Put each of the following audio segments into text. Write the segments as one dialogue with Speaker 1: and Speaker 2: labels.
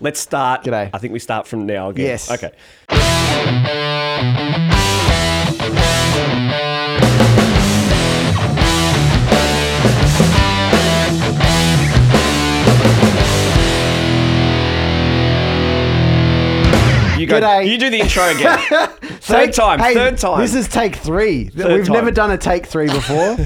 Speaker 1: Let's start.
Speaker 2: G'day.
Speaker 1: I think we start from now again.
Speaker 2: Yes.
Speaker 1: Okay. You go.
Speaker 2: G'day.
Speaker 1: You do the intro again. Third time.
Speaker 2: Hey,
Speaker 1: third time.
Speaker 2: This is take 3
Speaker 1: Third
Speaker 2: We've
Speaker 1: time.
Speaker 2: never done a take three before.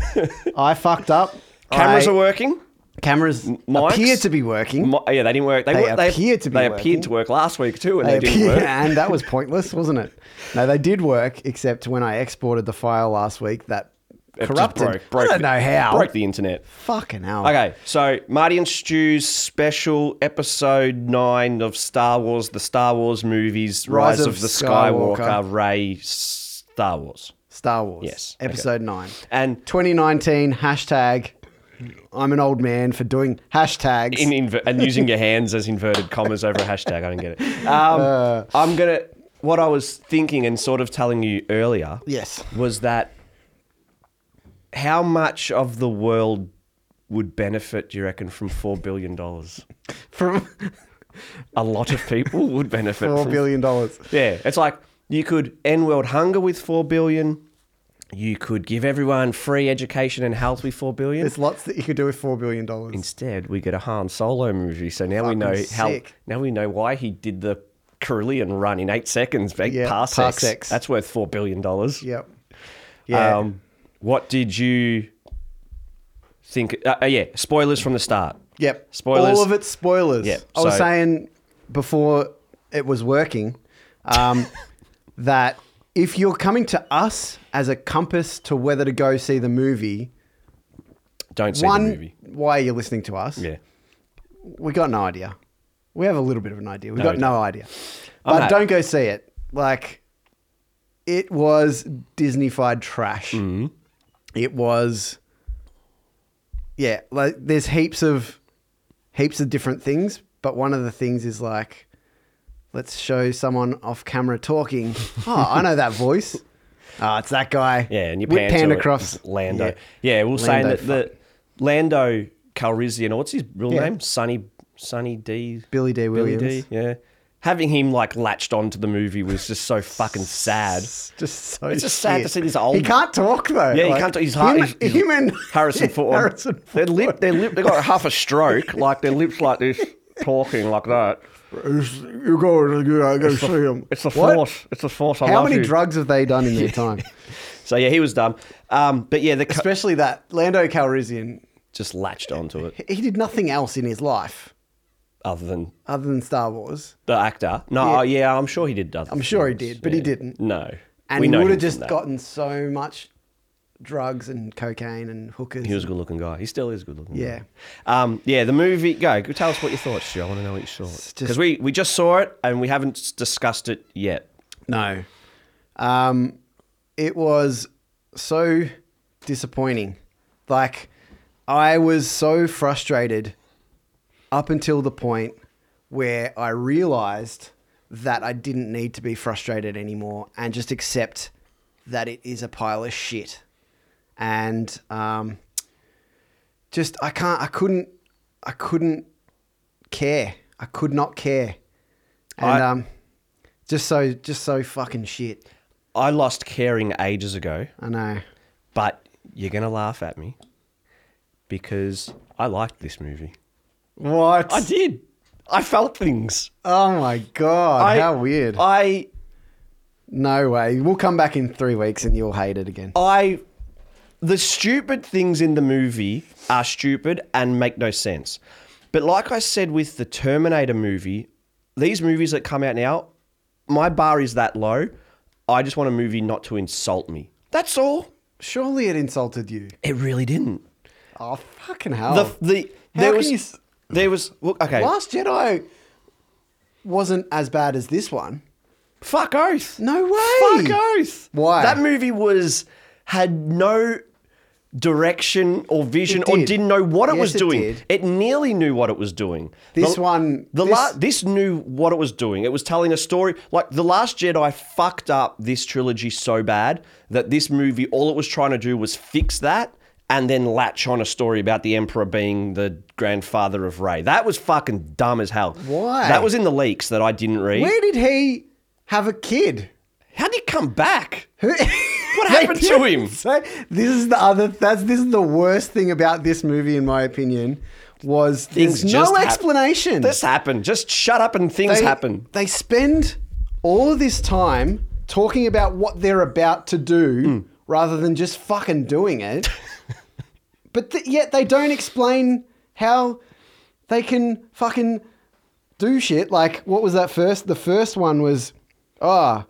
Speaker 2: I fucked up.
Speaker 1: Cameras
Speaker 2: I-
Speaker 1: are working.
Speaker 2: cameras
Speaker 1: mics.
Speaker 2: appear to be working.
Speaker 1: Mo- yeah, they didn't work. They,
Speaker 2: They
Speaker 1: wor- they
Speaker 2: appear to be
Speaker 1: They
Speaker 2: working.
Speaker 1: appeared to work last week too, and
Speaker 2: They
Speaker 1: they, didn't
Speaker 2: appear-
Speaker 1: work.
Speaker 2: and that was pointless, wasn't it? No, they did work, except when I exported the file last week, that
Speaker 1: It just
Speaker 2: corrupted.
Speaker 1: Broke, broke
Speaker 2: I don't
Speaker 1: the-
Speaker 2: know how.
Speaker 1: Broke the internet.
Speaker 2: Fucking hell.
Speaker 1: Okay, so Marty and Stu's special episode nine of Star Wars, the Star Wars movies, Rise, of, the Skywalker, Ray, Star Wars,
Speaker 2: Star Wars.
Speaker 1: Yes, okay.
Speaker 2: Episode 9.
Speaker 1: and
Speaker 2: 2019 hashtag I'm an old man for doing hashtags.
Speaker 1: in inver- and using your hands as inverted commas over a hashtag. I didn't get it. Um, I'm gonna. What I was thinking and sort of telling you earlier
Speaker 2: yes.
Speaker 1: was that how much of the world would benefit, do you reckon, from four billion dollars?
Speaker 2: From
Speaker 1: A lot of people would benefit
Speaker 2: $4
Speaker 1: from
Speaker 2: billion.
Speaker 1: Yeah, it's like you could end world hunger with four billion. You could give everyone free education and health with four billion.
Speaker 2: There's lots that you could do with $4 billion.
Speaker 1: Instead, we get a Han Solo movie. So now we know
Speaker 2: Fucking
Speaker 1: how.
Speaker 2: sick.
Speaker 1: Now we know why he did the Carillion run in eight seconds. Eight
Speaker 2: Yeah,
Speaker 1: parsecs.
Speaker 2: parsecs.
Speaker 1: That's worth four billion dollars.
Speaker 2: Yep. Yeah.
Speaker 1: Um, what did you think? Uh, uh, yeah, spoilers from the start.
Speaker 2: Yep.
Speaker 1: Spoilers.
Speaker 2: All of it's spoilers.
Speaker 1: Yep.
Speaker 2: I was
Speaker 1: So-
Speaker 2: saying before it was working um, that if you're coming to us as a compass to whether to go see the movie,
Speaker 1: Don't see
Speaker 2: one,
Speaker 1: the movie.
Speaker 2: why are you listening to us?
Speaker 1: Yeah.
Speaker 2: We got no idea. We have a little bit of an idea. We
Speaker 1: No,
Speaker 2: got
Speaker 1: we
Speaker 2: no idea.
Speaker 1: I'm
Speaker 2: But
Speaker 1: happy.
Speaker 2: don't go see it. Like, it was Disney-fied trash.
Speaker 1: Mm-hmm.
Speaker 2: It was, yeah. Like, there's heaps of, heaps of different things. But one of the things is like, let's show someone off camera talking. oh, I know that voice. Ah, it's that guy.
Speaker 1: Yeah, and you
Speaker 2: Whip
Speaker 1: pan
Speaker 2: Panda
Speaker 1: to it,
Speaker 2: Cross.
Speaker 1: it's Lando.
Speaker 2: Yeah.
Speaker 1: Yeah, we will say
Speaker 2: Lando,
Speaker 1: that the Lando Calrissian. What's his real
Speaker 2: Yeah.
Speaker 1: name? Sonny Sonny D.
Speaker 2: Billy D.
Speaker 1: Billy
Speaker 2: Williams.
Speaker 1: D. Yeah, having him like latched onto the movie was just so fucking sad.
Speaker 2: It's just so.
Speaker 1: It's just sad
Speaker 2: shit.
Speaker 1: to see this old-
Speaker 2: He can't talk though.
Speaker 1: Yeah,
Speaker 2: Like,
Speaker 1: you can't. He's hard.
Speaker 2: Him,
Speaker 1: He's, he's-
Speaker 2: him and
Speaker 1: Harrison Ford.
Speaker 2: Harrison
Speaker 1: Their
Speaker 2: Ford.
Speaker 1: lip. Their lip. They got half a stroke. Like their lips like this, talking like that.
Speaker 2: You go, go, go see him.
Speaker 1: It's the
Speaker 2: What?
Speaker 1: force. It's the force. I
Speaker 2: How
Speaker 1: love
Speaker 2: many
Speaker 1: you.
Speaker 2: drugs have they done in their time?
Speaker 1: So yeah, he was dumb. Um, but yeah, the co-
Speaker 2: Especially that Lando Calrissian.
Speaker 1: just latched onto it.
Speaker 2: He did nothing else in his life
Speaker 1: Other than
Speaker 2: other than Star Wars,
Speaker 1: the actor. No, uh, yeah, I'm sure he did. Other
Speaker 2: I'm sure he
Speaker 1: things.
Speaker 2: did, but he didn't.
Speaker 1: No,
Speaker 2: and
Speaker 1: We
Speaker 2: he
Speaker 1: know
Speaker 2: would have
Speaker 1: him from
Speaker 2: just
Speaker 1: that.
Speaker 2: gotten so much drugs and cocaine and hookers.
Speaker 1: He was a good-looking guy. He still is a good-looking.
Speaker 2: Yeah.
Speaker 1: Guy. Um. Yeah. The movie. Go. go, Tell us what your thoughts, Stu. I want to know what you thought.
Speaker 2: just-
Speaker 1: Because we we just saw it and we haven't s- discussed it yet.
Speaker 2: No. Um, it was so disappointing. Like, I was so frustrated up until the point where I realized that I didn't need to be frustrated anymore and just accept that it is a pile of shit. And um, just, I can't, I couldn't, I couldn't care. I could not care. And,
Speaker 1: I-
Speaker 2: um, just so, just so fucking shit.
Speaker 1: I lost caring ages ago,
Speaker 2: I know.
Speaker 1: but you're gonna laugh at me because I liked this movie.
Speaker 2: What?
Speaker 1: I did. I felt things.
Speaker 2: oh my god!
Speaker 1: I,
Speaker 2: How weird.
Speaker 1: I
Speaker 2: no way. We'll come back in three weeks and you'll hate it again.
Speaker 1: I the stupid things in the movie are stupid and make no sense. But like I said with the Terminator movie, these movies that come out now, my bar is that low. I just want a movie not to insult me. That's all.
Speaker 2: Surely it insulted you.
Speaker 1: It really didn't.
Speaker 2: Oh fucking hell!
Speaker 1: The the
Speaker 2: How
Speaker 1: there
Speaker 2: can
Speaker 1: was
Speaker 2: you s-
Speaker 1: there was well, okay.
Speaker 2: Last Jedi wasn't as bad as this one.
Speaker 1: Fuck oath.
Speaker 2: No way.
Speaker 1: Fuck oath.
Speaker 2: Why?
Speaker 1: That movie was had no direction or vision or
Speaker 2: did.
Speaker 1: didn't know what it
Speaker 2: Yes,
Speaker 1: was
Speaker 2: it
Speaker 1: doing.
Speaker 2: did.
Speaker 1: It nearly knew what it was doing.
Speaker 2: This
Speaker 1: The-
Speaker 2: one-
Speaker 1: the
Speaker 2: this-
Speaker 1: this, this knew what it was doing. It was telling a story. Like the Last Jedi fucked up this trilogy so bad that this movie, all it was trying to do was fix that and then latch on a story about the emperor being the grandfather of Ray. That was fucking dumb as hell.
Speaker 2: Why?
Speaker 1: That was in the leaks that I didn't read.
Speaker 2: Where did he have a kid?
Speaker 1: How'd he come back?
Speaker 2: Who-
Speaker 1: What
Speaker 2: They
Speaker 1: happened to
Speaker 2: didn't
Speaker 1: him?
Speaker 2: say- this is the other. That's this is the worst thing about this movie, in my opinion, was
Speaker 1: Things
Speaker 2: there's no
Speaker 1: just hap-
Speaker 2: explanation.
Speaker 1: This happened. Just shut up and things
Speaker 2: they,
Speaker 1: happen.
Speaker 2: They spend all this time talking about what they're about to do
Speaker 1: Hmm.
Speaker 2: rather than just fucking doing it. but th- yet they don't explain how they can fucking do shit. Like, what was that first? The first one was, ah,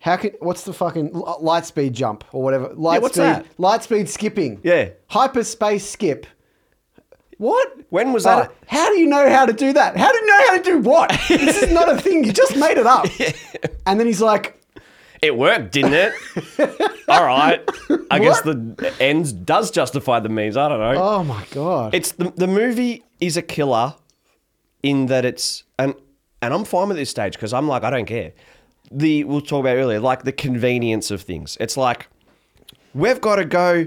Speaker 2: how can, what's the fucking l- uh, light speed jump or whatever? Light
Speaker 1: what's
Speaker 2: speed,
Speaker 1: that?
Speaker 2: Light speed skipping.
Speaker 1: Yeah.
Speaker 2: Hyperspace skip. What?
Speaker 1: When was
Speaker 2: Oh,
Speaker 1: that?
Speaker 2: how do you know how to do that? How do you know how to do what? this is not a thing. You just made it up. And then he's like,
Speaker 1: It worked, didn't it? All right. I guess the ends does justify the means. I don't know.
Speaker 2: oh my God.
Speaker 1: It's the the movie is a killer in that it's and and I'm fine with this stage because I'm like I don't care. The we'll talk about earlier like the convenience of things. It's like we've got to go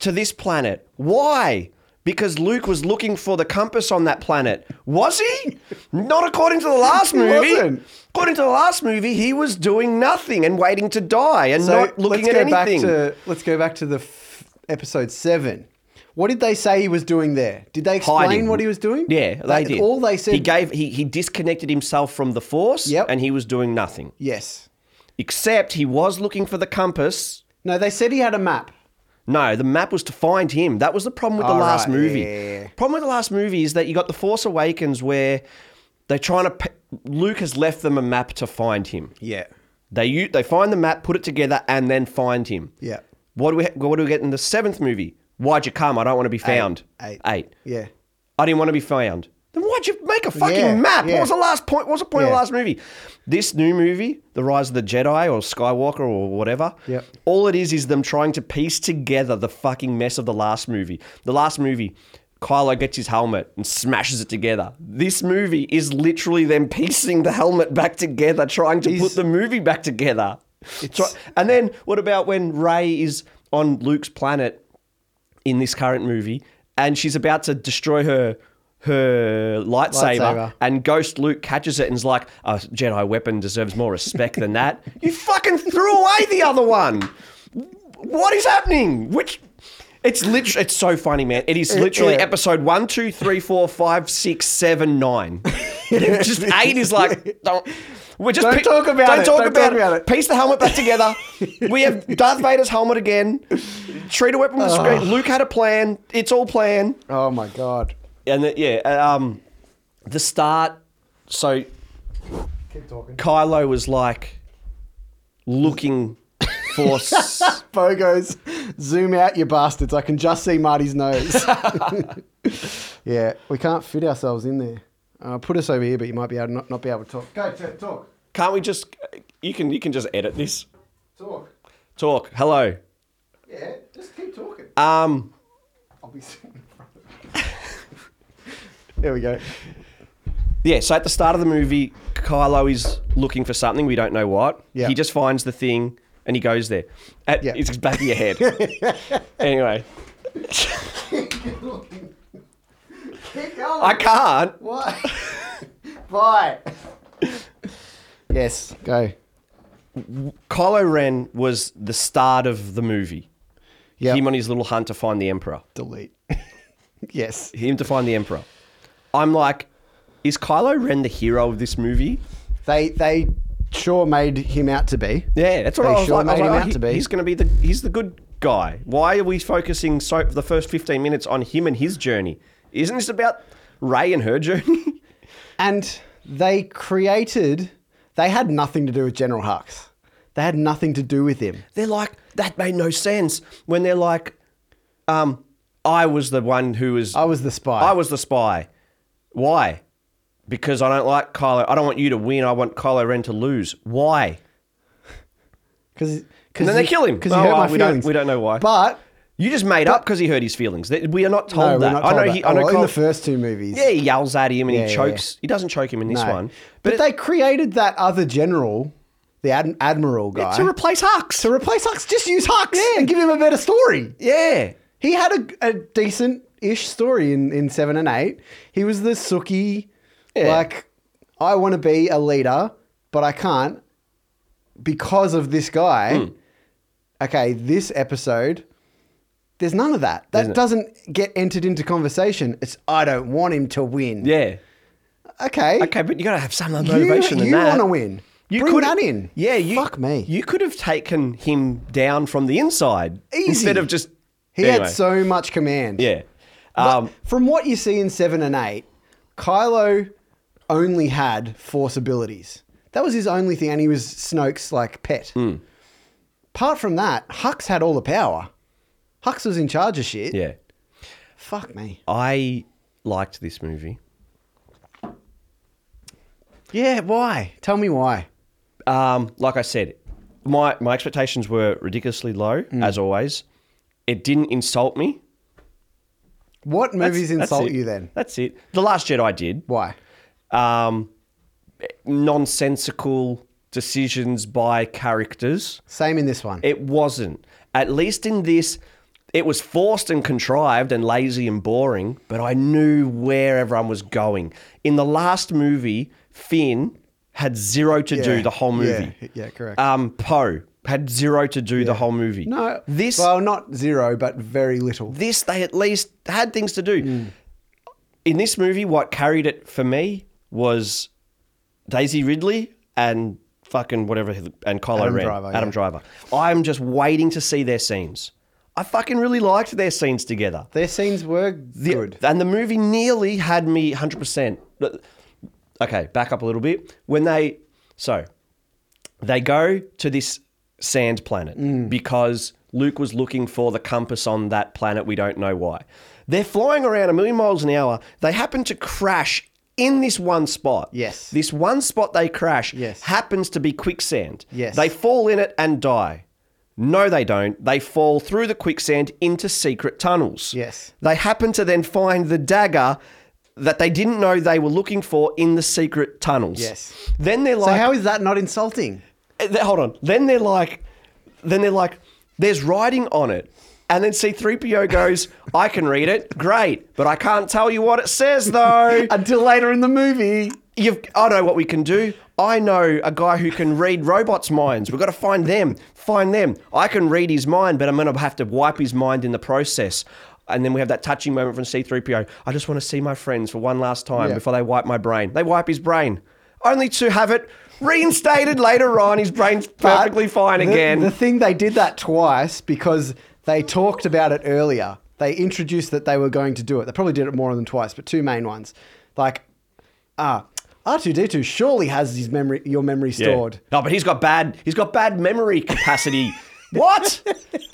Speaker 1: to this planet. Why? Because Luke was looking for the compass on that planet. Was he? Not according to the last
Speaker 2: He
Speaker 1: movie.
Speaker 2: wasn't.
Speaker 1: According to the last movie, he was doing nothing and waiting to die and not looking at
Speaker 2: go
Speaker 1: anything.
Speaker 2: Back to, let's go back to the f- episode seven. What did they say he was doing there? Did they explain
Speaker 1: hiding.
Speaker 2: what he was doing?
Speaker 1: Yeah, they
Speaker 2: Like,
Speaker 1: did.
Speaker 2: All they said.
Speaker 1: he gave he he disconnected himself from the force.
Speaker 2: Yep.
Speaker 1: and he was doing nothing
Speaker 2: yes.
Speaker 1: except he was looking for the compass.
Speaker 2: No, they said he had a map.
Speaker 1: No, the map was to find him. That was the problem with the
Speaker 2: Oh,
Speaker 1: last
Speaker 2: right,
Speaker 1: movie.
Speaker 2: yeah, yeah, yeah.
Speaker 1: Problem with the last movie is that you got the Force Awakens where they're trying to. p Luke has left them a map to find him.
Speaker 2: Yeah.
Speaker 1: They u- they find the map, put it together, and then find him.
Speaker 2: Yeah.
Speaker 1: What do we ha- what do we get in the seventh movie? Why'd you come? I don't want to be found.
Speaker 2: Eight.
Speaker 1: Eight.
Speaker 2: Yeah.
Speaker 1: I didn't want to be found. Then why'd you make a fucking
Speaker 2: Yeah,
Speaker 1: map?
Speaker 2: yeah.
Speaker 1: What was the last point? What was the point of the
Speaker 2: Yeah.
Speaker 1: last movie? This new movie, The Rise of the Jedi or Skywalker or whatever,
Speaker 2: Yep.
Speaker 1: all it is is them trying to piece together the fucking mess of the last movie. The last movie, Kylo gets his helmet and smashes it together. This movie is literally them piecing the helmet back together, trying to put the movie back together. Try- and then what about when Ray is on Luke's planet in this current movie, and she's about to destroy her her lightsaber,
Speaker 2: Lightsaber.
Speaker 1: and Ghost Luke catches it and is like, "A Jedi weapon deserves more respect than that." you fucking threw away the other one. What is happening? Which it's literally it's so funny, man. It is literally
Speaker 2: yeah.
Speaker 1: episode one, two, three, four, five, six, seven, nine. Just eight is like don't. We're just
Speaker 2: Don't talk about
Speaker 1: don't
Speaker 2: it.
Speaker 1: Talk
Speaker 2: Don't
Speaker 1: about
Speaker 2: talk about it.
Speaker 1: Piece the helmet back together. we have Darth Vader's helmet again. Treat a weapon with discretion. Luke had a plan. It's all plan.
Speaker 2: Oh my God.
Speaker 1: And the, yeah, uh, um, the start. So
Speaker 2: Keep talking.
Speaker 1: Kylo was like looking for. s-
Speaker 2: Bogos, zoom out, you bastards. I can just see Marty's nose. yeah, we can't fit ourselves in there. Uh, put us over here, but you might be able to not, not be able to talk. Go, Ted, talk.
Speaker 1: Can't we just? You can you can just edit this.
Speaker 2: Talk.
Speaker 1: Talk. Hello.
Speaker 2: Yeah, just keep talking.
Speaker 1: Um.
Speaker 2: I'll be sitting in front of There we go.
Speaker 1: Yeah, so at the start of the movie, Kylo is looking for something. We don't know what.
Speaker 2: Yeah.
Speaker 1: He just finds the thing and he goes there. At,
Speaker 2: Yeah.
Speaker 1: It's back of your head. anyway,
Speaker 2: Keep going.
Speaker 1: I can't.
Speaker 2: Why? Bye. yes, go.
Speaker 1: Kylo Ren was the start of the movie.
Speaker 2: Yeah.
Speaker 1: Him on his little hunt to find the Emperor.
Speaker 2: Delete. yes.
Speaker 1: Him to find the Emperor. I'm like, is Kylo Ren the hero of this movie?
Speaker 2: They they sure made him out to be.
Speaker 1: Yeah, that's what
Speaker 2: They
Speaker 1: I was
Speaker 2: sure
Speaker 1: like. I was
Speaker 2: made
Speaker 1: like,
Speaker 2: him
Speaker 1: oh,
Speaker 2: out
Speaker 1: he-
Speaker 2: to be.
Speaker 1: He's going to be the he's the good guy. Why are we focusing so the first fifteen minutes on him and his journey? Isn't this about Ray and her journey?
Speaker 2: And they created, they had nothing to do with General Hux. They had nothing to do with him.
Speaker 1: they're like that made no sense when they're like, um, I was the one who was
Speaker 2: I was the spy.
Speaker 1: I was the spy. Why? Because I don't like Kylo. I don't want you to win. I want Kylo Ren to lose. Why?
Speaker 2: Because
Speaker 1: And then they kill him.
Speaker 2: Because
Speaker 1: Oh,
Speaker 2: he hurt
Speaker 1: well,
Speaker 2: my
Speaker 1: we don't-
Speaker 2: feelings.
Speaker 1: we don't know why.
Speaker 2: But
Speaker 1: You just made up because he hurt his feelings. That- We are not told
Speaker 2: no,
Speaker 1: that.
Speaker 2: we're not
Speaker 1: I know.
Speaker 2: told
Speaker 1: He,
Speaker 2: that.
Speaker 1: I know.
Speaker 2: Oh, in
Speaker 1: Kylo-
Speaker 2: the first two movies.
Speaker 1: Yeah, he yells at him and
Speaker 2: Yeah,
Speaker 1: he
Speaker 2: yeah,
Speaker 1: chokes. He doesn't choke him in this
Speaker 2: No.
Speaker 1: one.
Speaker 2: But, they created that other general, the ad- admiral guy,
Speaker 1: to replace Hux.
Speaker 2: to replace Hux. Just use Hux and give him a better story.
Speaker 1: yeah.
Speaker 2: He had a, a decent ish story in, in seven and eight. He was the sookie,
Speaker 1: Yeah.
Speaker 2: like, I want to be a leader, but I can't because of this guy.
Speaker 1: Hmm.
Speaker 2: Okay, this episode, there's none of that. That
Speaker 1: There's-
Speaker 2: doesn't get entered into conversation. It's, I don't want him to win.
Speaker 1: Yeah.
Speaker 2: Okay.
Speaker 1: Okay, but you got to have some
Speaker 2: You-
Speaker 1: motivation
Speaker 2: you
Speaker 1: than that.
Speaker 2: want to win. You Bring
Speaker 1: could-
Speaker 2: that in.
Speaker 1: Yeah, you,
Speaker 2: Fuck me.
Speaker 1: You could have taken him down from the inside
Speaker 2: Easy.
Speaker 1: instead of just.
Speaker 2: He
Speaker 1: Anyway,
Speaker 2: had so much command.
Speaker 1: Yeah.
Speaker 2: But
Speaker 1: Um,
Speaker 2: from what you see in seven and eight, Kylo only had force abilities. That was his only thing, and he was Snoke's like pet.
Speaker 1: Hmm.
Speaker 2: Apart from that, Hux had all the power. Hux was in charge of shit.
Speaker 1: yeah.
Speaker 2: Fuck me.
Speaker 1: I liked this movie.
Speaker 2: Yeah, why? Tell me why.
Speaker 1: Um, like I said, my my expectations were ridiculously low,
Speaker 2: Mm.
Speaker 1: as always. It didn't insult me.
Speaker 2: What
Speaker 1: That's-
Speaker 2: movies
Speaker 1: that's
Speaker 2: insult
Speaker 1: it.
Speaker 2: you then?
Speaker 1: That's it. The Last Jedi did.
Speaker 2: Why?
Speaker 1: Um, nonsensical decisions by characters.
Speaker 2: Same in this one.
Speaker 1: It wasn't. At least in this, it was forced and contrived and lazy and boring, but I knew where everyone was going. In the last movie, Finn had zero to
Speaker 2: Yeah,
Speaker 1: do the whole
Speaker 2: yeah,
Speaker 1: movie.
Speaker 2: yeah, correct.
Speaker 1: Um, Poe had zero to do the whole movie.
Speaker 2: no,
Speaker 1: This,
Speaker 2: Well, not zero, but very little.
Speaker 1: this, they at least had things to do.
Speaker 2: Mm.
Speaker 1: In this movie, what carried it for me was Daisy Ridley and fucking whatever, and Kylo
Speaker 2: Adam
Speaker 1: Ren,
Speaker 2: Driver,
Speaker 1: Adam
Speaker 2: yeah.
Speaker 1: Driver. I'm just waiting to see their scenes. I fucking really liked their scenes together.
Speaker 2: Their scenes were
Speaker 1: The-
Speaker 2: good.
Speaker 1: And the movie nearly had me 100%. But- Okay, back up a little bit. When they, so they go to this sand planet
Speaker 2: Mm.
Speaker 1: because Luke was looking for the compass on that planet. We don't know why. They're flying around a million miles an hour. They happen to crash in this one spot.
Speaker 2: Yes.
Speaker 1: This one spot they crash
Speaker 2: Yes.
Speaker 1: happens to be quicksand.
Speaker 2: Yes.
Speaker 1: They fall in it and die. No, they don't. They fall through the quicksand into secret tunnels.
Speaker 2: Yes.
Speaker 1: They happen to then find the dagger that they didn't know they were looking for in the secret tunnels.
Speaker 2: Yes.
Speaker 1: Then they're
Speaker 2: so
Speaker 1: like,
Speaker 2: how is that not insulting?
Speaker 1: eh, th- hold on. Then they're like, then they're like, there's writing on it. And then C3PO goes, I can read it. Great. But I can't tell you what it says though.
Speaker 2: Until later in the movie.
Speaker 1: You've, I know what we can do. I know a guy who can read robots' minds. We've got to find them. Find them. I can read his mind, but I'm going to have to wipe his mind in the process. And then we have that touching moment from C3PO. I just want to see my friends for one last time
Speaker 2: Yeah.
Speaker 1: before they wipe my brain. They wipe his brain, only to have it reinstated later on. His brain's
Speaker 2: But
Speaker 1: perfectly fine
Speaker 2: the-
Speaker 1: again.
Speaker 2: The thing they did that twice because they talked about it earlier. They introduced that they were going to do it. They probably did it more than twice, but two main ones. Like, ah, R2D2 surely has his memory, your memory stored.
Speaker 1: No, but he's got bad. He's got bad memory capacity. what?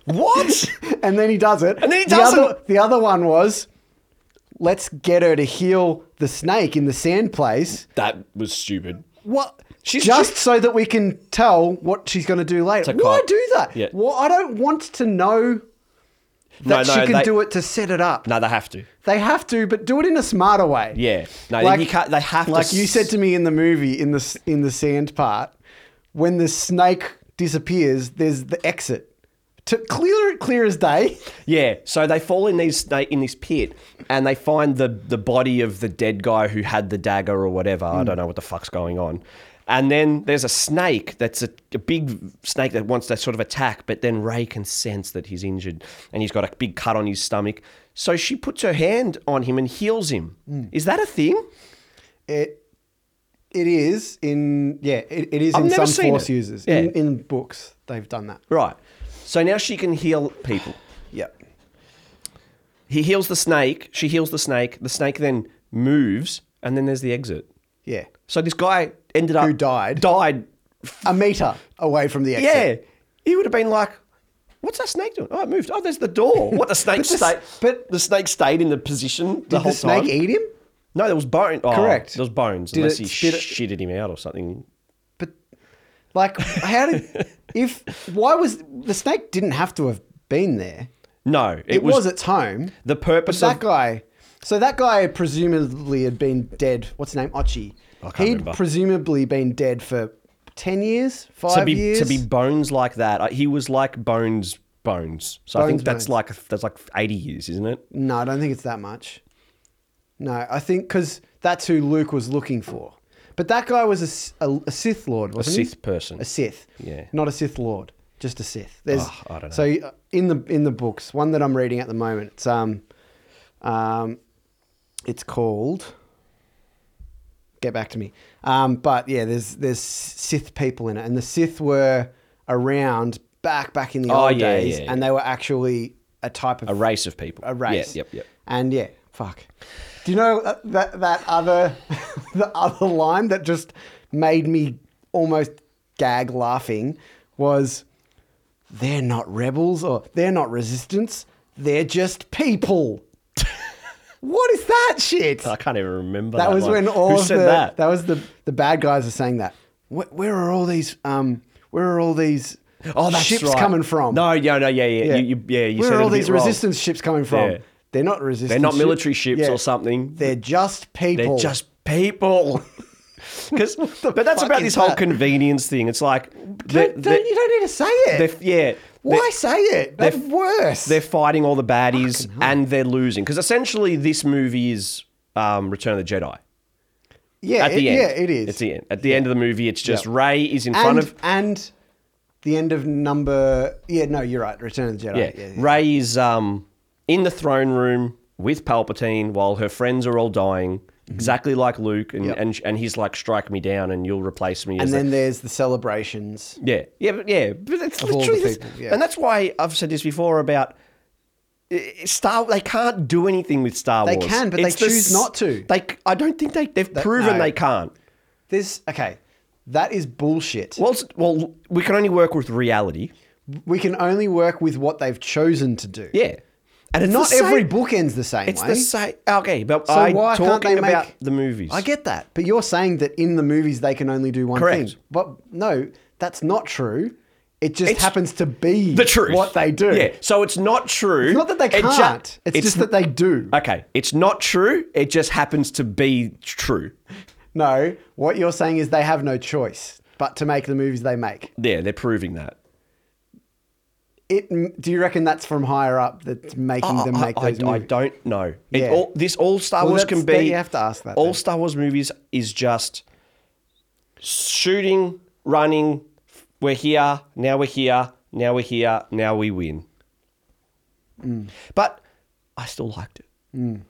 Speaker 1: What?
Speaker 2: And then he does it.
Speaker 1: And then he
Speaker 2: the
Speaker 1: doesn't.
Speaker 2: Other, the other one was, let's get her to heal the snake in the sand place.
Speaker 1: That was stupid.
Speaker 2: What?
Speaker 1: She's
Speaker 2: just so that we can tell what she's going to do later.
Speaker 1: a
Speaker 2: Why
Speaker 1: cop.
Speaker 2: do that?
Speaker 1: Yeah.
Speaker 2: Well, I don't want to know that
Speaker 1: no,
Speaker 2: she can
Speaker 1: they-
Speaker 2: do it to set it up.
Speaker 1: No, they have to.
Speaker 2: They have to, but do it in a smarter way.
Speaker 1: Yeah. No, you can't- they have to
Speaker 2: Like you
Speaker 1: s-
Speaker 2: said to me in the movie, in the s- in the sand part, when the snake disappears, there's the exit. To clear clear as day.
Speaker 1: Yeah, so they fall in these they, in this pit, and they find the the body of the dead guy who had the dagger or whatever. I
Speaker 2: Hmm.
Speaker 1: don't know what the fuck's going on. And then there's a snake that's a, a big snake that wants to sort of attack, but then Ray can sense that he's injured and he's got a big cut on his stomach. So she puts her hand on him and heals him.
Speaker 2: Hmm.
Speaker 1: Is that a thing?
Speaker 2: It it is in yeah, it, it is
Speaker 1: I've
Speaker 2: in
Speaker 1: never
Speaker 2: some
Speaker 1: seen
Speaker 2: force
Speaker 1: it.
Speaker 2: users.
Speaker 1: Yeah.
Speaker 2: In in books, they've done that.
Speaker 1: Right. So now she can heal people.
Speaker 2: Yep.
Speaker 1: He heals the snake. She heals the snake. The snake then moves, and then there's the exit.
Speaker 2: Yeah.
Speaker 1: So this guy ended up
Speaker 2: Who died.
Speaker 1: Died.
Speaker 2: a meter away from the exit.
Speaker 1: Yeah, he would have been like, "What's that snake doing? Oh, it moved. Oh, there's the door. What the snake
Speaker 2: the s-
Speaker 1: stayed?
Speaker 2: but-
Speaker 1: the snake stayed in the position the
Speaker 2: Did the,
Speaker 1: whole
Speaker 2: snake
Speaker 1: time.
Speaker 2: eat him?
Speaker 1: No, there was bone. Oh,
Speaker 2: Correct.
Speaker 1: There was bones.
Speaker 2: Did
Speaker 1: unless
Speaker 2: it
Speaker 1: he
Speaker 2: spit it-
Speaker 1: shitted him out or something.
Speaker 2: But like, how did? if why was the snake didn't have to have been there?
Speaker 1: No, it,
Speaker 2: It, was,
Speaker 1: was,
Speaker 2: its home.
Speaker 1: the purpose
Speaker 2: that
Speaker 1: of.
Speaker 2: guy. So that guy presumably had been dead. What's his name? Ochi.
Speaker 1: can't
Speaker 2: He'd
Speaker 1: remember.
Speaker 2: presumably been dead for ten years, five
Speaker 1: To be
Speaker 2: years.
Speaker 1: to be bones like that, Uh, he was like bones Bones. So I
Speaker 2: Bones,
Speaker 1: think that's
Speaker 2: Bones.
Speaker 1: like that's like eighty years, isn't it?
Speaker 2: No, I don't think it's that much. No, I think because that's who Luke was looking for. But that guy was a S- a, a Sith Lord,
Speaker 1: A
Speaker 2: wasn't he?
Speaker 1: Sith person.
Speaker 2: A Sith.
Speaker 1: Yeah.
Speaker 2: Not a Sith Lord, just a Sith. There's
Speaker 1: Oh, I don't know.
Speaker 2: So uh, in the in the books, one that I'm reading at the moment, it's um um it's called Get back to me. Um, but yeah, there's there's Sith people in it and the Sith were around back back in the
Speaker 1: Oh,
Speaker 2: old
Speaker 1: yeah,
Speaker 2: days
Speaker 1: yeah,
Speaker 2: and they were actually a type of
Speaker 1: A race of people.
Speaker 2: a race.
Speaker 1: Yep, yep, yep.
Speaker 2: And yeah, fuck. Do you know that that, that other the other line that just made me almost gag laughing was they're not rebels or they're not resistance, they're just people. what is that shit?
Speaker 1: I can't even remember.
Speaker 2: that, was
Speaker 1: one.
Speaker 2: when all
Speaker 1: Who
Speaker 2: of
Speaker 1: said
Speaker 2: the,
Speaker 1: that?
Speaker 2: was the the bad guys are saying that. Where, where are all these um where are all these
Speaker 1: Oh, that's
Speaker 2: ships
Speaker 1: right.
Speaker 2: coming from?
Speaker 1: No, yeah, no, yeah, yeah. You, you, yeah, you
Speaker 2: Where
Speaker 1: said it
Speaker 2: are all
Speaker 1: a bit
Speaker 2: these
Speaker 1: wrong.
Speaker 2: resistance ships coming from?
Speaker 1: Yeah.
Speaker 2: They're not resistance.
Speaker 1: They're not
Speaker 2: ships.
Speaker 1: military ships
Speaker 2: Yeah.
Speaker 1: or something.
Speaker 2: They're just people.
Speaker 1: They're just people. 'Cause- but that's
Speaker 2: fuck
Speaker 1: about
Speaker 2: is
Speaker 1: this whole
Speaker 2: that?
Speaker 1: convenience thing. It's like, they're,
Speaker 2: Don't,
Speaker 1: they're-
Speaker 2: don't- you don't need to say it.
Speaker 1: they're- yeah,
Speaker 2: Why
Speaker 1: they're-
Speaker 2: say it? That's
Speaker 1: they're-
Speaker 2: worse.
Speaker 1: They're fighting all the baddies and they're losing because essentially this movie is um, Return of the Jedi.
Speaker 2: yeah,
Speaker 1: At the
Speaker 2: it-
Speaker 1: end,
Speaker 2: yeah, it is.
Speaker 1: It's the end. At the end of the movie, it's just
Speaker 2: Yeah.
Speaker 1: Ray is in
Speaker 2: and,
Speaker 1: front of
Speaker 2: and the end of number. Yeah, no, you're right. Return of the Jedi.
Speaker 1: yeah.
Speaker 2: Yeah, yeah.
Speaker 1: Ray is um, in the throne room with Palpatine while her friends are all dying, exactly like Luke, and,
Speaker 2: Mm-hmm. Yep.
Speaker 1: and and he's like, strike me down and you'll replace me.
Speaker 2: And
Speaker 1: as the-
Speaker 2: then there's the celebrations.
Speaker 1: Yeah, yeah, but yeah. But it's
Speaker 2: all
Speaker 1: literally,
Speaker 2: the
Speaker 1: this-
Speaker 2: people, yeah.
Speaker 1: and that's why I've said this before about uh, Star. They can't do anything with Star
Speaker 2: They
Speaker 1: Wars.
Speaker 2: can, but they
Speaker 1: the
Speaker 2: choose
Speaker 1: s-
Speaker 2: not to.
Speaker 1: They, c- I don't think they. They've proven
Speaker 2: no.
Speaker 1: they can't.
Speaker 2: This okay. That is bullshit.
Speaker 1: Well, it's- well, we can only work with reality.
Speaker 2: We can only work with what they've chosen to do.
Speaker 1: Yeah, and it's
Speaker 2: Not
Speaker 1: the same-
Speaker 2: every book ends the same
Speaker 1: It's
Speaker 2: way.
Speaker 1: the same. Okay, but
Speaker 2: So
Speaker 1: I'm
Speaker 2: why can't
Speaker 1: talking
Speaker 2: they make-
Speaker 1: about the movies.
Speaker 2: I get that, but you're saying that in the movies they can only do one
Speaker 1: Correct.
Speaker 2: thing. But no, that's not true. It just
Speaker 1: It's
Speaker 2: happens to be
Speaker 1: the truth.
Speaker 2: What they do.
Speaker 1: Yeah. So it's not true.
Speaker 2: It's not that they
Speaker 1: It ju-
Speaker 2: can't. it's, just that they do.
Speaker 1: Okay, it's not true. It just happens to be true.
Speaker 2: no, what you're saying is they have no choice but to make the movies they make.
Speaker 1: Yeah, they're proving that.
Speaker 2: It. Do you reckon that's from higher up that's making them
Speaker 1: I-
Speaker 2: make
Speaker 1: I,
Speaker 2: those
Speaker 1: I
Speaker 2: movies?
Speaker 1: don't know. It
Speaker 2: Yeah.
Speaker 1: all, this all Star
Speaker 2: Well,
Speaker 1: Wars
Speaker 2: that's-
Speaker 1: can be.
Speaker 2: that you have to ask that
Speaker 1: All
Speaker 2: then.
Speaker 1: Star Wars movies is just shooting, running. We're here now. We're here now. We're here now. We win.
Speaker 2: Mm.
Speaker 1: But I still liked it.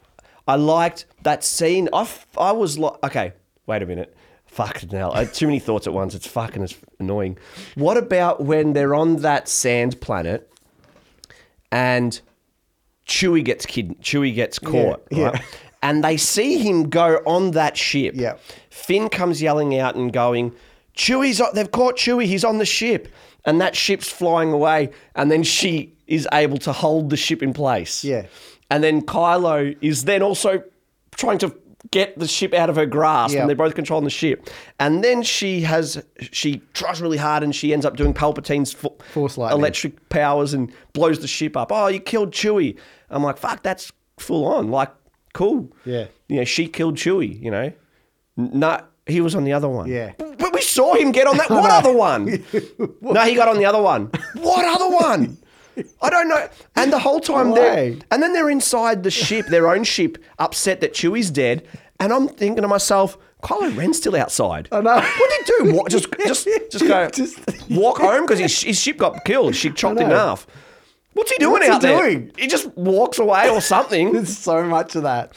Speaker 1: I liked that scene. I, f- I was like, okay, wait a minute. Fuck now. I had too many thoughts at once. It's fucking it's annoying. What about when they're on that sand planet and Chewie gets kid Chewie gets caught,
Speaker 2: yeah.
Speaker 1: right? And they see him go on that ship.
Speaker 2: Yeah.
Speaker 1: Finn comes yelling out and going, Chewie's on, they've caught Chewie, he's on the ship. And that ship's flying away. And then she is able to hold the ship in place.
Speaker 2: Yeah.
Speaker 1: And then Kylo is then also trying to get the ship out of her grasp.
Speaker 2: Yeah.
Speaker 1: And they're both controlling the ship. And then she has, she tries really hard and she ends up doing Palpatine's fo-
Speaker 2: Force lightning.
Speaker 1: electric powers and blows the ship up. Oh, you killed Chewie. I'm like, fuck, that's full on. Like, cool.
Speaker 2: Yeah.
Speaker 1: You know, she killed Chewie, you know. N- No, he was on the other one.
Speaker 2: Yeah.
Speaker 1: But we saw him get on that. What other one? no, he got on the other one. What other one? I don't know. And the whole time they're
Speaker 2: Why?
Speaker 1: and then they're inside the ship, their own ship, upset that Chewie's dead. And I'm thinking to myself, Kylo Ren's still outside. I
Speaker 2: know.
Speaker 1: What did he do? What, just, just, just go
Speaker 2: Just-
Speaker 1: walk home because his, his ship got killed. She chopped
Speaker 2: I
Speaker 1: in
Speaker 2: know.
Speaker 1: half. What's he doing
Speaker 2: What's he
Speaker 1: out there?
Speaker 2: doing?
Speaker 1: He just walks away or something.
Speaker 2: There's so much of that.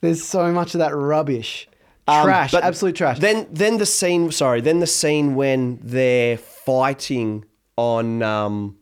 Speaker 2: There's so much of that rubbish.
Speaker 1: Um,
Speaker 2: trash.
Speaker 1: but
Speaker 2: Absolute trash.
Speaker 1: Then, then the scene. Sorry, then the scene when they're fighting on um,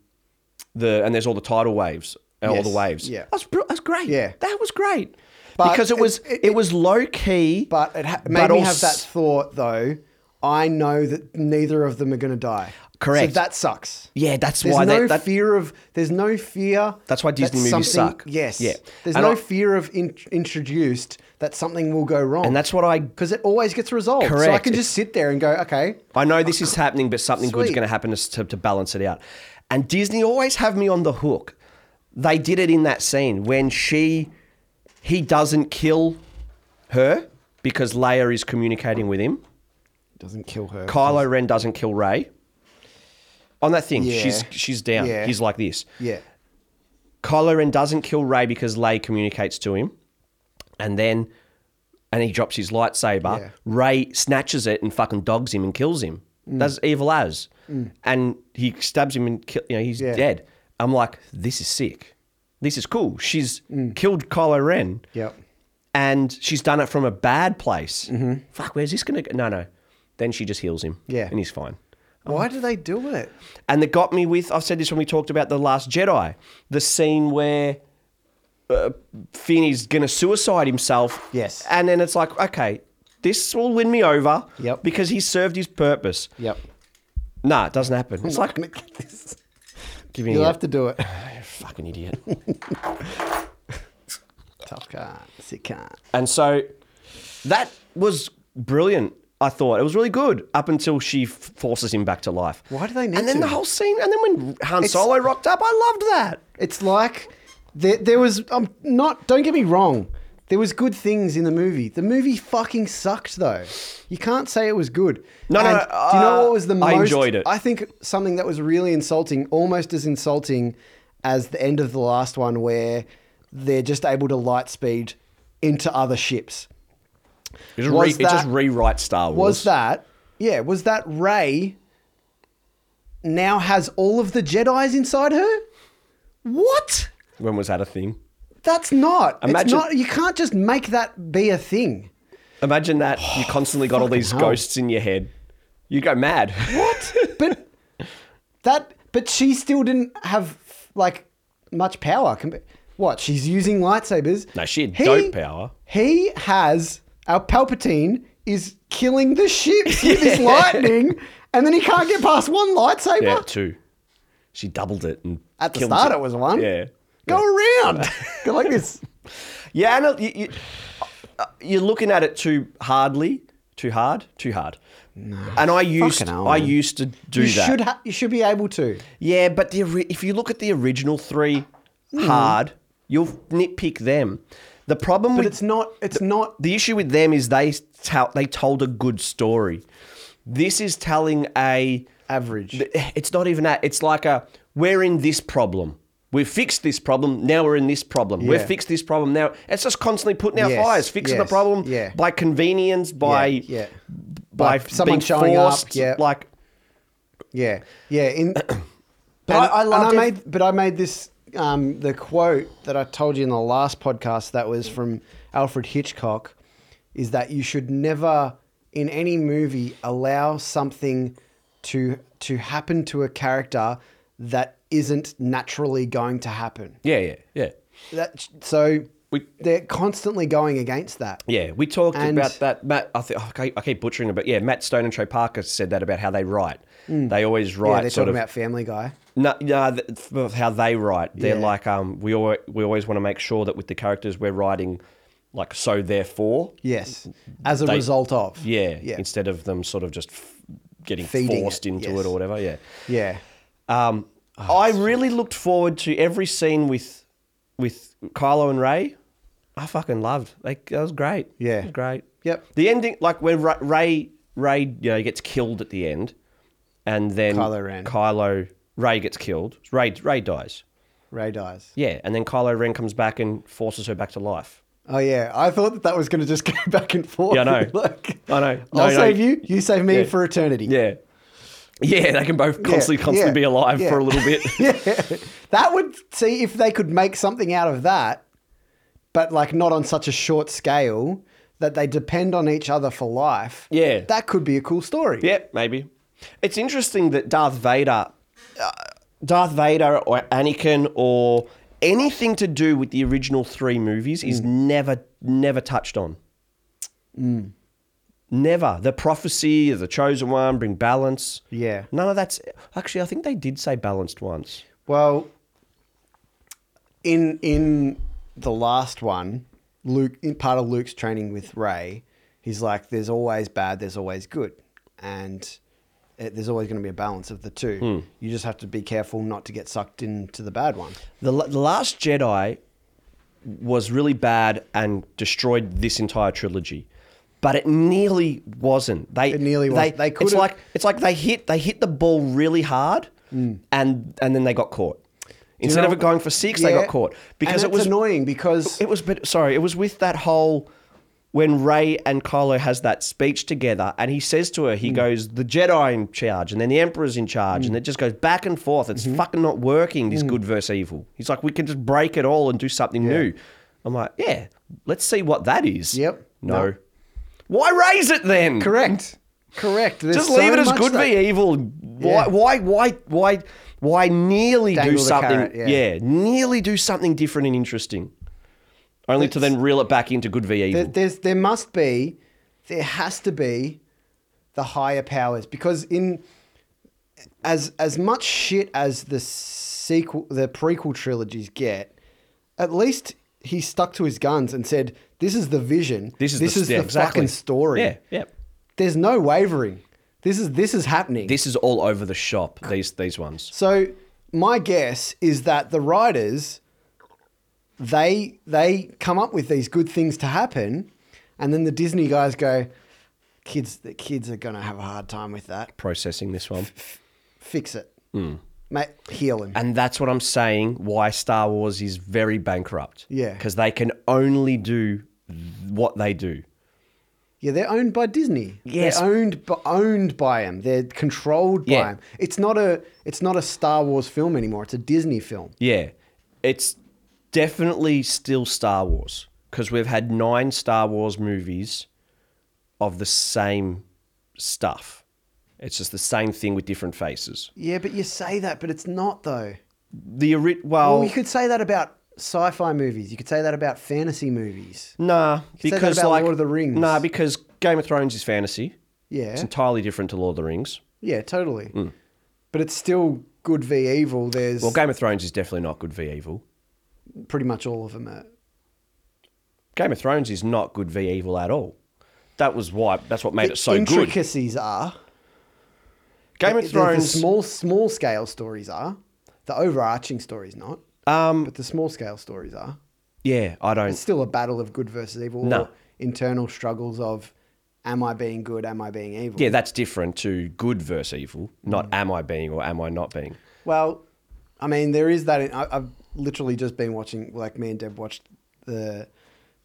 Speaker 1: the and there's all the tidal waves, uh, all
Speaker 2: Yes,
Speaker 1: the waves.
Speaker 2: yeah.
Speaker 1: that's br- that's great.
Speaker 2: Yeah.
Speaker 1: that was great.
Speaker 2: But
Speaker 1: because it
Speaker 2: it-
Speaker 1: was it,
Speaker 2: it-
Speaker 1: was low key,
Speaker 2: But it ha- made
Speaker 1: but
Speaker 2: me
Speaker 1: als-
Speaker 2: have that thought though. I know that neither of them are going to die.
Speaker 1: Correct.
Speaker 2: So that sucks.
Speaker 1: Yeah, that's
Speaker 2: There's
Speaker 1: why
Speaker 2: no
Speaker 1: that, that
Speaker 2: fear of. There's no fear.
Speaker 1: That's why
Speaker 2: that
Speaker 1: Disney movies
Speaker 2: something-
Speaker 1: suck.
Speaker 2: Yes.
Speaker 1: Yeah.
Speaker 2: There's
Speaker 1: And
Speaker 2: no
Speaker 1: I-
Speaker 2: fear of in, introduced that something will go wrong.
Speaker 1: and that's what I
Speaker 2: because it always gets resolved. So I
Speaker 1: Correct.
Speaker 2: can just sit there and go, okay.
Speaker 1: I know this is happening, but something good's
Speaker 2: Sweet.
Speaker 1: going to happen to, to balance it out. And Disney always have me on the hook. They did it in that scene when she, he doesn't kill her because Leia is communicating with him.
Speaker 2: Doesn't kill her.
Speaker 1: Kylo Ren doesn't kill Ray. on that thing.
Speaker 2: Yeah.
Speaker 1: She's she's down.
Speaker 2: Yeah.
Speaker 1: He's like this.
Speaker 2: Yeah.
Speaker 1: Kylo Ren doesn't kill Ray because Ray communicates to him, and then and he drops his lightsaber.
Speaker 2: Yeah.
Speaker 1: Ray snatches it and fucking dogs him and kills him. That's evil as, and he stabs him and kill, you know he's
Speaker 2: Yeah.
Speaker 1: dead. I'm like, this is sick. This is cool. She's killed Kylo Ren.
Speaker 2: Yep.
Speaker 1: And she's done it from a bad place. Fuck, where's this gonna go? No, no. Then she just heals him.
Speaker 2: Yeah.
Speaker 1: And he's fine.
Speaker 2: oh. Why do they do it?
Speaker 1: And that got me with, I've said this when we talked about The Last Jedi, the scene where uh, Finn is going to suicide himself.
Speaker 2: Yes.
Speaker 1: And then it's like, okay, this will win me over
Speaker 2: Yep.
Speaker 1: because he served his purpose.
Speaker 2: Yep.
Speaker 1: Nah, it doesn't happen. It's like, give me
Speaker 2: You'll
Speaker 1: a
Speaker 2: have to do it.
Speaker 1: fucking idiot.
Speaker 2: Tough can't. Sick can't.
Speaker 1: And so that was brilliant. I thought it was really good up until she f- forces him back to life.
Speaker 2: Why do they need
Speaker 1: And then
Speaker 2: to?
Speaker 1: the whole scene, and then when Han
Speaker 2: It's-
Speaker 1: Solo rocked up, I loved that.
Speaker 2: It's like there, there was. I'm not. Don't get me wrong. There was good things in the movie. The movie fucking sucked though. You can't say it was good.
Speaker 1: No, no, no,
Speaker 2: do you know
Speaker 1: uh,
Speaker 2: what was the most?
Speaker 1: I enjoyed it.
Speaker 2: I think something that was really insulting, almost as insulting as the end of the last one, where they're just able to light speed into other ships.
Speaker 1: It just,
Speaker 2: Was
Speaker 1: re- it just
Speaker 2: that-
Speaker 1: rewrites Star Wars.
Speaker 2: Was that? Yeah. Was that Ray? Now has all of the Jedi's inside her. What?
Speaker 1: when was that a thing?
Speaker 2: That's not. it's
Speaker 1: Imagine-
Speaker 2: not. You can't just make that be a thing.
Speaker 1: Imagine that you constantly got all these
Speaker 2: Oh, hell.
Speaker 1: ghosts in your head. You go mad. What?
Speaker 2: But that. But she still didn't have like much power. compa- What? She's using lightsabers.
Speaker 1: No, she had dope power.
Speaker 2: He has our Palpatine is killing the ships with his lightning, and then he can't get past one lightsaber.
Speaker 1: yeah, two. She doubled it and
Speaker 2: At the
Speaker 1: killed
Speaker 2: start, it was one.
Speaker 1: Yeah.
Speaker 2: Go around. Go like this.
Speaker 1: Yeah, and it- you, you, uh, you're looking at it too hardly, too hard, too hard. And I used,
Speaker 2: hell,
Speaker 1: I
Speaker 2: man.
Speaker 1: used to do
Speaker 2: You
Speaker 1: that.
Speaker 2: should. Ha- you should be able to.
Speaker 1: yeah, but the ori- if you look at the original three,
Speaker 2: Hmm.
Speaker 1: hard, you'll nitpick them. The problem
Speaker 2: But
Speaker 1: with
Speaker 2: it's not. It's not.
Speaker 1: the issue with them is they tell, they told a good story. This is telling a
Speaker 2: Average.
Speaker 1: eh, it's not even that. It's like a we're in this problem. We've fixed this problem. Now we're in this problem. We've
Speaker 2: Yeah.
Speaker 1: fixed this problem. Now it's just constantly putting out
Speaker 2: Yes,
Speaker 1: fires, fixing the
Speaker 2: yes,
Speaker 1: problem
Speaker 2: yeah.
Speaker 1: by convenience, by
Speaker 2: Yeah, yeah.
Speaker 1: by,
Speaker 2: By someone
Speaker 1: being
Speaker 2: showing up,
Speaker 1: forced.
Speaker 2: yeah.
Speaker 1: Like
Speaker 2: Yeah, yeah. In, but
Speaker 1: I- I loved
Speaker 2: and I
Speaker 1: it.
Speaker 2: made, but I made this um, the quote that I told you in the last podcast that was from Alfred Hitchcock, is that you should never in any movie allow something to to happen to a character that isn't naturally going to happen.
Speaker 1: yeah, yeah, yeah,
Speaker 2: That so
Speaker 1: We-
Speaker 2: they're constantly going against that.
Speaker 1: yeah. We talked
Speaker 2: And-
Speaker 1: about that. Matt, I think oh, I keep- I keep butchering it, but yeah, Matt Stone and Trey Parker said that about how they write. They always write
Speaker 2: Mm. Yeah, they're
Speaker 1: sort
Speaker 2: talking
Speaker 1: of
Speaker 2: about Family Guy.
Speaker 1: No, no th- f- how they write. They're
Speaker 2: Yeah.
Speaker 1: like, um, we always, we always want to make sure that with the characters we're writing, like, so therefore.
Speaker 2: Yes, as a
Speaker 1: They-
Speaker 2: result of
Speaker 1: Yeah.
Speaker 2: yeah,
Speaker 1: Instead of them sort of just f- getting
Speaker 2: Feeding it,
Speaker 1: forced into
Speaker 2: yes. Ah,
Speaker 1: it or whatever. Yeah.
Speaker 2: yeah.
Speaker 1: Um, I really looked forward to every scene with with Kylo and Ray. I fucking loved. Like that was great.
Speaker 2: Yeah.
Speaker 1: It was great.
Speaker 2: Yep.
Speaker 1: The ending, like when Ra- Ray Ray you know gets killed at the end, and then
Speaker 2: Kylo Ren.
Speaker 1: Kylo Ray gets killed. Ray Ray dies.
Speaker 2: Ray dies.
Speaker 1: Yeah, and then Kylo Ren comes back and forces her back to life.
Speaker 2: Oh yeah, I thought that that was going to just go back and forth.
Speaker 1: Yeah, I know.
Speaker 2: like,
Speaker 1: I know. No,
Speaker 2: I'll
Speaker 1: no.
Speaker 2: save you. You save me
Speaker 1: Yeah.
Speaker 2: for eternity.
Speaker 1: Yeah. Yeah, they can both constantly
Speaker 2: yeah,
Speaker 1: constantly be alive
Speaker 2: yeah.
Speaker 1: for a little bit.
Speaker 2: Yeah. that would see if they could make something out of that, but like not on such a short scale that they depend on each other for life.
Speaker 1: Yeah.
Speaker 2: that could be a cool story.
Speaker 1: yeah, maybe. It's interesting that Darth Vader uh, Darth Vader or Anakin or anything to do with the original 3 movies is never never touched on. Never. The prophecy, the chosen one, bring balance.
Speaker 2: Yeah.
Speaker 1: None of that's actually I think they did say balanced once.
Speaker 2: Well, in in the last one, Luke in part of Luke's training with Ray, he's like, "There's always bad, there's always good, and it, there's always going to be a balance of the two.
Speaker 1: Hmm.
Speaker 2: You just have to be careful not to get sucked into the bad one."
Speaker 1: The, La- the Last Jedi was really bad and destroyed this entire trilogy, but it nearly wasn't. They
Speaker 2: It nearly
Speaker 1: they,
Speaker 2: wasn't. They
Speaker 1: it's
Speaker 2: could've-
Speaker 1: like it's like they hit they hit the ball really hard, and and then they got caught. Instead of
Speaker 2: Mm. know-
Speaker 1: it going for six, they
Speaker 2: Yeah.
Speaker 1: got caught because
Speaker 2: And
Speaker 1: it
Speaker 2: it's
Speaker 1: was
Speaker 2: annoying because
Speaker 1: it was but sorry, it was with that whole when Ray and Kylo has that speech together and he says to her, he
Speaker 2: Hmm.
Speaker 1: goes, The Jedi in charge, and then the Emperor's in charge, and it just goes back and forth. It's
Speaker 2: Mm-hmm.
Speaker 1: fucking not working,
Speaker 2: Hmm.
Speaker 1: this good versus evil. He's like, We can just break it all and do something new. I'm like, Yeah, let's see what that is.
Speaker 2: Yep.
Speaker 1: No.
Speaker 2: No.
Speaker 1: Why raise it then?
Speaker 2: correct, correct. There's
Speaker 1: Just
Speaker 2: so
Speaker 1: leave it as
Speaker 2: much
Speaker 1: good
Speaker 2: that-
Speaker 1: v evil. Why,
Speaker 2: Yeah.
Speaker 1: why, why, why, why nearly
Speaker 2: Dangle
Speaker 1: do
Speaker 2: the
Speaker 1: something?
Speaker 2: carrot,
Speaker 1: yeah.
Speaker 2: yeah.
Speaker 1: nearly do something different and interesting, only to then reel it back into good v
Speaker 2: There,
Speaker 1: evil.
Speaker 2: there's there must be, there has to be, the higher powers because in as as much shit as the sequel, the prequel trilogies get, at least he stuck to his guns and said, "This is the vision.
Speaker 1: This is
Speaker 2: this
Speaker 1: the-
Speaker 2: is
Speaker 1: yeah,
Speaker 2: the
Speaker 1: exactly.
Speaker 2: fucking story.
Speaker 1: Yeah, yeah.
Speaker 2: There's no wavering. This is this is happening.
Speaker 1: This is all over the shop. These these ones.
Speaker 2: So my guess is that the writers they they come up with these good things to happen, and then the Disney guys go, kids, the kids are gonna have a hard time with that.
Speaker 1: Processing this one,
Speaker 2: Fix it, mate. Heal him.
Speaker 1: and that's what I'm saying. Why Star Wars is very bankrupt.
Speaker 2: Yeah.
Speaker 1: because they can only do what they do.
Speaker 2: Yeah, they're owned by Disney.
Speaker 1: Yes.
Speaker 2: they're owned by, owned by them. They're controlled by
Speaker 1: Yeah.
Speaker 2: them. It's not a it's not a Star Wars film anymore. It's a Disney film.
Speaker 1: Yeah, it's definitely still Star Wars because we've had nine Star Wars movies of the same stuff. It's just the same thing with different faces.
Speaker 2: Yeah, but you say that, but it's not though.
Speaker 1: The ori- well,
Speaker 2: Well, you could say that about sci-fi movies. You could say that about fantasy movies.
Speaker 1: nah,
Speaker 2: You could say that
Speaker 1: because
Speaker 2: about
Speaker 1: like
Speaker 2: Lord of the Rings.
Speaker 1: Nah, because Game of Thrones is fantasy.
Speaker 2: Yeah.
Speaker 1: It's entirely different to Lord of the Rings.
Speaker 2: Yeah, totally. But it's still good v evil. There's
Speaker 1: Well, Game of Thrones is definitely not good v evil.
Speaker 2: pretty much all of them. Are.
Speaker 1: Game of Thrones is not good v evil at all. That was why. That's what made
Speaker 2: The
Speaker 1: it so good.
Speaker 2: intricacies are
Speaker 1: Game
Speaker 2: the-
Speaker 1: of
Speaker 2: the
Speaker 1: Thrones.
Speaker 2: small small scale stories are the overarching stories not,
Speaker 1: um,
Speaker 2: but the small scale stories are.
Speaker 1: yeah, I don't.
Speaker 2: It's still a battle of good versus evil.
Speaker 1: No.
Speaker 2: or internal struggles of, am I being good? Am I being evil?
Speaker 1: Yeah, that's different to good versus evil, not
Speaker 2: Mm.
Speaker 1: am I being or am I not being.
Speaker 2: Well, I mean, there is that. I, I've literally just been watching, like, me and Deb watched the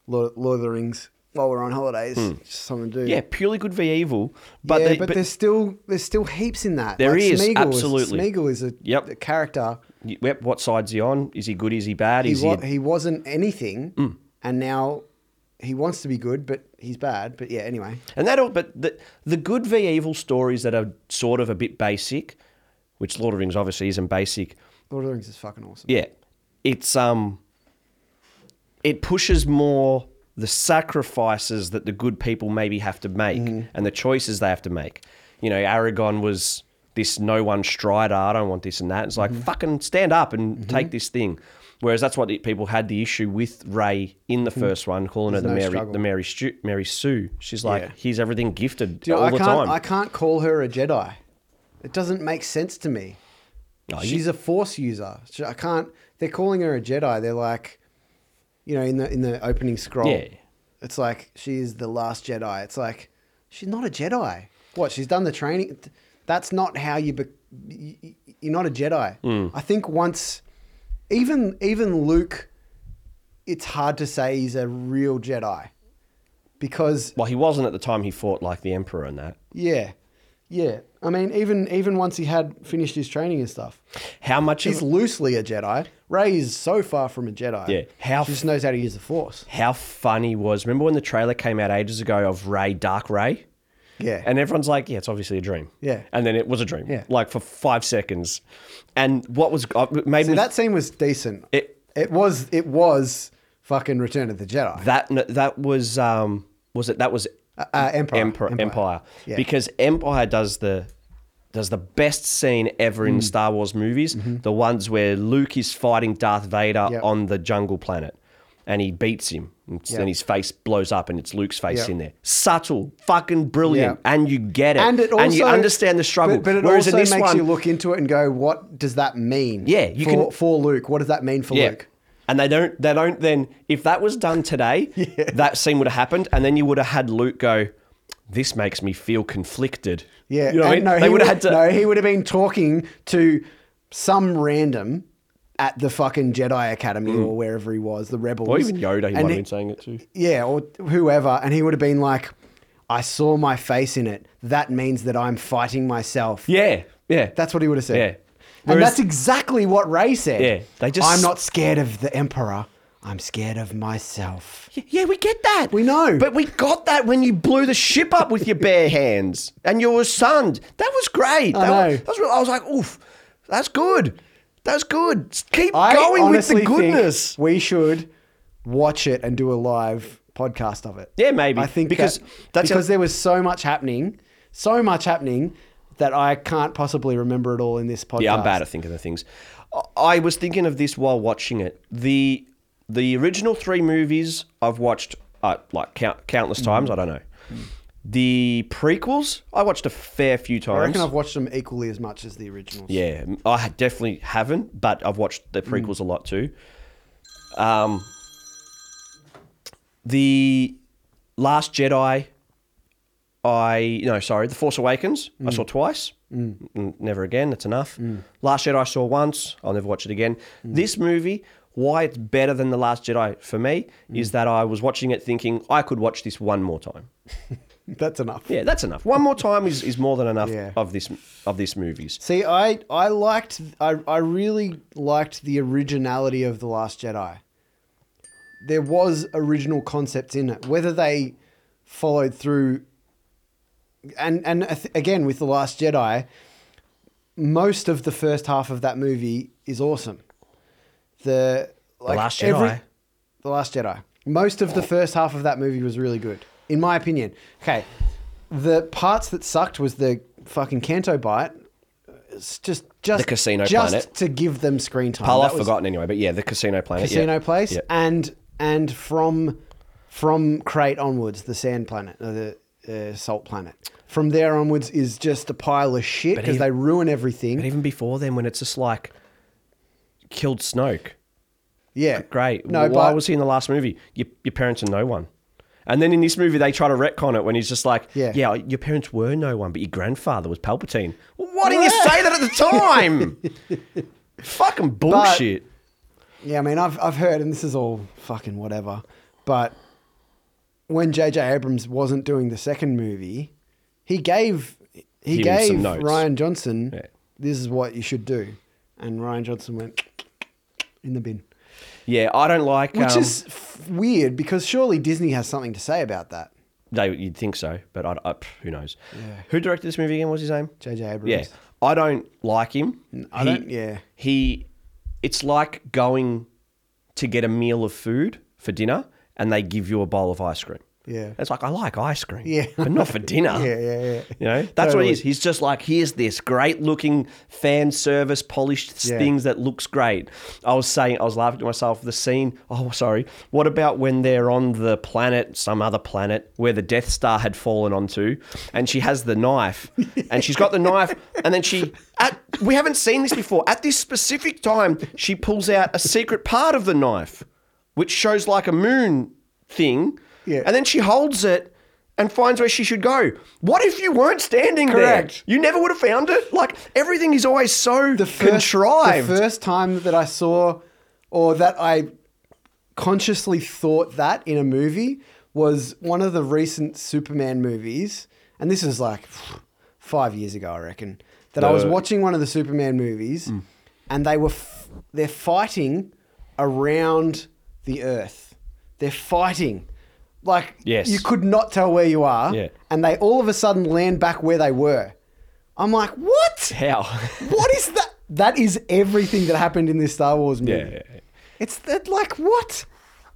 Speaker 2: Lord, Lord of the Rings while we're on holidays. Just something to do.
Speaker 1: Hmm. Yeah, purely good v evil, but,
Speaker 2: yeah,
Speaker 1: they,
Speaker 2: but,
Speaker 1: but
Speaker 2: there's still there's still heaps in that.
Speaker 1: There is,
Speaker 2: Smeagol
Speaker 1: absolutely.
Speaker 2: Smeagol is a,
Speaker 1: Yep.
Speaker 2: a character.
Speaker 1: yep, what side's he on? Is he good? Is he bad?
Speaker 2: He,
Speaker 1: Is he?
Speaker 2: wa- he wasn't anything,
Speaker 1: Mm.
Speaker 2: and now he wants to be good, but he's bad. But yeah, anyway,
Speaker 1: And that all, but the the good v evil stories that are sort of a bit basic, which Lord of the Rings obviously isn't basic.
Speaker 2: Lord of the Rings is fucking awesome.
Speaker 1: Yeah, it's um, it pushes more the sacrifices that the good people maybe have to make
Speaker 2: Mm-hmm.
Speaker 1: and the choices they have to make. You know, Aragon was this no one strider. I don't want this and that. It's like
Speaker 2: Mm-hmm.
Speaker 1: fucking stand up and take this thing. Whereas that's what the people had the issue with Ray in the first one, calling her the
Speaker 2: Mm-hmm. no
Speaker 1: Mary,
Speaker 2: struggle.
Speaker 1: the Mary, Stu, Mary Sue. She's like,
Speaker 2: Yeah.
Speaker 1: here's everything gifted
Speaker 2: Do you know,
Speaker 1: all
Speaker 2: I
Speaker 1: the
Speaker 2: can't
Speaker 1: time.
Speaker 2: I can't call her a Jedi. It doesn't make sense to me.
Speaker 1: No, you-
Speaker 2: She's a Force user. She- I can't. They're calling her a Jedi. They're like, you know, in the in the opening scroll,
Speaker 1: Yeah.
Speaker 2: it's like she is the last Jedi. It's like she's not a Jedi. What she's done the training. That's not how you. Be, y- y- you're not a Jedi.
Speaker 1: Hmm.
Speaker 2: I think once, even even Luke, it's hard to say he's a real Jedi, because
Speaker 1: well, he wasn't at the time he fought like the Emperor and that.
Speaker 2: yeah, yeah. I mean, even even once he had finished his training and stuff,
Speaker 1: How much
Speaker 2: she's
Speaker 1: is
Speaker 2: loosely a Jedi. Ray is so far from a Jedi.
Speaker 1: Yeah. How
Speaker 2: she just knows how to use the Force.
Speaker 1: how funny was remember when the trailer came out ages ago of Ray Dark Ray?
Speaker 2: Yeah,
Speaker 1: And everyone's like, yeah, it's obviously a dream.
Speaker 2: Yeah.
Speaker 1: And then it was a dream.
Speaker 2: Yeah.
Speaker 1: Like for five seconds. And what was uh, it made
Speaker 2: so
Speaker 1: me
Speaker 2: that scene was decent.
Speaker 1: it
Speaker 2: It was it was fucking Return of the Jedi.
Speaker 1: that that was um was it that was
Speaker 2: uh, Empire.
Speaker 1: Emperor, Empire,
Speaker 2: Yeah.
Speaker 1: because Empire does the does the best scene ever
Speaker 2: Mm.
Speaker 1: in Star Wars movies. The ones where Luke is fighting Darth Vader
Speaker 2: Mm-hmm. Yep.
Speaker 1: on the jungle planet, and he beats him, and s- then
Speaker 2: Yep.
Speaker 1: his face blows up, and it's Luke's face
Speaker 2: Yep.
Speaker 1: in there. Subtle, fucking brilliant, and you get it,
Speaker 2: And it also
Speaker 1: you understand the struggle.
Speaker 2: But, but it
Speaker 1: Whereas
Speaker 2: also
Speaker 1: in this
Speaker 2: makes
Speaker 1: one,
Speaker 2: you look into it and go, what does that mean?
Speaker 1: Yeah, you
Speaker 2: for,
Speaker 1: can-
Speaker 2: for Luke. What does that mean for
Speaker 1: yeah.
Speaker 2: Luke?
Speaker 1: And they don't. They don't. Then, if that was done today, that scene would have happened, and then you would have had Luke go, this makes me feel conflicted.
Speaker 2: Yeah,
Speaker 1: You know what I mean?
Speaker 2: and no,
Speaker 1: they
Speaker 2: he
Speaker 1: would have had
Speaker 2: would-
Speaker 1: to.
Speaker 2: No, he would have been talking to some random at the fucking Jedi Academy or wherever he was, the rebels,
Speaker 1: Mm. or even Yoda, he might
Speaker 2: And
Speaker 1: have
Speaker 2: he-
Speaker 1: been saying it too.
Speaker 2: yeah, or whoever, and he would have been like, "I saw my face in it. That means that I'm fighting myself."
Speaker 1: Yeah, yeah.
Speaker 2: That's what he would have said.
Speaker 1: Yeah.
Speaker 2: and
Speaker 1: Whereas-
Speaker 2: that's exactly what Ray said.
Speaker 1: Yeah, they just-
Speaker 2: I'm not scared of the Emperor. I'm scared of myself.
Speaker 1: Yeah, we get that.
Speaker 2: We know.
Speaker 1: But we got that when you blew the ship up with your bare hands and you were sunned. That was great.
Speaker 2: I
Speaker 1: that
Speaker 2: know.
Speaker 1: Was, that was, real- I was like, oof, that's good. That's good. S- Keep
Speaker 2: I
Speaker 1: going with the
Speaker 2: honestly think
Speaker 1: goodness.
Speaker 2: we should watch it and do a live podcast of it.
Speaker 1: Yeah, maybe.
Speaker 2: I think
Speaker 1: Because
Speaker 2: because
Speaker 1: that's-
Speaker 2: because there was so much happening, so much happening that I can't possibly remember it all in this podcast.
Speaker 1: yeah, I'm bad at thinking of things. I- I was thinking of this while watching it. The the original three movies I've watched uh, like count, countless times. I don't know. The prequels I watched a fair few times.
Speaker 2: I reckon I've watched them equally as much as the originals.
Speaker 1: Yeah, m- I ha- definitely haven't, but I've watched the prequels a lot too. Um, the Last Jedi, I no, sorry, The Force Awakens, I saw twice. N- Never again. That's enough. Last Jedi I saw once. I'll never watch it again. This movie. Why it's better than The Last Jedi for me is that I was watching it thinking I could watch this one more time.
Speaker 2: That's enough.
Speaker 1: Yeah, that's enough. One more time is, is more than enough
Speaker 2: Yeah.
Speaker 1: of this of this movies.
Speaker 2: See, I I liked I I really liked the originality of the Last Jedi. There was original concepts in it, whether they followed through. And and I th- again with the Last Jedi, most of the first half of that movie is awesome. The like
Speaker 1: Last Jedi?
Speaker 2: the Last Jedi. Most of the first half of that movie was really good, in my opinion. Okay, the parts that sucked was the fucking Canto bite. It's just just
Speaker 1: The casino
Speaker 2: just
Speaker 1: planet.
Speaker 2: to give them screen time.
Speaker 1: Pal,
Speaker 2: Um, That
Speaker 1: I've
Speaker 2: was
Speaker 1: forgotten anyway, but yeah, the casino planet.
Speaker 2: Casino
Speaker 1: yeah.
Speaker 2: place
Speaker 1: Yeah.
Speaker 2: and and from from crate onwards, the sand planet, uh, the uh, salt planet. From there onwards is just a pile of shit because
Speaker 1: even-
Speaker 2: they ruin everything.
Speaker 1: But even before then, when it's just like killed Snoke,
Speaker 2: yeah,
Speaker 1: great.
Speaker 2: No,
Speaker 1: No, Why
Speaker 2: but
Speaker 1: was he in the last movie? Your, your parents are no one. And then in this movie, they try to retcon it when he's just like,
Speaker 2: Yeah.
Speaker 1: yeah, your parents were no one, but your grandfather was Palpatine. Well, why didn't you say that at the time? Fucking bullshit.
Speaker 2: Yeah, I mean, I've, I've heard, and this is all fucking whatever, but when J.J. Abrams wasn't doing the second movie, he gave he
Speaker 1: Him some
Speaker 2: gave
Speaker 1: notes.
Speaker 2: Ryan Johnson
Speaker 1: Yeah.
Speaker 2: this is what you should do, and Ryan Johnson went in the bin,
Speaker 1: yeah, I don't like.
Speaker 2: which
Speaker 1: um,
Speaker 2: is f- weird because surely Disney has something to say about that.
Speaker 1: they you'd think so, but I, I, who knows? Who directed this movie again? What's his name?
Speaker 2: J.J. Abrams.
Speaker 1: Yeah, I don't like him.
Speaker 2: I don't- yeah.
Speaker 1: he. It's like going to get a meal of food for dinner, and they give you a bowl of ice cream.
Speaker 2: Yeah.
Speaker 1: it's like I like ice cream.
Speaker 2: Yeah.
Speaker 1: but not for dinner.
Speaker 2: Yeah, yeah, yeah.
Speaker 1: You know, that's what
Speaker 2: Totally.
Speaker 1: he is. He's just like, here's this great looking fan service, polished s-
Speaker 2: Yeah.
Speaker 1: things that looks great. I was saying, I was laughing to myself. The scene. Oh, sorry. What about when they're on the planet, some other planet, where the Death Star had fallen onto, and she has the knife, and she's got the knife, and then she. At, we haven't seen this before. At this specific time, she pulls out a secret part of the knife, which shows like a moon thing.
Speaker 2: Yeah.
Speaker 1: And then she holds it and finds where she should go. What if you weren't standing
Speaker 2: Correct.
Speaker 1: there? You never would have found it. Like everything is always so
Speaker 2: the first,
Speaker 1: contrived.
Speaker 2: The first time that I saw, or that I consciously thought that in a movie, was one of the recent Superman movies, and this was like five years ago, I reckon. That I was
Speaker 1: The- Mm.
Speaker 2: watching one of the Superman movies, and they were f- they're fighting around the Earth. They're fighting. Like
Speaker 1: Yes.
Speaker 2: you could not tell where you are,
Speaker 1: Yeah.
Speaker 2: and they all of a sudden land back where they were. I'm like, what?
Speaker 1: How?
Speaker 2: what is that? That is everything that happened in this Star Wars movie.
Speaker 1: yeah, yeah.
Speaker 2: It's that like what?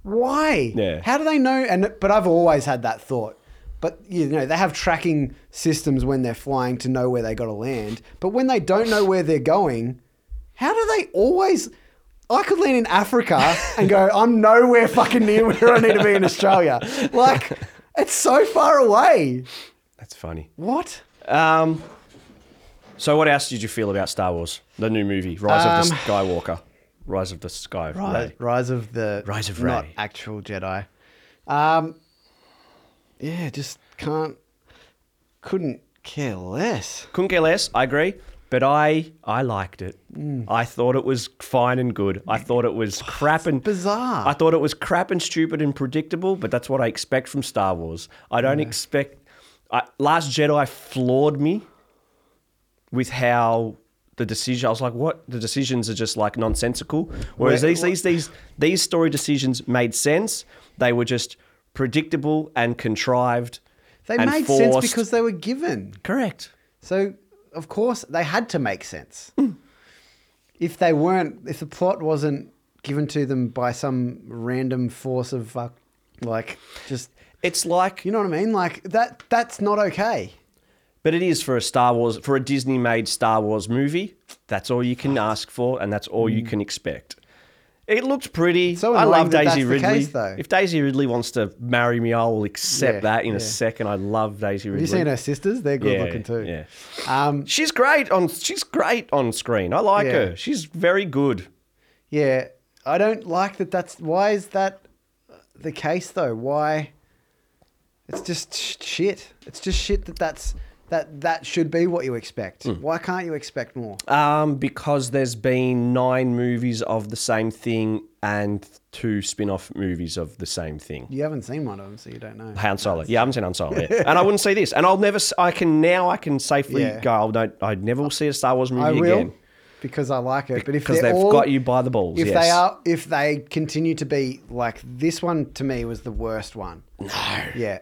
Speaker 2: Why?
Speaker 1: Yeah.
Speaker 2: How do they know? And but I've always had that thought. But you know they have tracking systems when they're flying to know where they got to land. But when they don't know where they're going, how do they always? I could land in Africa and go. I'm nowhere fucking near where I need to be in Australia. Like it's so far away.
Speaker 1: That's funny.
Speaker 2: What?
Speaker 1: Um, so what else did you feel about Star Wars, the new movie, Rise of the
Speaker 2: Um,
Speaker 1: Skywalker, Rise of the Sky?
Speaker 2: Rise,
Speaker 1: Ray.
Speaker 2: Rise of the
Speaker 1: Rise of
Speaker 2: not
Speaker 1: Rey.
Speaker 2: actual Jedi. Um, yeah, just can't. couldn't care less.
Speaker 1: Couldn't care less. I agree. But I, I liked it.
Speaker 2: Mm.
Speaker 1: I thought it was fine and good. I thought it was crap and
Speaker 2: Oh, bizarre.
Speaker 1: I thought it was crap and stupid and predictable. But that's what I expect from Star Wars. I don't expect. I, Last Jedi floored me with how the decision. I was like, what? The decisions are just like nonsensical. Whereas
Speaker 2: Where-
Speaker 1: these these these these story decisions made sense. They were just predictable and contrived.
Speaker 2: They
Speaker 1: and
Speaker 2: made
Speaker 1: forced.
Speaker 2: sense because they were given.
Speaker 1: correct.
Speaker 2: So, of course, they had to make sense. If they weren't, if the plot wasn't given to them by some random force of fuck, like just,
Speaker 1: It's like
Speaker 2: you know what I mean? Like that, that's not okay.
Speaker 1: But it is for a Star Wars, for a Disney made Star Wars movie. That's all you can ask for, and that's all you can expect. It looked pretty.
Speaker 2: Hmm. So
Speaker 1: I
Speaker 2: annoying
Speaker 1: love
Speaker 2: that
Speaker 1: Daisy
Speaker 2: that's the
Speaker 1: Ridley.
Speaker 2: case, though.
Speaker 1: if Daisy Ridley wants to marry me, I will accept
Speaker 2: Yeah,
Speaker 1: that in
Speaker 2: yeah.
Speaker 1: a second. I love Daisy
Speaker 2: Have
Speaker 1: Ridley.
Speaker 2: you seen her sisters? They're good
Speaker 1: Yeah,
Speaker 2: looking too.
Speaker 1: yeah.
Speaker 2: Um,
Speaker 1: She's great on. She's great on screen. I like
Speaker 2: Yeah.
Speaker 1: her. She's very good.
Speaker 2: yeah. I don't like that. That's why is that the case though? Why? It's just sh- shit. It's just shit that that's that that should be what you expect.
Speaker 1: Hmm.
Speaker 2: Why can't you expect more?
Speaker 1: Um, because there's been nine movies of the same thing and two spin-off movies of the same thing.
Speaker 2: You haven't seen one of them, so you don't know.
Speaker 1: Han Solo. Yeah, I haven't seen Han Solo yet. and I wouldn't see this. And I'll never. s- I can now. I can safely
Speaker 2: Yeah.
Speaker 1: go. I don't. I never will see a Star Wars movie
Speaker 2: I will
Speaker 1: again
Speaker 2: because I like it. But if
Speaker 1: because
Speaker 2: they're
Speaker 1: they've
Speaker 2: all-
Speaker 1: got you by the balls.
Speaker 2: if
Speaker 1: yes.
Speaker 2: they are, if they continue to be like this one, to me was the worst one.
Speaker 1: No.
Speaker 2: Yeah.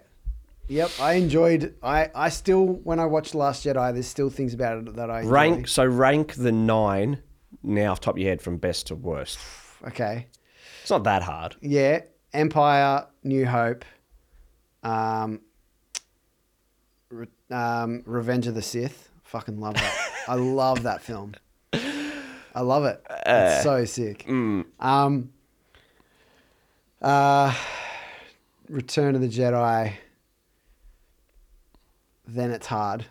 Speaker 2: Yep, I enjoyed. I I still when I watched Last Jedi, there's still things about it that I enjoy.
Speaker 1: Rank. So rank the nine now off the top of your head from best to worst.
Speaker 2: Okay.
Speaker 1: It's not that hard.
Speaker 2: Yeah, Empire, New Hope, um, Re- um, Revenge of the Sith. Fucking love that. I love that film. I love it. it's so sick. Um, uh, Return of the Jedi. Then it's hard.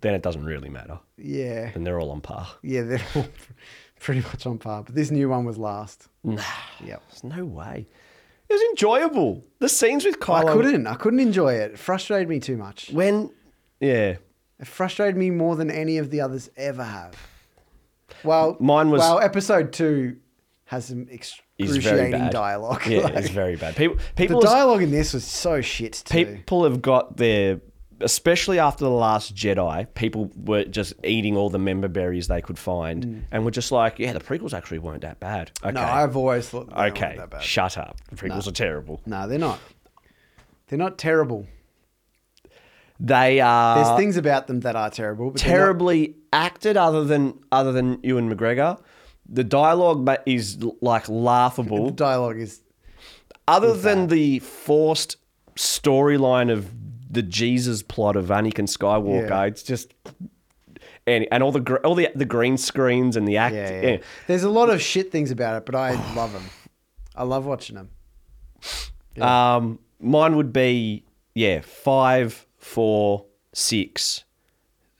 Speaker 1: Then it doesn't really matter.
Speaker 2: Yeah,
Speaker 1: Then they're all on par.
Speaker 2: yeah, they're all pretty much on par. But this new one was last.
Speaker 1: Nah.
Speaker 2: Yep.
Speaker 1: There's no way. It was enjoyable. The scenes with Kylo.
Speaker 2: I couldn't. I couldn't enjoy it. It frustrated me too much.
Speaker 1: When. Yeah.
Speaker 2: It frustrated me more than any of the others ever have. Well,
Speaker 1: Mine was-
Speaker 2: Well, episode two has some
Speaker 1: Is very
Speaker 2: excruciating
Speaker 1: bad.
Speaker 2: dialogue.
Speaker 1: Yeah,
Speaker 2: Like,
Speaker 1: it's very bad. People. People.
Speaker 2: the
Speaker 1: are-
Speaker 2: dialogue in this was so shit too.
Speaker 1: people have got their especially after the last jedi people were just eating all the member berries they could find and were just like yeah the prequels actually weren't that bad okay
Speaker 2: Mm. No, I've always thought. They weren't
Speaker 1: okay
Speaker 2: That bad.
Speaker 1: shut up the prequels are terrible
Speaker 2: No, they're not. They're not terrible.
Speaker 1: they
Speaker 2: There's
Speaker 1: are
Speaker 2: things about them that are terrible. But they're not-
Speaker 1: terribly acted other than other than ewan mcgregor the dialogue ma- is l- like laughable
Speaker 2: The dialogue is
Speaker 1: other than the forced storyline of the Jesus plot of Anakin Skywalker,
Speaker 2: Yeah.
Speaker 1: it's just and and all the gr- all the the green screens and the act.
Speaker 2: yeah, yeah.
Speaker 1: yeah.
Speaker 2: There's a lot of shit things about it, but I love them. I love watching them.
Speaker 1: Um, mine would be yeah five, four, six,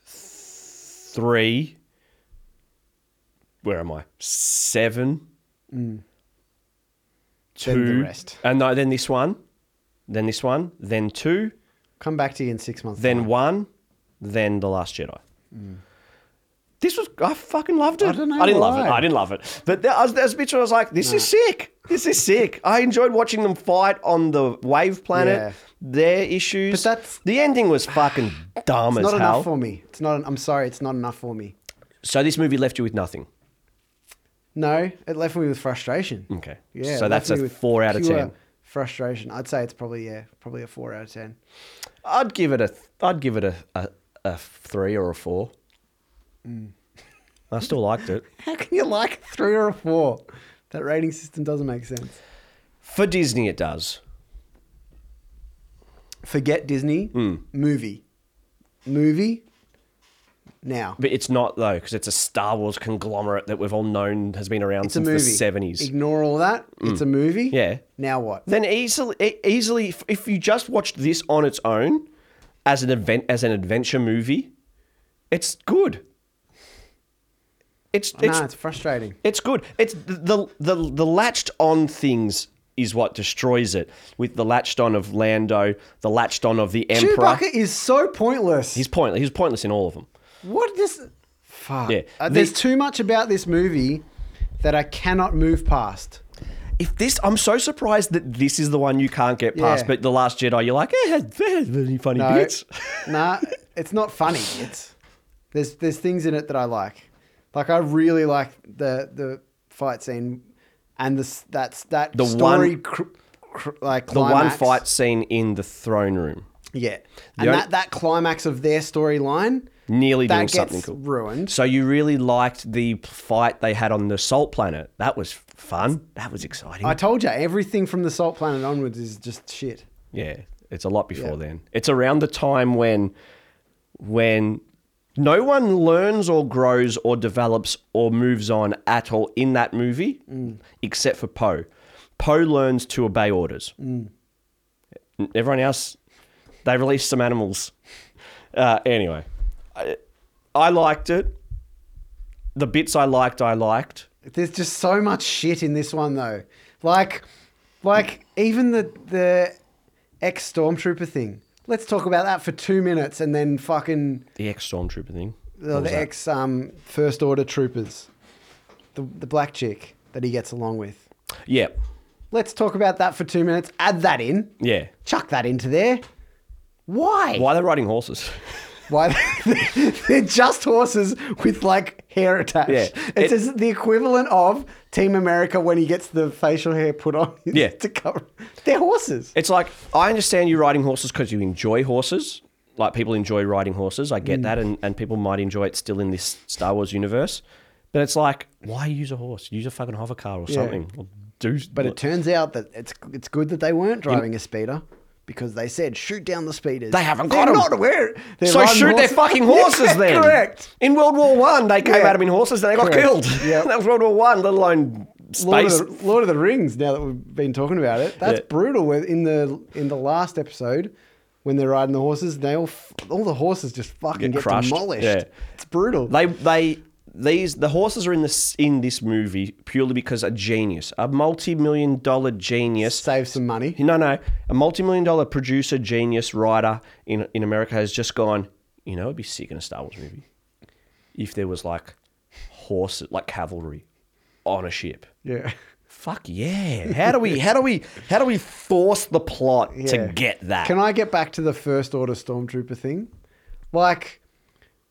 Speaker 1: th- three. Where am I? Seven. Two.
Speaker 2: Mm. Then the rest.
Speaker 1: And no, then this one, then this one, then two,
Speaker 2: Come back to you in six months.
Speaker 1: then
Speaker 2: time.
Speaker 1: one, then the Last Jedi. This was I fucking loved it.
Speaker 2: Mm. I don't know
Speaker 1: didn't love it.
Speaker 2: why.
Speaker 1: I didn't love it. But there, I was, there's bits where I was like, "This is sick. This is sick." I enjoyed watching them fight on the wave planet.
Speaker 2: Yeah.
Speaker 1: Their issues.
Speaker 2: But that's-
Speaker 1: the ending was fucking dumb
Speaker 2: it's
Speaker 1: as
Speaker 2: not
Speaker 1: hell.
Speaker 2: enough for me. It's not. I'm sorry. It's not enough for me.
Speaker 1: so this movie left you with nothing.
Speaker 2: No, it left me with frustration.
Speaker 1: Okay.
Speaker 2: Yeah.
Speaker 1: So
Speaker 2: it
Speaker 1: that's
Speaker 2: left me
Speaker 1: a
Speaker 2: with
Speaker 1: four out of
Speaker 2: pure
Speaker 1: ten.
Speaker 2: Frustration. I'd say it's probably yeah, probably a four out of ten.
Speaker 1: I'd give it a. I'd give it a a, a three or a four.
Speaker 2: Mm.
Speaker 1: I still liked it.
Speaker 2: How can you like a three or a four? That rating system doesn't make sense.
Speaker 1: For Disney, it does.
Speaker 2: Forget Disney
Speaker 1: Hmm.
Speaker 2: movie, movie. Now
Speaker 1: But it's not though, because it's a Star Wars conglomerate that we've all known has been around
Speaker 2: it's a
Speaker 1: since
Speaker 2: movie.
Speaker 1: the seventies. Hmm.
Speaker 2: Ignore all that. It's a movie.
Speaker 1: Yeah.
Speaker 2: Now what?
Speaker 1: Then easily, e- easily, if- if you just watched this on its own as an event, as an adventure movie, it's good. It's
Speaker 2: Nah,
Speaker 1: it's
Speaker 2: it's frustrating.
Speaker 1: it's good. It's the the the, the latched on things is what destroys it. With the latched on of Lando, the latched on of the Emperor.
Speaker 2: Chewbacca is so pointless.
Speaker 1: He's pointless. He's pointless in all of them.
Speaker 2: What this? Fuck.
Speaker 1: Yeah.
Speaker 2: Uh,
Speaker 1: The-
Speaker 2: there's too much about this movie that I cannot move past.
Speaker 1: If this, I'm so surprised that this is the one you can't get past.
Speaker 2: Yeah.
Speaker 1: But the Last Jedi, you're like, eh, had really funny
Speaker 2: No,
Speaker 1: bits.
Speaker 2: nah, it's not funny. It's there's there's things in it that I like. Like I really like the the fight scene and this that's that
Speaker 1: The
Speaker 2: story
Speaker 1: one-
Speaker 2: cr- cr- like
Speaker 1: The one
Speaker 2: climax.
Speaker 1: fight scene in the throne room
Speaker 2: yeah,
Speaker 1: The
Speaker 2: and
Speaker 1: only-
Speaker 2: that that climax of their storyline
Speaker 1: nearly
Speaker 2: that
Speaker 1: doing
Speaker 2: gets
Speaker 1: something cool.
Speaker 2: ruined.
Speaker 1: So you really liked the fight they had on the salt planet. That was fun. That was exciting.
Speaker 2: I told you everything from the Salt Planet onwards is just shit.
Speaker 1: Yeah, it's a lot before
Speaker 2: Yeah.
Speaker 1: then. It's around the time when when no one learns or grows or develops or moves on at all in that movie
Speaker 2: Mm.
Speaker 1: except for Poe. Poe learns to obey orders.
Speaker 2: Mm.
Speaker 1: Everyone else they release some animals. Uh, anyway, I, I liked it. The bits I liked, I liked.
Speaker 2: There's just so much shit in this one though. Like like even the the ex stormtrooper thing. Let's talk about that for 2 minutes and then fucking
Speaker 1: The ex stormtrooper thing.
Speaker 2: the,
Speaker 1: What was
Speaker 2: the
Speaker 1: that?
Speaker 2: ex um first order troopers. The the black chick that he gets along with.
Speaker 1: yeah,
Speaker 2: Let's talk about that for 2 minutes. Add that in.
Speaker 1: yeah.
Speaker 2: Chuck that into there. Why?
Speaker 1: Why are they riding horses?
Speaker 2: Why? They're just horses with like hair attached.
Speaker 1: Yeah. It-
Speaker 2: It's as the equivalent of Team America when he gets the facial hair put on his-
Speaker 1: Yeah.
Speaker 2: to cover. They're horses.
Speaker 1: It's like I understand you riding horses because you enjoy horses. Like people enjoy riding horses, I
Speaker 2: Mm.
Speaker 1: get that, and, and people might enjoy it still in this Star Wars universe. But it's like, why use a horse? Use a fucking hover car or something. Or do
Speaker 2: But it turns out that it's it's good that they weren't driving a speeder because they said shoot down the speeders.
Speaker 1: They haven't
Speaker 2: They're
Speaker 1: got 'em.
Speaker 2: not aware. They're
Speaker 1: so
Speaker 2: riding
Speaker 1: shoot their
Speaker 2: horses.
Speaker 1: fucking horses
Speaker 2: Yeah,
Speaker 1: then.
Speaker 2: Correct.
Speaker 1: In World War One, they came
Speaker 2: Yeah.
Speaker 1: at them in horses, and they got
Speaker 2: Correct.
Speaker 1: killed.
Speaker 2: Yep.
Speaker 1: that was World War One, let alone
Speaker 2: Lord of,
Speaker 1: space.
Speaker 2: the, Lord of the Rings. Now that we've been talking about it, that's
Speaker 1: Yeah.
Speaker 2: brutal. When- In the in the last episode, when they're riding the horses, they all f- all the horses just fucking
Speaker 1: Get
Speaker 2: get,
Speaker 1: crushed.
Speaker 2: demolished.
Speaker 1: Yeah.
Speaker 2: It's brutal.
Speaker 1: They they these the horses are in this in this movie purely because a genius, a multi-million dollar genius
Speaker 2: Save some money.
Speaker 1: No, no. A multi-million dollar producer, genius, writer in in America has just gone. You know, it'd be sick in a Star Wars movie if there was like horse, like cavalry, on a ship.
Speaker 2: Yeah.
Speaker 1: Fuck yeah! How do we? How do we? How do we force the plot
Speaker 2: Yeah.
Speaker 1: to get that?
Speaker 2: Can I get back to the first order stormtrooper thing? Like,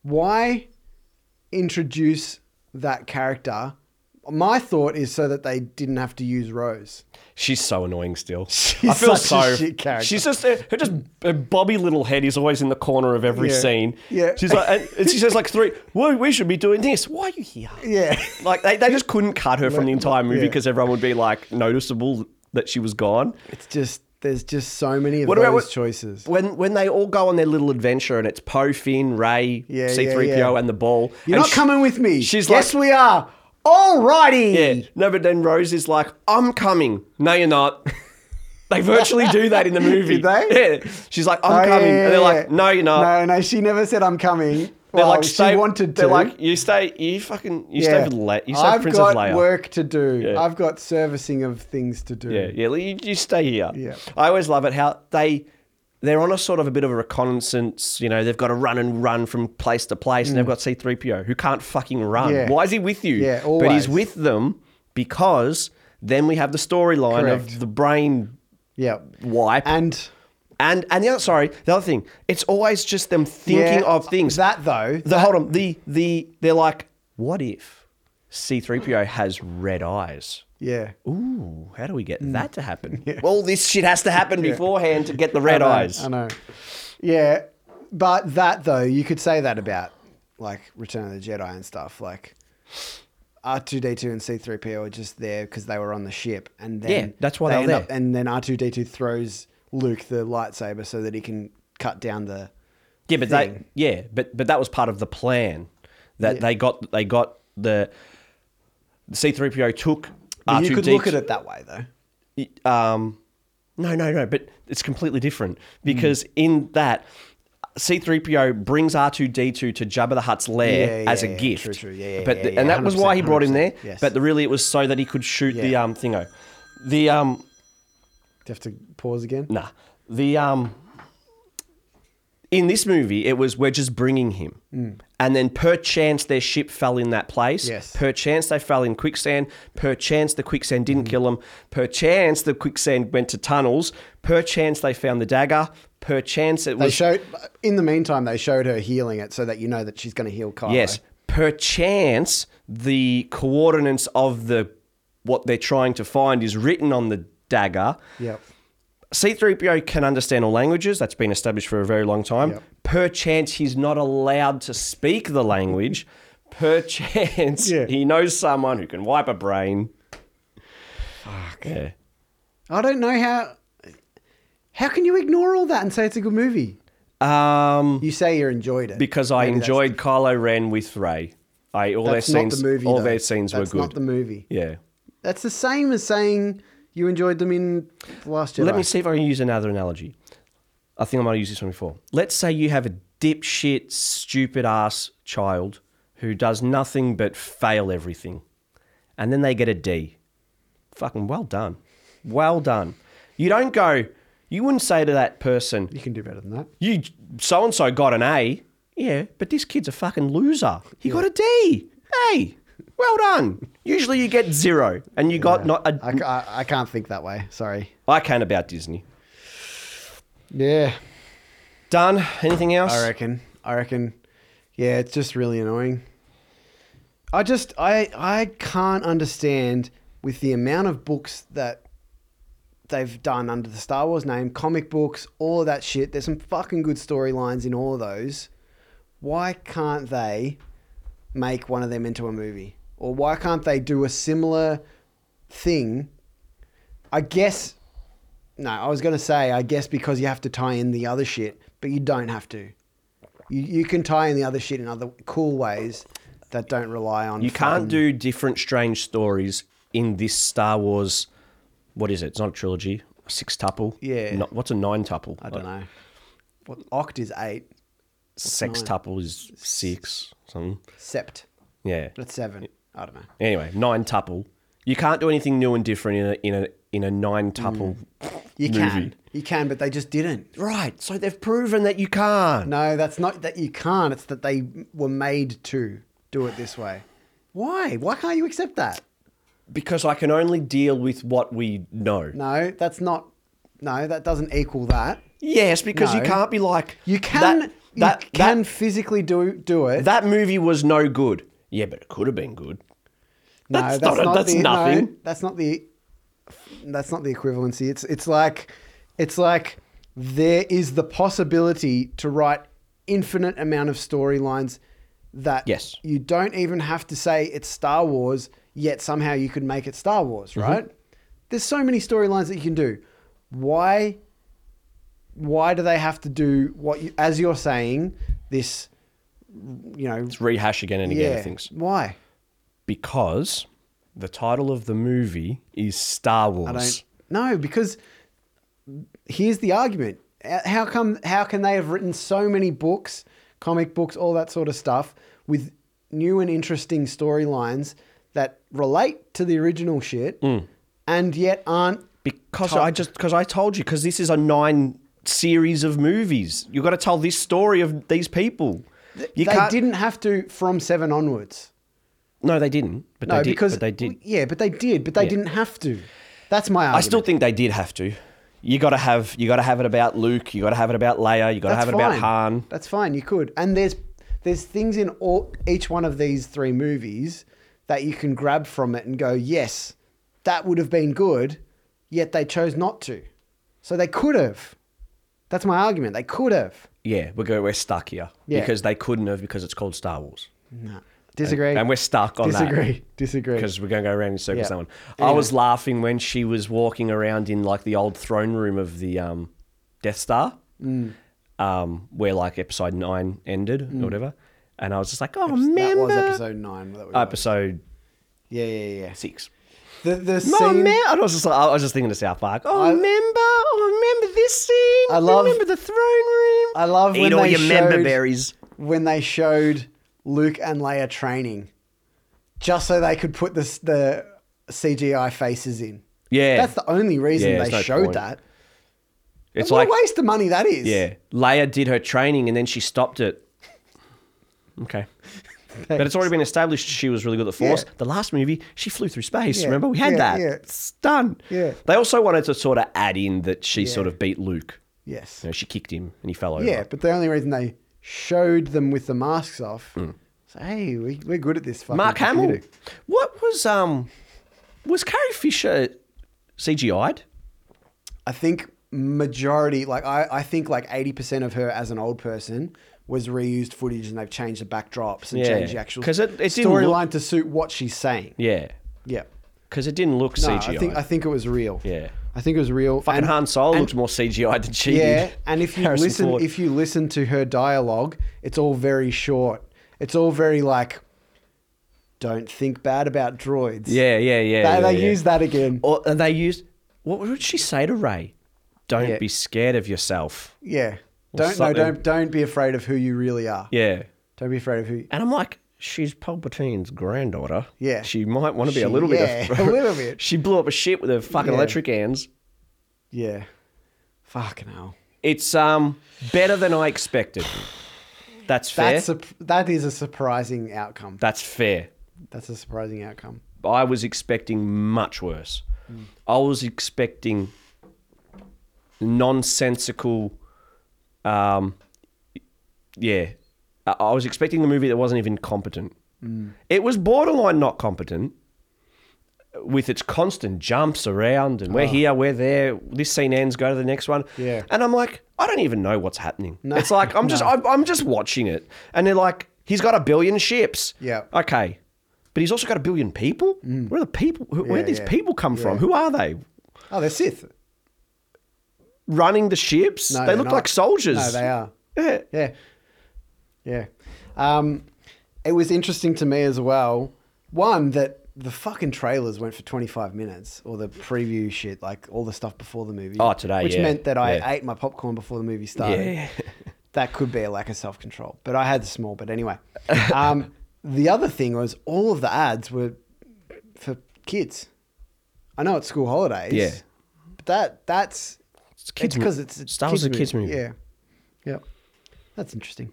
Speaker 2: why introduce that character? My thought is so that they didn't have to use Rose.
Speaker 1: She's so annoying still.
Speaker 2: She's such a shit character.
Speaker 1: She's just uh, her just her bobby little head is always in the corner of every
Speaker 2: Yeah.
Speaker 1: scene.
Speaker 2: Yeah.
Speaker 1: She's like, and- and she says like three. Well, we should be doing this. Why are you here?
Speaker 2: Yeah.
Speaker 1: Like they, they just couldn't cut her from the entire movie
Speaker 2: Yeah.
Speaker 1: because everyone would be like noticeable that she was gone.
Speaker 2: It's just there's just so many of
Speaker 1: What
Speaker 2: those
Speaker 1: about what-
Speaker 2: choices.
Speaker 1: When when they all go on their little adventure and it's Poe, Finn, Ray,
Speaker 2: Yeah, yeah,
Speaker 1: C three PO,
Speaker 2: yeah.
Speaker 1: and the ball.
Speaker 2: You're
Speaker 1: and
Speaker 2: not
Speaker 1: she-
Speaker 2: coming with me.
Speaker 1: she's
Speaker 2: yes, we are. Alrighty.
Speaker 1: Yeah. No, but then Rose is like, I'm coming. No, you're not. They virtually do that in the movie.
Speaker 2: Did they?
Speaker 1: Yeah. She's like,
Speaker 2: Oh,
Speaker 1: I'm
Speaker 2: yeah,
Speaker 1: coming.
Speaker 2: yeah,
Speaker 1: and they're
Speaker 2: yeah.
Speaker 1: like, no, you're not.
Speaker 2: No, no, she never said I'm coming.
Speaker 1: They're
Speaker 2: Well,
Speaker 1: like,
Speaker 2: she
Speaker 1: stay,
Speaker 2: wanted to.
Speaker 1: They're like, you stay, you fucking, you stay with Le- you stay
Speaker 2: I've
Speaker 1: with Princess
Speaker 2: got
Speaker 1: Leia.
Speaker 2: work to do.
Speaker 1: Yeah.
Speaker 2: I've got servicing of things to do.
Speaker 1: Yeah, yeah. You, you stay here.
Speaker 2: Yeah.
Speaker 1: I always love it how they they're on a sort of a bit of a reconnaissance. You know, they've got to run and run from place to place, and they've got C three PO who can't fucking run.
Speaker 2: Mm. Yeah.
Speaker 1: Why is he with you?
Speaker 2: Yeah,
Speaker 1: But he's
Speaker 2: always.
Speaker 1: with them because then we have the storyline of
Speaker 2: Correct.
Speaker 1: the brain
Speaker 2: Yeah.
Speaker 1: wipe and.
Speaker 2: And
Speaker 1: And the other sorry, the other thing, it's always just them thinking
Speaker 2: yeah,
Speaker 1: of things.
Speaker 2: That though,
Speaker 1: the hold on, the the they're like, what if C3PO has red eyes?
Speaker 2: yeah.
Speaker 1: Ooh, how do we get that to happen? All this shit has to happen beforehand to get the red
Speaker 2: I know,
Speaker 1: eyes.
Speaker 2: I know. Yeah. But that though, you could say that about like Return of the Jedi and stuff. Like R2D2 and C3PO are just there because they were on the ship and then
Speaker 1: Yeah, that's why
Speaker 2: they
Speaker 1: they're
Speaker 2: end
Speaker 1: there.
Speaker 2: up- and then R2D2 throws Luke the lightsaber so that he can cut down the
Speaker 1: Yeah, but they,
Speaker 2: thing.
Speaker 1: yeah, but but that was part of the plan that
Speaker 2: Yeah.
Speaker 1: they got. They got the C3PO took
Speaker 2: But
Speaker 1: R2D2.
Speaker 2: you could look at it that way though.
Speaker 1: um, no, no, no, but it's completely different
Speaker 2: Mm.
Speaker 1: because in that C3PO brings R2D2 to Jabba the Hutt's lair
Speaker 2: Yeah,
Speaker 1: as a
Speaker 2: yeah, yeah,
Speaker 1: gift.
Speaker 2: true, true. Yeah, yeah,
Speaker 1: but
Speaker 2: yeah,
Speaker 1: the-
Speaker 2: yeah,
Speaker 1: and that was why he
Speaker 2: 100%,
Speaker 1: brought him there.
Speaker 2: 100%, yes.
Speaker 1: But um, the, really it was so that he could shoot the
Speaker 2: Yeah.
Speaker 1: um thingo. The um
Speaker 2: you have to pause again?
Speaker 1: Nah. The um in this movie it was we're just bringing him. And then perchance their ship fell in that place.
Speaker 2: Mm. Yes.
Speaker 1: Perchance they fell in quicksand. Perchance the quicksand
Speaker 2: Mm.
Speaker 1: didn't kill them. Perchance the quicksand went to tunnels. Perchance they found the dagger. Perchance it
Speaker 2: They
Speaker 1: was
Speaker 2: showed. In the meantime, they showed her healing it so that you know that she's going to heal Kylo.
Speaker 1: Yes. Perchance the coordinates of the what they're trying to find is written on the dagger.
Speaker 2: Yep.
Speaker 1: C3PO can understand all languages. That's been established for a very long time.
Speaker 2: Yep.
Speaker 1: Perchance he's not allowed to speak the language. Perchance
Speaker 2: Yeah.
Speaker 1: he knows someone who can wipe a brain. Fuck. Yeah.
Speaker 2: I don't know how. How can you ignore all that and say it's a good movie?
Speaker 1: Um,
Speaker 2: You say you enjoyed it
Speaker 1: because I
Speaker 2: Maybe that's-
Speaker 1: enjoyed Kylo Ren with Ray. I all
Speaker 2: That's
Speaker 1: their
Speaker 2: not
Speaker 1: scenes,
Speaker 2: the movie.
Speaker 1: all
Speaker 2: though.
Speaker 1: their scenes
Speaker 2: That's
Speaker 1: were good.
Speaker 2: Not the movie.
Speaker 1: yeah.
Speaker 2: That's the same as saying you enjoyed them in The Last Jedi.
Speaker 1: Let me see if I can use another analogy. I think I might have used this one before. Let's say you have a dipshit, stupid ass child who does nothing but fail everything. And then they get a D. Fucking well done. Well done. You don't go, you wouldn't say to that person,
Speaker 2: You can do better than that.
Speaker 1: you so and so got an A. Yeah, but this kid's a fucking loser. He got a D. Hey, well done. Usually you get zero and you got not a.
Speaker 2: I, ca- I, I can't think that way. Sorry.
Speaker 1: I can about Disney.
Speaker 2: Yeah.
Speaker 1: Done. Anything else?
Speaker 2: I reckon. I reckon. Yeah, it's just really annoying. I just I I can't understand with the amount of books that they've done under the Star Wars name, comic books, all of that shit. There's some fucking good storylines in all of those. Why can't they make one of them into a movie? Or why can't they do a similar thing? I guess no, I was going to say, I guess because you have to tie in the other shit, but you don't have to. You, you can tie in the other shit in other cool ways that don't rely on.
Speaker 1: You
Speaker 2: fucking-
Speaker 1: can't do different strange stories in this Star Wars. What is it? It's not a trilogy. A six tuple.
Speaker 2: Yeah.
Speaker 1: No- what's a nine tuple?
Speaker 2: I don't know. What oct is eight,
Speaker 1: Sex tuple is six. Something.
Speaker 2: sept
Speaker 1: Yeah.
Speaker 2: that's seven. I don't know.
Speaker 1: Anyway, nine tuple. You can't do anything new and different in a in a in a nine tuple.
Speaker 2: You
Speaker 1: movie.
Speaker 2: can, you can, but they just didn't.
Speaker 1: Right. So they've proven that you can't.
Speaker 2: No, that's not that you can't. It's that they were made to do it this way. Why? Why can't you accept that?
Speaker 1: Because I can only deal with what we know.
Speaker 2: No, that's not. No, that doesn't equal that.
Speaker 1: Yes, because you
Speaker 2: No.
Speaker 1: can't be like
Speaker 2: You
Speaker 1: that-
Speaker 2: can. you
Speaker 1: that, that
Speaker 2: can physically do do it.
Speaker 1: That movie was no good. Yeah, but it could have been good.
Speaker 2: No,
Speaker 1: That's
Speaker 2: that's,
Speaker 1: not a-
Speaker 2: not,
Speaker 1: that's
Speaker 2: the, no,
Speaker 1: nothing.
Speaker 2: that's not the. That's not the equivalency. It's it's like, it's like there is the possibility to write infinite amount of storylines that
Speaker 1: Yes.
Speaker 2: you don't even have to say it's Star Wars. Yet somehow you could make it Star Wars,
Speaker 1: Mm-hmm.
Speaker 2: right? There's so many storylines that you can do. Why? Why do they have to do what you, as you're saying this? You know,
Speaker 1: It's rehash again and again
Speaker 2: yeah.
Speaker 1: of things.
Speaker 2: Why?
Speaker 1: Because the title of the movie is Star
Speaker 2: I don't
Speaker 1: Wars.
Speaker 2: know because here's the argument. Uh, How come? How can they have written so many books, comic books, all that sort of stuff, with new and interesting storylines that relate to the original shit,
Speaker 1: Mm.
Speaker 2: and yet aren't?
Speaker 1: Because I just because I told you because this is a nine series of movies. You've got to tell this story of these people. You
Speaker 2: they
Speaker 1: can't.
Speaker 2: didn't have to from seven onwards.
Speaker 1: No, they didn't. But
Speaker 2: No,
Speaker 1: they did.
Speaker 2: because
Speaker 1: but they did.
Speaker 2: Yeah, but they did. But they
Speaker 1: Yeah.
Speaker 2: didn't have to. That's my argument.
Speaker 1: I still think they did have to. You got to have you got to have it about Luke. You got to have it about Leia. You got to have it about Han.
Speaker 2: That's fine. You could, and there's there's things in all each one of these three movies that you can grab from it and go, yes, that would have been good, yet they chose not to. So they could have. That's my argument. They could have.
Speaker 1: Yeah, we're go, we're stuck here
Speaker 2: Yeah.
Speaker 1: because they couldn't have because it's called Star Wars.
Speaker 2: No, disagree.
Speaker 1: And we're stuck on that.
Speaker 2: disagree. Disagree.
Speaker 1: because we're going to go around in circles.
Speaker 2: Yeah.
Speaker 1: That one. I was laughing when she was walking around in like the old throne room of the um, Death Star,
Speaker 2: Mm.
Speaker 1: um, where like Episode Nine ended or whatever. And I was just like, oh,
Speaker 2: that
Speaker 1: remember
Speaker 2: was
Speaker 1: episode,
Speaker 2: episode nine. That we watched. yeah, yeah, yeah.
Speaker 1: six.
Speaker 2: The the
Speaker 1: No,
Speaker 2: scene.
Speaker 1: man. I was just like, I was just thinking of South Park. Oh,
Speaker 2: I-
Speaker 1: remember, oh, remember this scene.
Speaker 2: I love-
Speaker 1: remember the throne room.
Speaker 2: I love when
Speaker 1: Eat all
Speaker 2: they
Speaker 1: your member
Speaker 2: showed-
Speaker 1: berries.
Speaker 2: when they showed Luke and Leia training, just so they could put this, the CGI faces in.
Speaker 1: Yeah.
Speaker 2: That's the only reason
Speaker 1: Yeah,
Speaker 2: they
Speaker 1: there's no
Speaker 2: showed
Speaker 1: point.
Speaker 2: that.
Speaker 1: It's
Speaker 2: what
Speaker 1: like
Speaker 2: a waste of money that is.
Speaker 1: yeah, Leia did her training and then she stopped it. Okay. But it's already been established she was really good at force.
Speaker 2: Yeah.
Speaker 1: The last movie, she flew through space.
Speaker 2: Yeah,
Speaker 1: Remember, we had
Speaker 2: yeah,
Speaker 1: that.
Speaker 2: yeah.
Speaker 1: It's done.
Speaker 2: Yeah.
Speaker 1: They also wanted to sort of add in that she sort of beat Luke.
Speaker 2: Yes.
Speaker 1: You know, she kicked him and he fell over.
Speaker 2: Yeah, but the only reason they showed them with the masks off, so, hey, we, we're good at this. Fucking
Speaker 1: Mm. Mark Hamill.
Speaker 2: computer.
Speaker 1: What was um was Carrie Fisher CGI'd?
Speaker 2: I think majority, like I, I think like eighty percent of her as an old person was reused footage, and they've changed the backdrops and
Speaker 1: Yeah.
Speaker 2: changed the actual
Speaker 1: 'Cause it- it didn't look-
Speaker 2: storyline to suit what she's saying.
Speaker 1: Yeah.
Speaker 2: Yeah,
Speaker 1: Because it didn't look
Speaker 2: no,
Speaker 1: CGI.
Speaker 2: I think I think it was real.
Speaker 1: Yeah.
Speaker 2: I think it was real.
Speaker 1: Fucking
Speaker 2: And-
Speaker 1: Han Solo looks more CGI than she
Speaker 2: Yeah,
Speaker 1: did.
Speaker 2: and if you
Speaker 1: Harrison
Speaker 2: listen,
Speaker 1: Ford.
Speaker 2: if you listen to her dialogue, it's all very short. It's all very like, don't think bad about droids.
Speaker 1: yeah, yeah, yeah.
Speaker 2: they,
Speaker 1: yeah,
Speaker 2: they
Speaker 1: yeah.
Speaker 2: use that again.
Speaker 1: or and they used what would she say to Ray? Don't
Speaker 2: Yeah.
Speaker 1: be scared of yourself.
Speaker 2: Yeah,
Speaker 1: Or
Speaker 2: don't no,
Speaker 1: something.
Speaker 2: don't don't be afraid of who you really are.
Speaker 1: Yeah.
Speaker 2: Don't be afraid of who.
Speaker 1: And I'm like, she's Palpatine's granddaughter.
Speaker 2: Yeah.
Speaker 1: She might want to be a
Speaker 2: She-
Speaker 1: little bit
Speaker 2: yeah,
Speaker 1: of
Speaker 2: a little bit.
Speaker 1: She blew up a ship with her fucking
Speaker 2: Yeah.
Speaker 1: electric hands.
Speaker 2: Yeah, fucking hell.
Speaker 1: It's um better than I expected. That's fair.
Speaker 2: That's a, that is a surprising outcome.
Speaker 1: That's fair.
Speaker 2: That's a surprising outcome.
Speaker 1: I was expecting much worse. I was expecting nonsensical. Um, yeah, I, I was expecting a movie that wasn't even competent. It was borderline not competent, with its constant jumps around and we're here, we're there. This scene ends, go to the next one.
Speaker 2: Yeah.
Speaker 1: and I'm like, I don't even know what's happening. It's like I'm just I'm, I'm just watching it, and they're like, he's got a billion ships.
Speaker 2: Yeah. Mm.
Speaker 1: Okay. But he's also got a billion people. Where are the people? Who, where
Speaker 2: Yeah,
Speaker 1: did these
Speaker 2: yeah.
Speaker 1: people come from?
Speaker 2: Yeah.
Speaker 1: Who are they?
Speaker 2: Oh, they're Sith.
Speaker 1: Running the ships?
Speaker 2: No,
Speaker 1: they
Speaker 2: they're
Speaker 1: look
Speaker 2: not.
Speaker 1: like soldiers.
Speaker 2: No, they are.
Speaker 1: Yeah.
Speaker 2: Yeah. Yeah. Um, it was interesting to me as well. One, that the fucking trailers went for 25 minutes or the preview shit, like all the stuff before the movie.
Speaker 1: Oh, today,
Speaker 2: Which
Speaker 1: yeah.
Speaker 2: meant that I
Speaker 1: Yeah.
Speaker 2: ate my popcorn before the movie started.
Speaker 1: Yeah.
Speaker 2: That could be a lack of self control, but I had the small, but anyway. Um, the other thing was all of the ads were for kids. I know it's school holidays.
Speaker 1: Yeah.
Speaker 2: But that that's
Speaker 1: It's a
Speaker 2: it's
Speaker 1: kids'
Speaker 2: because
Speaker 1: mo-
Speaker 2: it's,
Speaker 1: Star Wars is a kids' movie. Hmm.
Speaker 2: Yeah. Yeah. That's interesting.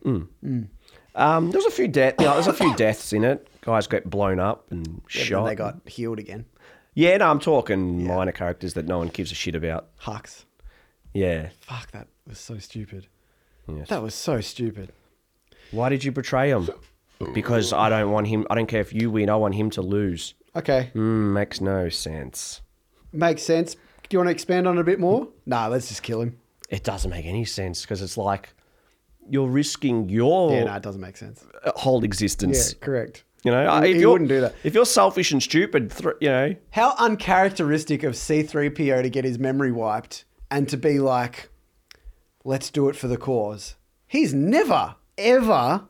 Speaker 1: Um, there was a few death. Yeah, there's a few deaths in it. Guys get blown up and
Speaker 2: Yeah,
Speaker 1: shot.
Speaker 2: but then they got healed again.
Speaker 1: Yeah, no, I'm talking minor characters that no one gives a shit about.
Speaker 2: Hux.
Speaker 1: Yeah.
Speaker 2: Fuck, that was so stupid.
Speaker 1: Yes.
Speaker 2: That was so stupid.
Speaker 1: Why did you betray him? Because I don't want him. I don't care if you win. I want him to lose.
Speaker 2: Okay,
Speaker 1: Mm, makes no sense.
Speaker 2: makes sense. Do you want to expand on it a bit more? Nah, let's just kill him.
Speaker 1: It doesn't make any sense because it's like you're risking your uh,
Speaker 2: Yeah, no, it doesn't make sense.
Speaker 1: whole
Speaker 2: Yeah,
Speaker 1: existence.
Speaker 2: correct.
Speaker 1: You know, uh,
Speaker 2: You-
Speaker 1: if
Speaker 2: you
Speaker 1: you're-
Speaker 2: wouldn't do that.
Speaker 1: If you're selfish and stupid, thr you know,
Speaker 2: How uncharacteristic of C3PO to get his memory wiped and to be like, let's do it for the cause. He's never, ever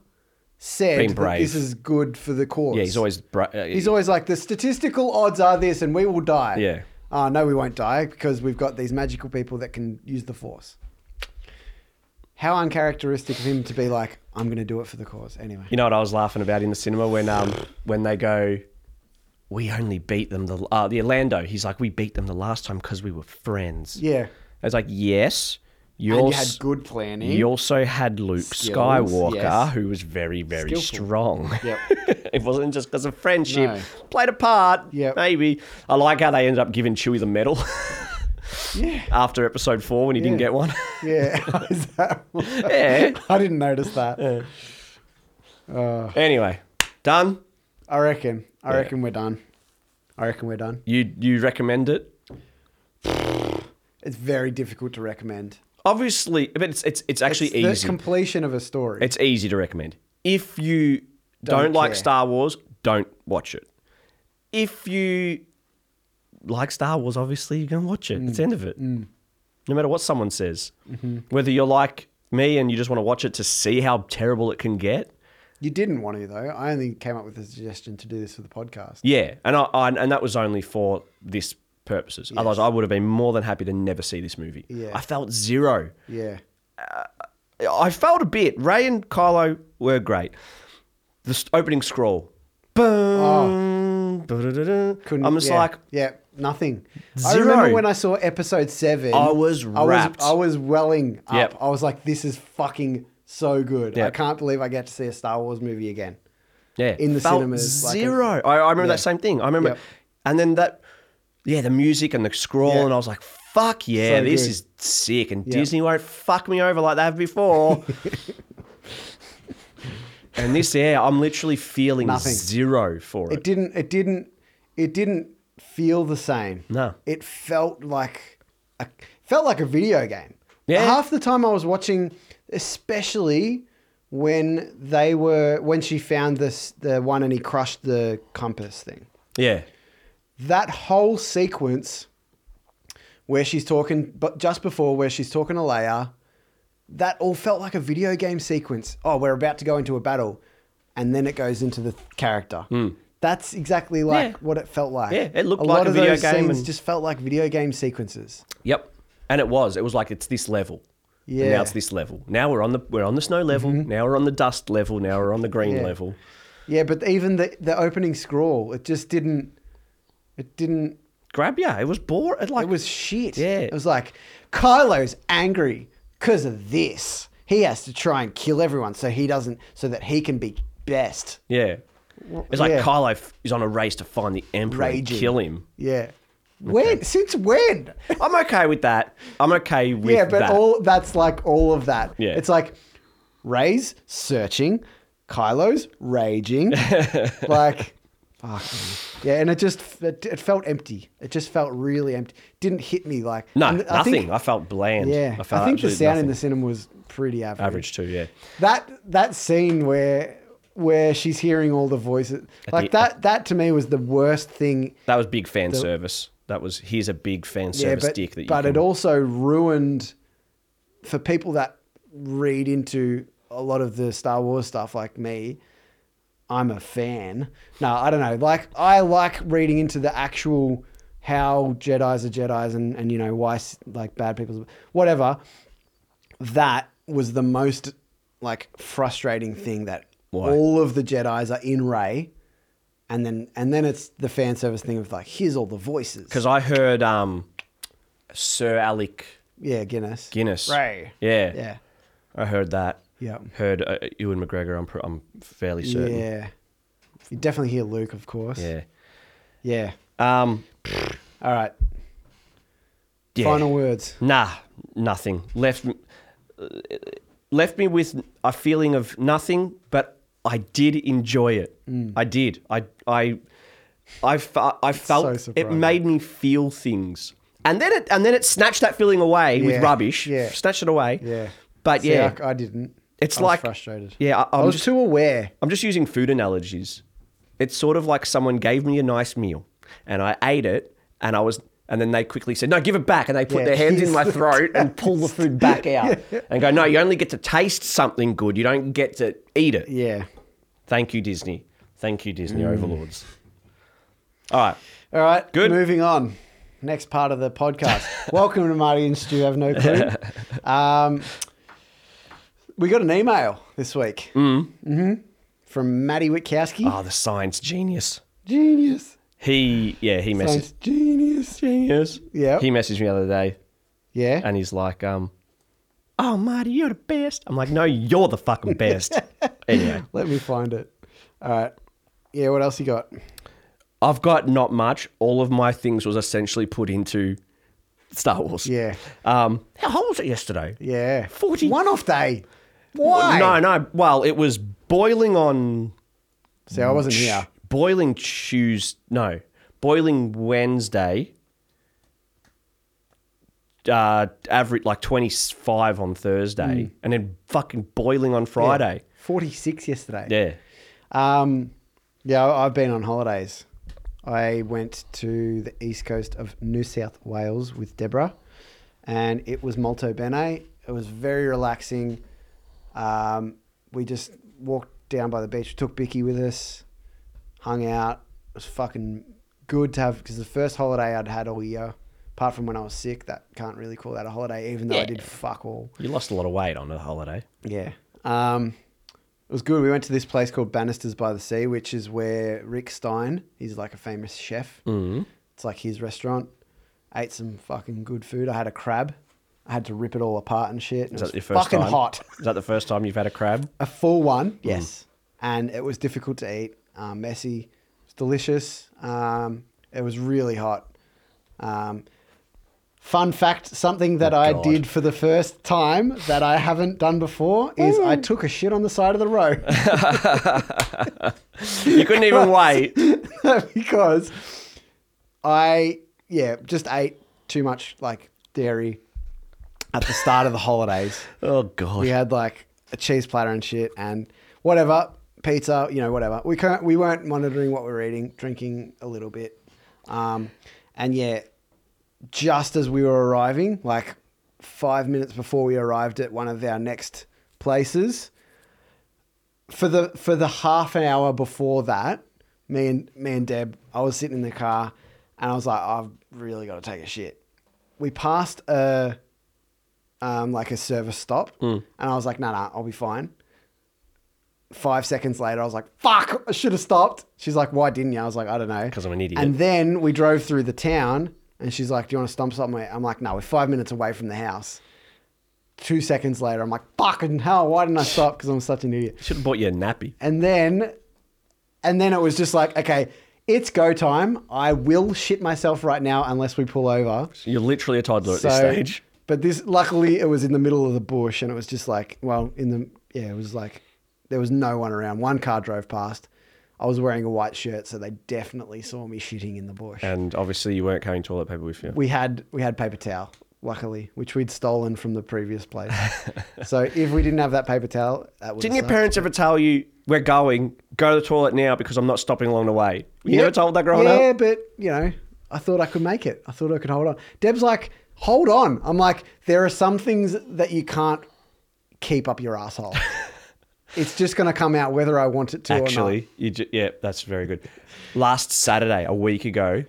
Speaker 2: said
Speaker 1: Been
Speaker 2: that
Speaker 1: brave.
Speaker 2: this is good for the cause.
Speaker 1: yeah, he's always bra- uh,
Speaker 2: He's always like, the statistical odds are this, and we will die.
Speaker 1: Yeah.
Speaker 2: Oh, no, we won't die because we've got these magical people that can use the force. How uncharacteristic of him to be like, I'm going to do it for the cause anyway.
Speaker 1: You know what I was laughing about in the cinema when um when they go, we only beat them the uh, the Orlando. He's like, we beat them the last time because we were friends.
Speaker 2: Yeah.
Speaker 1: It's like yes, you
Speaker 2: And you
Speaker 1: also
Speaker 2: had good planning.
Speaker 1: You also had Luke
Speaker 2: Skills,
Speaker 1: Skywalker,
Speaker 2: yes.
Speaker 1: who was very very
Speaker 2: Skillful.
Speaker 1: strong.
Speaker 2: Yep.
Speaker 1: it wasn't just because of friendship.
Speaker 2: No.
Speaker 1: Played a part.
Speaker 2: Yep.
Speaker 1: Maybe I like how they ended up giving Chewie the medal
Speaker 2: Yeah.
Speaker 1: after Episode Four when he didn't
Speaker 2: Yeah.
Speaker 1: get one.
Speaker 2: Yeah. Is that
Speaker 1: yeah.
Speaker 2: I didn't notice that.
Speaker 1: Anyway, done.
Speaker 2: I reckon. I
Speaker 1: Yeah.
Speaker 2: reckon we're done. I reckon we're done.
Speaker 1: You you recommend it?
Speaker 2: It's very difficult to recommend.
Speaker 1: Obviously, but it's it's it's actually
Speaker 2: it's
Speaker 1: easy.
Speaker 2: The completion of a story.
Speaker 1: it's easy to recommend. If you don't,
Speaker 2: Don't
Speaker 1: like
Speaker 2: care.
Speaker 1: Star Wars, don't watch it. If you like Star Wars, obviously you're gonna watch it. It's
Speaker 2: Mm.
Speaker 1: the end of it. No matter what someone says,
Speaker 2: Mm-hmm.
Speaker 1: whether you're like me and you just want to watch it to see how terrible it can get.
Speaker 2: you didn't want to though. I only came up with a suggestion to do this for the podcast.
Speaker 1: Yeah, and I, I and that was only for this purposes. Otherwise, I would have been more than happy to never see this movie.
Speaker 2: Yeah.
Speaker 1: I felt zero.
Speaker 2: Yeah.
Speaker 1: I felt a bit. Ray and Kylo were great. The s- opening scroll. Boom. Couldn't,
Speaker 2: Oh. Couldn't,
Speaker 1: I'm just
Speaker 2: yeah,
Speaker 1: like,
Speaker 2: yeah, nothing. I
Speaker 1: Zero.
Speaker 2: remember when I saw episode seven.
Speaker 1: I was wrapped.
Speaker 2: I was, I was welling up.
Speaker 1: Yep.
Speaker 2: I was like, this is fucking so good. I
Speaker 1: Yep.
Speaker 2: can't believe I get to see a Star Wars movie again.
Speaker 1: yeah,
Speaker 2: in the
Speaker 1: Felt
Speaker 2: cinemas, like a-
Speaker 1: Zero. I I remember
Speaker 2: Yeah.
Speaker 1: that same thing. I remember,
Speaker 2: Yep.
Speaker 1: and then that, yeah, the music and the scroll,
Speaker 2: Yeah.
Speaker 1: and I was like, fuck yeah,
Speaker 2: So
Speaker 1: this
Speaker 2: good.
Speaker 1: is sick. And
Speaker 2: Yep.
Speaker 1: Disney won't fuck me over like they have before. and this, yeah, I'm literally feeling
Speaker 2: Nothing.
Speaker 1: zero for it.
Speaker 2: It didn't. It didn't. It didn't feel the same.
Speaker 1: No.
Speaker 2: It felt like a, felt like a video game.
Speaker 1: Yeah.
Speaker 2: Half the time I was watching, especially when they were when she found this the one and he crushed the compass thing.
Speaker 1: yeah,
Speaker 2: that whole sequence where she's talking, but just before where she's talking to Leia, that all felt like a video game sequence. Oh, we're about to go into a battle, and then it goes into the character. That's exactly like
Speaker 1: Yeah.
Speaker 2: what it felt like.
Speaker 1: Hmm. Yeah, it looked like a video game
Speaker 2: Scenes
Speaker 1: and-
Speaker 2: just felt like video game sequences.
Speaker 1: yep. And it was. It was like it's this level. And
Speaker 2: Yeah. Mm-hmm.
Speaker 1: now it's this level. Now we're on the we're on the snow level. Now we're on the dust level. Now we're on the green
Speaker 2: Yeah.
Speaker 1: level.
Speaker 2: Yeah, but even the the opening scroll, it just didn't. It didn't.
Speaker 1: Grab yeah, it was bored. It like
Speaker 2: It was shit.
Speaker 1: Yeah.
Speaker 2: It was like, Kylo's angry because of this. He has to try and kill everyone so he doesn't, so that he can be best.
Speaker 1: Yeah. It's like
Speaker 2: yeah.
Speaker 1: Kylo f- is on a race to find the Emperor
Speaker 2: Raging.
Speaker 1: and kill him.
Speaker 2: Yeah. When? Since when?
Speaker 1: I'm okay with that. I'm okay with
Speaker 2: yeah, but
Speaker 1: that.
Speaker 2: all that's like all of that.
Speaker 1: Yeah.
Speaker 2: It's like Ray's searching, Kylo's raging. like, fuck. man. Yeah, and it just it, it felt empty. It just felt really empty. Didn't hit me like
Speaker 1: no,
Speaker 2: and
Speaker 1: nothing.
Speaker 2: I
Speaker 1: I,
Speaker 2: think-
Speaker 1: felt bland.
Speaker 2: yeah,
Speaker 1: I, felt
Speaker 2: think the
Speaker 1: absolutely
Speaker 2: sound in
Speaker 1: nothing.
Speaker 2: the cinema was pretty average.
Speaker 1: average too. Yeah,
Speaker 2: That that scene where where she's hearing all the voices, like
Speaker 1: the-
Speaker 2: that that to me was the worst thing.
Speaker 1: that was big fan service. That was here's a big fan
Speaker 2: Yeah,
Speaker 1: service
Speaker 2: but
Speaker 1: dick that you.
Speaker 2: but
Speaker 1: can,
Speaker 2: it also ruined for people that read into a lot of the Star Wars stuff, like me. I'm a fan. No, I don't know. Like I like reading into the actual how Jedi's are Jedi's and and you know why s- like bad people whatever. that was the most like frustrating thing that
Speaker 1: Why?
Speaker 2: all of the Jedi's are in Ray, and then and then it's the fan service thing of like here's all the voices.
Speaker 1: because I heard um, Sir Alec
Speaker 2: yeah, Guinness.
Speaker 1: Guinness.
Speaker 2: Ray.
Speaker 1: Yeah,
Speaker 2: Yeah.
Speaker 1: I heard that.
Speaker 2: Yeah.
Speaker 1: Heard uh, Ewan McGregor. I'm pr- I'm fairly certain.
Speaker 2: Yeah. You definitely hear Luke, of course.
Speaker 1: Yeah.
Speaker 2: Yeah.
Speaker 1: Um.
Speaker 2: All right.
Speaker 1: Yeah.
Speaker 2: Final words.
Speaker 1: Nah, nothing. Left uh, left me with a feeling of nothing, but I did enjoy it. I did. I I I, fe- I felt
Speaker 2: Mm. so
Speaker 1: it
Speaker 2: surprising.
Speaker 1: made me feel things. And then it and then it snatched that feeling away
Speaker 2: Yeah,
Speaker 1: with rubbish.
Speaker 2: yeah.
Speaker 1: Snatched it away.
Speaker 2: Yeah.
Speaker 1: But
Speaker 2: See,
Speaker 1: yeah,
Speaker 2: I, I didn't.
Speaker 1: it's
Speaker 2: I was
Speaker 1: like
Speaker 2: frustrated.
Speaker 1: Yeah, I,
Speaker 2: i
Speaker 1: I'm
Speaker 2: was
Speaker 1: just
Speaker 2: too aware.
Speaker 1: I'm just using food analogies. It's sort of like someone gave me a nice meal and I ate it and I was and then they quickly said, No, give it back. And they put
Speaker 2: Yeah,
Speaker 1: their hands
Speaker 2: here's
Speaker 1: in my
Speaker 2: the
Speaker 1: throat and pull the food back out and go, No, you only get to taste something good. You don't get to eat it.
Speaker 2: Yeah. Mm.
Speaker 1: Thank you, Disney. Thank you, Disney overlords. All right.
Speaker 2: All right.
Speaker 1: Good.
Speaker 2: Moving on. Next part of the podcast. Welcome to Marty and Stu Have No Clue. Um, we got an email this week mm. hmm from Matty Witkowski.
Speaker 1: Ah, the science genius.
Speaker 2: Genius.
Speaker 1: He yeah, he messaged
Speaker 2: Sounds genius.
Speaker 1: genius.
Speaker 2: Yeah.
Speaker 1: He messaged me the other day
Speaker 2: Yeah.
Speaker 1: and he's like, um, Oh Marty, you're the best. I'm like, No, you're the fucking best. anyway.
Speaker 2: Let me find it. All right. Yeah, what else you got?
Speaker 1: I've got not much. All of my things was essentially put into Star Wars.
Speaker 2: Yeah.
Speaker 1: Um, how old was it yesterday?
Speaker 2: Yeah.
Speaker 1: 40
Speaker 2: One off day. Why?
Speaker 1: No, no. Well, it was boiling on
Speaker 2: See, I wasn't here.
Speaker 1: boiling Tuesday. No, boiling Wednesday. Uh, average like twenty five on Thursday, and then fucking boiling on Friday.
Speaker 2: 46 yesterday.
Speaker 1: Yeah.
Speaker 2: Um, yeah, I- I've been on holidays. I went to the east coast of New South Wales with Deborah, and it was Molto Bene. It was very relaxing. Um, we just walked down by the beach, took Bicky with us, hung out. It was fucking good to have because the first holiday I'd had all year, apart from when I was sick, that can't really call that a holiday, even though I
Speaker 1: Yeah.
Speaker 2: did fuck all.
Speaker 1: You lost a lot of weight on the holiday.
Speaker 2: Yeah. Um, It was good. We went to this place called Bannisters by the Sea, which is where Rick Stein, he's like a famous chef.
Speaker 1: Mm-hmm.
Speaker 2: Mm. It's like his restaurant. Ate some fucking good food. I had a crab. I had to rip it all apart and shit. And
Speaker 1: Is that
Speaker 2: it was
Speaker 1: your first
Speaker 2: fucking
Speaker 1: time?
Speaker 2: hot.
Speaker 1: Is that the first time you've had a crab?
Speaker 2: A full one, yes. And it was difficult to eat, um, messy. It's delicious. Um, it was really hot. Um, fun fact something that I
Speaker 1: God.
Speaker 2: did for the first time that I haven't done before is I took a shit on the side of the road.
Speaker 1: You couldn't even wait.
Speaker 2: because I yeah just ate too much like dairy at the start of the holidays.
Speaker 1: Oh god.
Speaker 2: We had like a cheese platter and shit and whatever pizza, you know, whatever. We can't we weren't monitoring what we were eating, drinking a little bit, um, and yeah, just as we were arriving, like five minutes before we arrived at one of our next places, for the for the half an hour before that, me and me and Deb, I was sitting in the car, and I was like, I've really got to take a shit. We passed a um, like a service stop,
Speaker 1: Hmm.
Speaker 2: and I was like, no, nah, no, nah, I'll be fine. Five seconds later, I was like, fuck, I should have stopped. She's like, why didn't you? I was like, I don't know.
Speaker 1: 'Cause I'm an idiot.
Speaker 2: And then we drove through the town, and she's like, do you want to stump somewhere? I'm like, no, we're five minutes away from the house. Two seconds later, I'm like, fucking hell, why didn't I stop? Because I'm such an idiot.
Speaker 1: Should have bought you a nappy.
Speaker 2: And then, and then it was just like, okay, it's go time. I will shit myself right now unless we pull over.
Speaker 1: You're literally a toddler at this
Speaker 2: So-
Speaker 1: stage.
Speaker 2: But this, luckily, it was in the middle of the bush, and it was just like, well, in the yeah, it was like there was no one around. One car drove past. I was wearing a white shirt, so they definitely saw me shitting in the bush.
Speaker 1: And obviously you weren't carrying toilet paper with you.
Speaker 2: We had we had paper towel, luckily, which we'd stolen from the previous place. so if we didn't have that paper towel, that would
Speaker 1: Didn't your parents ever tell you we're going? Go to the toilet now because I'm not stopping along the way. You never told that growing
Speaker 2: yeah,
Speaker 1: up.
Speaker 2: Yeah, but you know, I thought I could make it. I thought I could hold on. Deb's like, hold on. I'm like, there are some things that you can't keep up your asshole. it's just gonna come out whether I want it to or not.
Speaker 1: Actually, you ju- yeah, that's very good. Last Saturday, a week ago,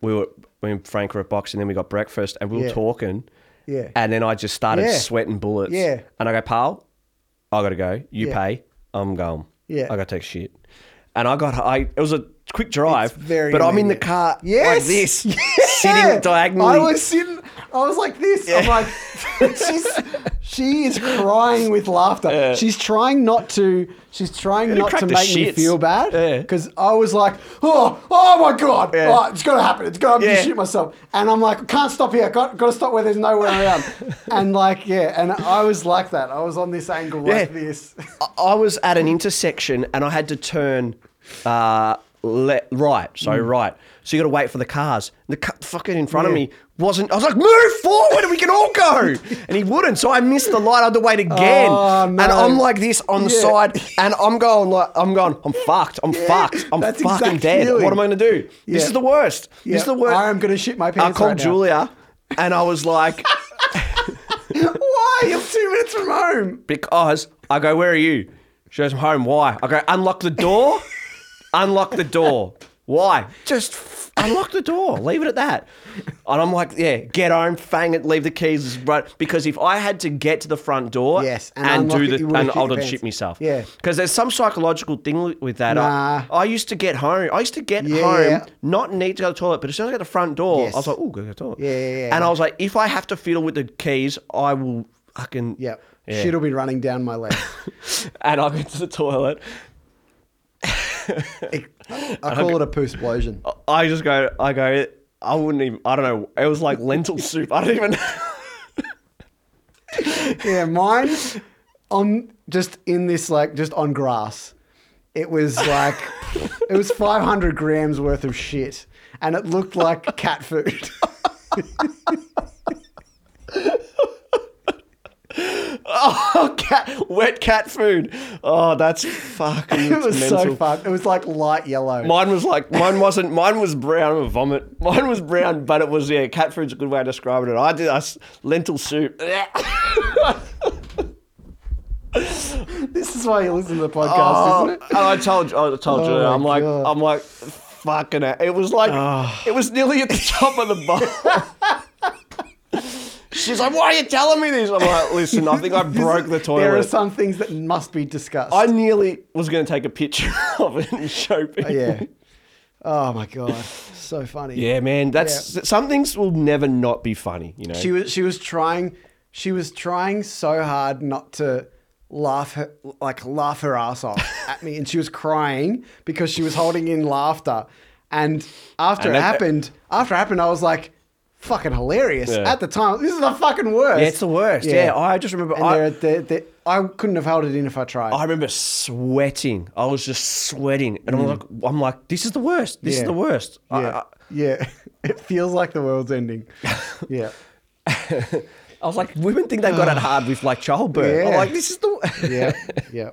Speaker 1: we were we and Frank were at boxing, then we got breakfast, and we were
Speaker 2: Yeah.
Speaker 1: talking.
Speaker 2: Yeah.
Speaker 1: And then I just started
Speaker 2: Yeah.
Speaker 1: sweating bullets.
Speaker 2: Yeah.
Speaker 1: And I go, pal, I gotta go. You
Speaker 2: Yeah.
Speaker 1: pay. I'm going.
Speaker 2: Yeah.
Speaker 1: I gotta take shit. And I got I. It was a quick drive,
Speaker 2: It's very
Speaker 1: but I'm in the
Speaker 2: immediate.
Speaker 1: car
Speaker 2: Yes.
Speaker 1: like this,
Speaker 2: Yeah.
Speaker 1: sitting diagonally.
Speaker 2: I was sitting. I was like this. I'm like, she's, she is crying with laughter. She's trying not to. She's trying not
Speaker 1: cracked
Speaker 2: to
Speaker 1: the
Speaker 2: make me
Speaker 1: shits.
Speaker 2: feel bad.
Speaker 1: Yeah.
Speaker 2: Because I was like, oh, oh my god,
Speaker 1: Yeah.
Speaker 2: Oh, it's gonna happen. It's gonna I'm gonna
Speaker 1: Yeah.
Speaker 2: shoot myself. And I'm like, can't stop here. Got got to stop where there's nowhere around. and like, yeah. And I was like that. I was on this angle like
Speaker 1: Yeah.
Speaker 2: this.
Speaker 1: I- I was at an intersection and I had to turn uh, le- right. So
Speaker 2: Mm.
Speaker 1: right. So you got to wait for the cars. The ca- fucking in front of
Speaker 2: Yeah.
Speaker 1: me wasn't. I was like, move forward, we can all go. and he wouldn't. So I missed the light. I had to wait again.
Speaker 2: Oh, no.
Speaker 1: And I'm like this on the
Speaker 2: Yeah.
Speaker 1: side, and I'm going like I'm going. I'm fucked. I'm fucked. I'm
Speaker 2: that's
Speaker 1: fucking
Speaker 2: exact
Speaker 1: dead.
Speaker 2: feeling.
Speaker 1: What am I gonna do? This
Speaker 2: Yeah.
Speaker 1: is the worst.
Speaker 2: Yeah,
Speaker 1: This is the worst.
Speaker 2: I am gonna shit my
Speaker 1: I
Speaker 2: pants.
Speaker 1: called
Speaker 2: right now.
Speaker 1: Julia, and I was like.
Speaker 2: Why? You're two minutes from home.
Speaker 1: because I go, where are you? She goes, I'm home. Why? I go, unlock the door. unlock the door. Why? Just f- unlock the door. Leave it at that. And I'm like, yeah, get home, fang it, leave the keys. Right? Because if I had to get to the front door
Speaker 2: Yes, and
Speaker 1: and, do
Speaker 2: unlock it,
Speaker 1: the
Speaker 2: you would've
Speaker 1: and
Speaker 2: shit
Speaker 1: I'll
Speaker 2: your
Speaker 1: just shit
Speaker 2: pants.
Speaker 1: myself.
Speaker 2: Yeah.
Speaker 1: Because there's some psychological thing with that. I,
Speaker 2: Nah.
Speaker 1: I used to get home. I used to get
Speaker 2: Yeah.
Speaker 1: home, not need to go to the toilet, but as soon as I got to the front door,
Speaker 2: Yes.
Speaker 1: I was like, oh, go to the toilet.
Speaker 2: Yeah, yeah, yeah.
Speaker 1: And I was like, if I have to fiddle with the keys, I will fucking
Speaker 2: Yep.
Speaker 1: Yeah.
Speaker 2: Shit'll be running down my leg.
Speaker 1: and I'll go to the toilet.
Speaker 2: I call it a poo explosion.
Speaker 1: I just go, I go, I wouldn't even, I don't know. It was like lentil soup. I don't even
Speaker 2: Yeah, mine on just in this like just on grass. It was like it was 500 grams worth of shit, and it looked like cat food.
Speaker 1: Oh, cat, wet cat food. Oh, that's fucking
Speaker 2: it was so
Speaker 1: mental.
Speaker 2: fun. It was like light yellow.
Speaker 1: Mine was like, mine wasn't, mine was brown with vomit. Mine was brown, but it was, yeah, cat food's a good way of describing it. I did I s lentil soup.
Speaker 2: this is why you listen to the podcast,
Speaker 1: Oh,
Speaker 2: isn't it?
Speaker 1: And I told you, I told you,
Speaker 2: Oh my
Speaker 1: I'm like,
Speaker 2: God.
Speaker 1: I'm like, fucking
Speaker 2: Ah.
Speaker 1: it. It was like, it was nearly at the top of the bowl. She's like, why are you telling me this? I'm like, listen, I think I broke the
Speaker 2: There are
Speaker 1: toilet.
Speaker 2: some things that must be discussed.
Speaker 1: I nearly was going to take a picture of it and show people.
Speaker 2: yeah. Oh my god, so funny.
Speaker 1: Yeah, man. That's some things will never not be funny. You know.
Speaker 2: She was she was trying she was trying so hard not to laugh her like laugh her ass off at me and she was crying because she was holding in laughter. And after
Speaker 1: And
Speaker 2: it
Speaker 1: that-
Speaker 2: happened, after it happened I was like fucking hilarious
Speaker 1: Yeah.
Speaker 2: at the time. This is the fucking worst.
Speaker 1: yeah, it's the worst. Yeah, I just remember.
Speaker 2: and
Speaker 1: I,
Speaker 2: they're, they're, they're, I couldn't have held it in if I tried.
Speaker 1: I remember sweating. I was just sweating, and I'm like, I'm like, this is the worst. This
Speaker 2: Mm. Yeah.
Speaker 1: is the worst. I-
Speaker 2: yeah. yeah. It feels like the world's ending. yeah.
Speaker 1: I, I was like, women think they've got it hard with like childbirth. I'm
Speaker 2: Ah. Yeah.
Speaker 1: like, this is the.
Speaker 2: Yeah. yeah.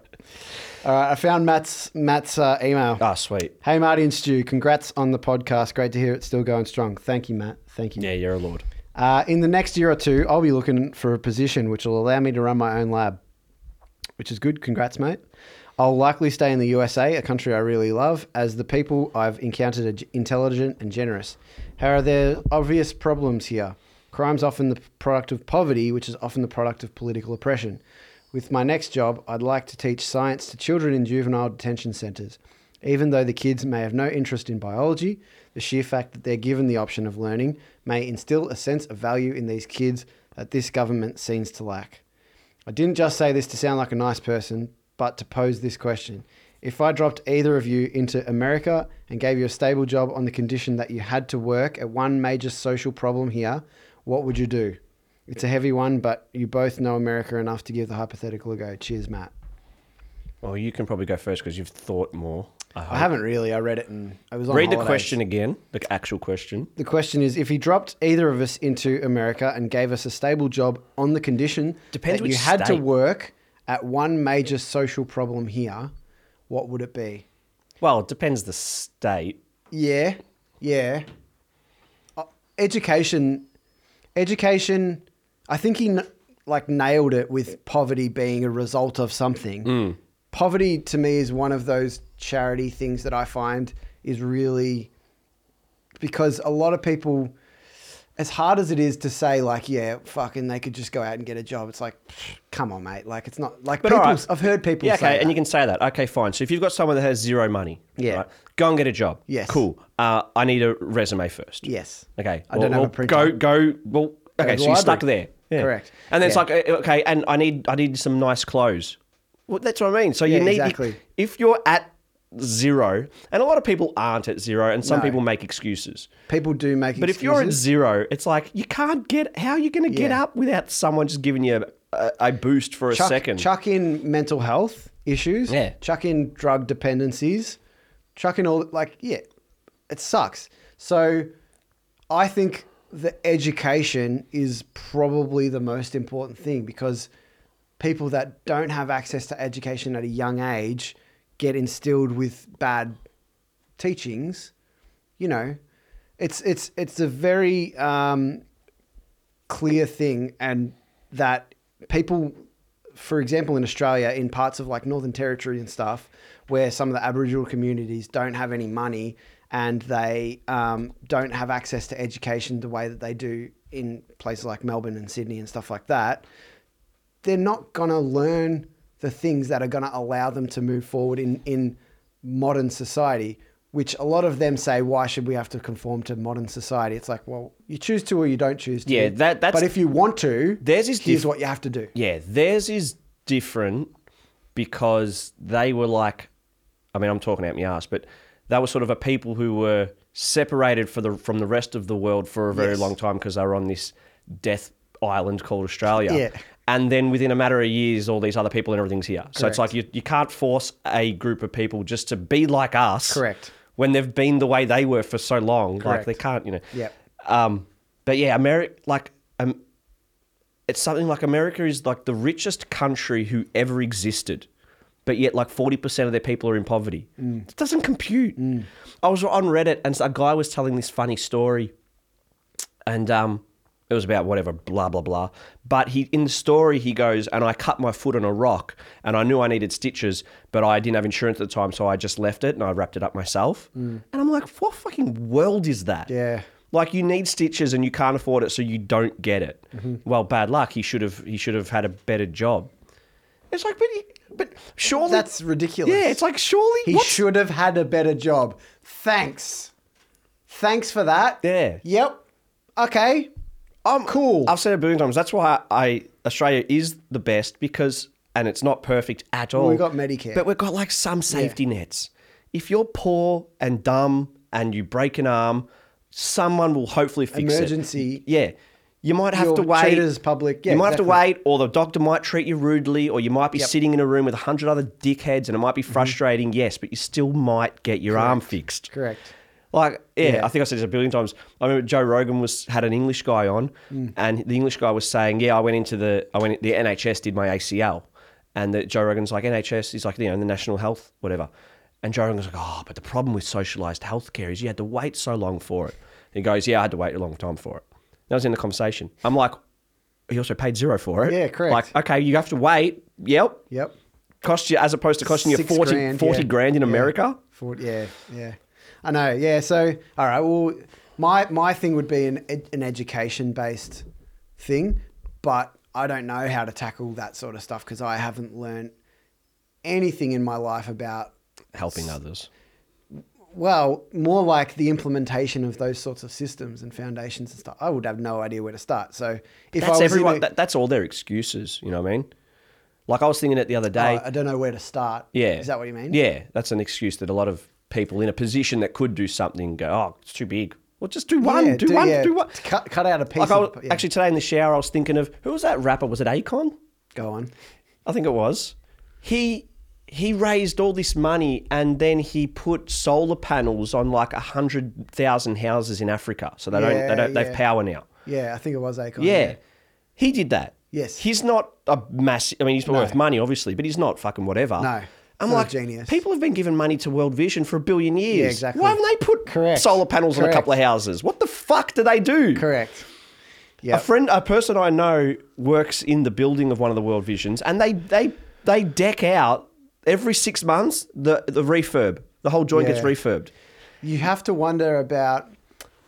Speaker 2: All right, I found Matt's Matt's uh, email.
Speaker 1: Ah, sweet.
Speaker 2: Hey, Marty and Stu, congrats on the podcast. Great to hear it's still going strong. Thank you, Matt. Thank you.
Speaker 1: Yeah, you're a lord.
Speaker 2: Uh, in the next year or two, I'll be looking for a position which will allow me to run my own lab, which is good. Congrats, mate. I'll likely stay in the USA, a country I really love, as the people I've encountered are g- intelligent and generous. However, there are obvious problems here. Crime's often the product of poverty, which is often the product of political oppression. With my next job, I'd like to teach science to children in juvenile detention centres. Even though the kids may have no interest in biology, the sheer fact that they're given the option of learning may instill a sense of value in these kids that this government seems to lack. I didn't just say this to sound like a nice person, but to pose this question. If I dropped either of you into America and gave you a stable job on the condition that you had to work at one major social problem here, what would you do? It's a heavy one, but you both know America enough to give the hypothetical a go. Cheers, Matt.
Speaker 1: Well, you can probably go first because you've thought more. I hope.
Speaker 2: I haven't really. I read it and I was on
Speaker 1: Read the
Speaker 2: holidays.
Speaker 1: question again, the actual question.
Speaker 2: The question is if he dropped either of us into America and gave us a stable job on the condition
Speaker 1: Depends
Speaker 2: that you
Speaker 1: which
Speaker 2: had to
Speaker 1: state.
Speaker 2: work at one major social problem here, what would it be?
Speaker 1: Well, it depends the state.
Speaker 2: Yeah, yeah. Uh, education, education. I think he kn- like nailed it with poverty being a result of something.
Speaker 1: Hmm.
Speaker 2: Poverty to me is one of those charity things that I find is really because a lot of people, as hard as it is to say like, yeah, fucking, they could just go out and get a job. It's like, pfft, come on, mate. Like it's not like
Speaker 1: But
Speaker 2: people.
Speaker 1: all right.
Speaker 2: I've heard people
Speaker 1: Yeah,
Speaker 2: say
Speaker 1: okay,
Speaker 2: that.
Speaker 1: and you can say that. Okay, fine. So if you've got someone that has zero money,
Speaker 2: Yeah.
Speaker 1: go and get a job.
Speaker 2: Yes.
Speaker 1: Cool. Uh, I need a resume first.
Speaker 2: yes.
Speaker 1: Okay.
Speaker 2: I
Speaker 1: well,
Speaker 2: don't have a
Speaker 1: well, Go,
Speaker 2: printer.
Speaker 1: go. Well, okay.
Speaker 2: to
Speaker 1: So you're
Speaker 2: the
Speaker 1: stuck there.
Speaker 2: library. Correct.
Speaker 1: And then it's
Speaker 2: Yeah.
Speaker 1: like, uh, okay, and I need, I need some nice clothes. Well, that's what I mean. So you
Speaker 2: Yeah,
Speaker 1: need
Speaker 2: exactly.
Speaker 1: if you're at zero, and a lot of people aren't at zero, and some
Speaker 2: No.
Speaker 1: people make excuses.
Speaker 2: People do make.
Speaker 1: But if you're at zero, it's like you can't get. How are you going to get
Speaker 2: Yeah.
Speaker 1: up without someone just giving you a, a boost for a
Speaker 2: chuck,
Speaker 1: second?
Speaker 2: Chuck in mental health issues.
Speaker 1: Yeah.
Speaker 2: Chuck in drug dependencies. Chuck in all like yeah, it sucks. So I think the education is probably the most important thing because people that don't have access to education at a young age get instilled with bad teachings. You know, it's it's it's a very um, clear thing and that people for example in australia in parts of like northern territory and stuff where some of the aboriginal communities don't have any money and they um, don't have access to education the way that they do in places like melbourne and sydney and stuff like that they're not going to learn the things that are going to allow them to move forward in, in modern society, which a lot of them say, why should we have to conform to modern society? It's like, well, you choose to or you don't choose to.
Speaker 1: Yeah, that- that's-
Speaker 2: But if you want to,
Speaker 1: Theirs is
Speaker 2: here's
Speaker 1: diff-
Speaker 2: what you have to do.
Speaker 1: Yeah, theirs is different because they were like, I mean, I'm talking out my ass, but they were sort of a people who were separated for the from the rest of the world for a very
Speaker 2: Yes.
Speaker 1: long time because they were on this death island called Australia.
Speaker 2: Yeah.
Speaker 1: And then within a matter of years, all these other people and everything's here. So it's
Speaker 2: Correct.
Speaker 1: like you, you can't force a group of people just to be like us.
Speaker 2: Correct.
Speaker 1: When they've been the way they were for so long. Like
Speaker 2: Correct.
Speaker 1: they can't, you know.
Speaker 2: Yep.
Speaker 1: Um, but yeah, America, like, um, it's something like America is like the richest country who ever existed, but yet like 40% of their people are in poverty. It doesn't compute. I was on Reddit and a guy was telling this funny story and um, it was about whatever, blah blah blah. But he in the story he goes, and I cut my foot on a rock, and I knew I needed stitches, but I didn't have insurance at the time, so I just left it and I wrapped it up myself. And I'm like, what fucking world is that?
Speaker 2: Mm. Yeah.
Speaker 1: Like you need stitches and you can't afford it, so you don't get it.
Speaker 2: Mm-hmm.
Speaker 1: Well, bad luck. He should have he should have had a better job. It's like, but he, but surely
Speaker 2: That's ridiculous.
Speaker 1: Yeah, it's like surely
Speaker 2: He
Speaker 1: what's-
Speaker 2: should have had a better job. Thanks. Thanks for that.
Speaker 1: Yeah.
Speaker 2: Yep. Okay.
Speaker 1: I'm
Speaker 2: Cool.
Speaker 1: I've said it a billion times. That's why I Australia is the best because and it's not perfect at all.
Speaker 2: got Medicare.
Speaker 1: but we've got like some safety nets. If you're poor and dumb and you break an arm, someone will hopefully fix
Speaker 2: Emergency.
Speaker 1: it. Yeah. You might have
Speaker 2: Your
Speaker 1: to wait.
Speaker 2: cheaters, public- yeah,
Speaker 1: you might have
Speaker 2: exactly.
Speaker 1: to wait, or the doctor might treat you rudely, or you might be sitting in a room with a hundred other dickheads, and it might
Speaker 2: Mm-hmm.
Speaker 1: be frustrating. Yes, but you still might get your arm fixed.
Speaker 2: Correct.
Speaker 1: Like, yeah,
Speaker 2: Yeah.
Speaker 1: I think I said this a billion times. I remember Joe Rogan was had an English guy on,
Speaker 2: Mm.
Speaker 1: and the English guy was saying, "Yeah, I went into the I went the NHS did my ACL," and the, Joe Rogan's like NHS is like you know the national health whatever, and Joe Rogan's like, "Oh, but the problem with socialized healthcare is you had to wait so long for it." He goes, "Yeah, I had to wait a long time for it." That was in the conversation. I'm like, he also paid zero for it.
Speaker 2: Yeah, correct.
Speaker 1: Like, okay, you have to wait. Yep.
Speaker 2: Yep.
Speaker 1: Cost you as opposed to costing
Speaker 2: Six
Speaker 1: you 40
Speaker 2: grand,
Speaker 1: 40
Speaker 2: yeah.
Speaker 1: grand in
Speaker 2: Yeah.
Speaker 1: America.
Speaker 2: For, yeah, yeah. I know. Yeah. So, all right. Well, my my thing would be an ed- an education based thing, but I don't know how to tackle that sort of stuff because I haven't learned anything in my life about
Speaker 1: Helping others.
Speaker 2: well, more like the implementation of those sorts of systems and foundations and stuff. I would have no idea where to start. So, if I
Speaker 1: that's
Speaker 2: was in
Speaker 1: everyone.
Speaker 2: a-
Speaker 1: that, that's all their excuses. You know what I mean? Like I was thinking it the other day.
Speaker 2: oh, I don't know where to start.
Speaker 1: yeah.
Speaker 2: Is that what you mean?
Speaker 1: Yeah, that's an excuse that a lot of people in a position that could do something go, oh, it's too big. Well, just do one.
Speaker 2: Yeah,
Speaker 1: do, one.
Speaker 2: yeah.
Speaker 1: Do one.
Speaker 2: Cut, cut out a piece.
Speaker 1: Like I
Speaker 2: of,
Speaker 1: was,
Speaker 2: yeah.
Speaker 1: actually today in the shower, I was thinking of who was that rapper? Was it Akon?
Speaker 2: go on.
Speaker 1: I think it was. He he raised all this money and then he put solar panels on like hundred thousand houses in Africa, so they don't
Speaker 2: Yeah,
Speaker 1: they don't they've
Speaker 2: yeah.
Speaker 1: power now.
Speaker 2: Oh, Yeah, I think it was Akon.
Speaker 1: Yeah. He did that.
Speaker 2: Yes.
Speaker 1: He's not a massive, I mean, he's not
Speaker 2: No.
Speaker 1: worth money, obviously, but he's not fucking whatever.
Speaker 2: No.
Speaker 1: I'm
Speaker 2: Not a
Speaker 1: like,
Speaker 2: genius.
Speaker 1: people have been giving money to World Vision for a billion years.
Speaker 2: exactly.
Speaker 1: Why haven't they put
Speaker 2: Correct.
Speaker 1: solar panels on a
Speaker 2: Correct.
Speaker 1: couple of houses? What the fuck do they do?
Speaker 2: Correct.
Speaker 1: A
Speaker 2: Yeah.
Speaker 1: friend, a person I know works in the building of one of the World Visions, and they they they deck out every six months the the refurb. The whole joint gets
Speaker 2: Yeah.
Speaker 1: refurbed.
Speaker 2: you have to wonder about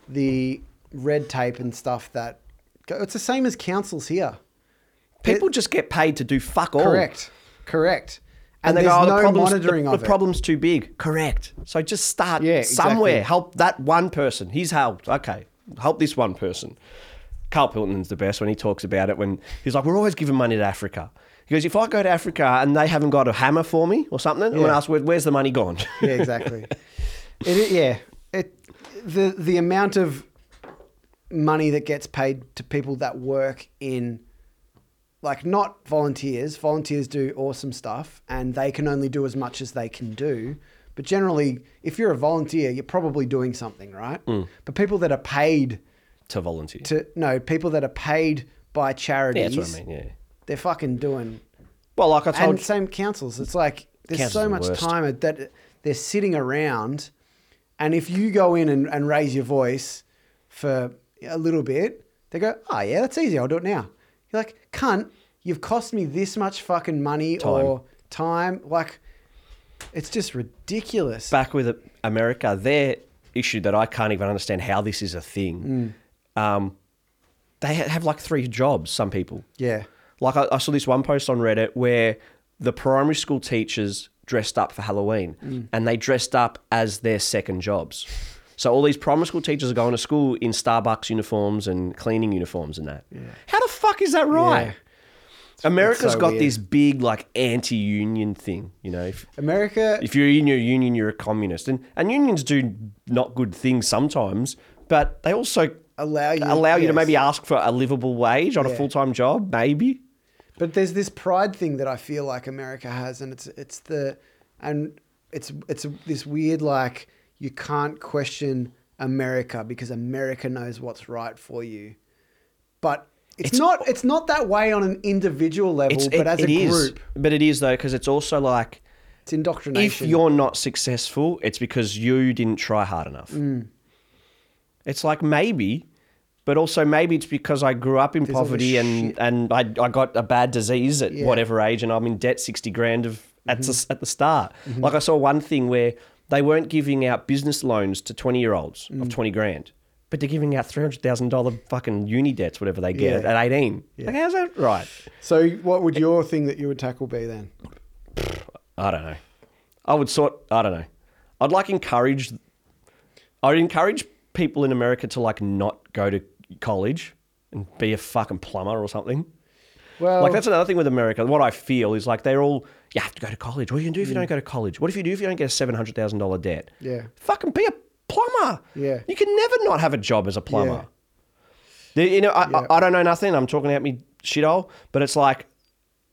Speaker 2: the red tape and stuff that go- it's the same as councils here.
Speaker 1: People just get paid to do fuck all.
Speaker 2: Correct. Correct. And,
Speaker 1: Oh. and, they
Speaker 2: there's
Speaker 1: go, oh, the
Speaker 2: no
Speaker 1: problem's,
Speaker 2: monitoring
Speaker 1: the,
Speaker 2: of
Speaker 1: the
Speaker 2: it.
Speaker 1: problem's too big. Correct. So just start
Speaker 2: Yeah,
Speaker 1: somewhere.
Speaker 2: exactly.
Speaker 1: Help that one person. He's helped. Okay, help this one person. Carl Pilton's the best when he talks about it. When he's like, "We're always giving money to Africa." He goes, "If I go to Africa and they haven't got a hammer for me or something, I'm gonna
Speaker 2: Yeah.
Speaker 1: ask, where, "Where's the money gone?"
Speaker 2: yeah, exactly. It, i- yeah, it the the amount of money that gets paid to people that work in like not volunteers. Volunteers do awesome stuff, and they can only do as much as they can do. But generally, if you're a volunteer, you're probably doing something, right?
Speaker 1: Hmm.
Speaker 2: But people that are paid
Speaker 1: to volunteer.
Speaker 2: to no, people that are paid by
Speaker 1: yeah,
Speaker 2: charities,
Speaker 1: that's what I mean. Yeah.
Speaker 2: they're fucking doing
Speaker 1: Well, like I told
Speaker 2: and same councils. It's like there's
Speaker 1: Councils are
Speaker 2: so
Speaker 1: the
Speaker 2: much
Speaker 1: worst.
Speaker 2: time that they're sitting around, and if you go in and, and raise your voice for a little bit, they go, "Oh yeah, that's easy. I'll do it now." You're like, "Cunt, you've cost me this much fucking money or time." Like, it's just ridiculous.
Speaker 1: back with America, their issue that I can't even understand how this is a thing.
Speaker 2: Mm.
Speaker 1: Um, they ha- have like three jobs. Some people.
Speaker 2: yeah,
Speaker 1: Like I, I saw this one post on Reddit where the primary school teachers dressed up for Halloween
Speaker 2: Mm.
Speaker 1: and they dressed up as their second jobs. So all these primary school teachers are going to school in Starbucks uniforms and cleaning uniforms and that. How the fuck is that
Speaker 2: Yeah.
Speaker 1: right? America's
Speaker 2: so
Speaker 1: got
Speaker 2: weird.
Speaker 1: this big like anti-union thing, you know. If,
Speaker 2: America.
Speaker 1: if you're in your union, you're a communist, and and unions do not good things sometimes, but they also
Speaker 2: Allow you-
Speaker 1: allow you to
Speaker 2: yes.
Speaker 1: maybe ask for a livable wage on a
Speaker 2: Yeah.
Speaker 1: full time job, maybe.
Speaker 2: But there's this pride thing that I feel like America has, and it's it's the and it's it's this weird like you can't question America because America knows what's right for you, but it's,
Speaker 1: It's-
Speaker 2: not it's not that way on an individual level,
Speaker 1: It's,
Speaker 2: but
Speaker 1: it-
Speaker 2: as
Speaker 1: it
Speaker 2: a
Speaker 1: is.
Speaker 2: group,
Speaker 1: But it is though, because it's also like
Speaker 2: it's indoctrination.
Speaker 1: if you're not successful, it's because you didn't try hard enough.
Speaker 2: Mm.
Speaker 1: It's like maybe, but also maybe it's because I grew up in
Speaker 2: all this
Speaker 1: poverty and and I, I got a bad disease at
Speaker 2: Yeah. Mm-hmm.
Speaker 1: whatever age, and I'm in debt sixty grand of at the, at the start. Like
Speaker 2: Mm.
Speaker 1: I saw one thing where they weren't giving out business loans to twenty year olds of twenty grand. But they're giving out three hundred thousand dollar fucking uni debts, whatever they get
Speaker 2: Yeah.
Speaker 1: at eighteen. Like, how's that right?
Speaker 2: So, what would your thing that you would tackle be then?
Speaker 1: I don't know. I would sort. I don't know. I'd like encourage. I'd encourage people in America to like not go to college and be a fucking plumber or something.
Speaker 2: Well,
Speaker 1: Like that's another thing with America. What I feel is like they're all you have to go to college. What are you gonna do if you don't go to college? What if you do if you don't get a seven hundred thousand dollar debt?
Speaker 2: Mm. Yeah.
Speaker 1: Fucking be a plumber.
Speaker 2: Yeah.
Speaker 1: You can never not have a job as a
Speaker 2: Yeah.
Speaker 1: plumber. The- You know, I,
Speaker 2: Yeah.
Speaker 1: I, I don't know nothing. I'm talking out me shithole, but it's like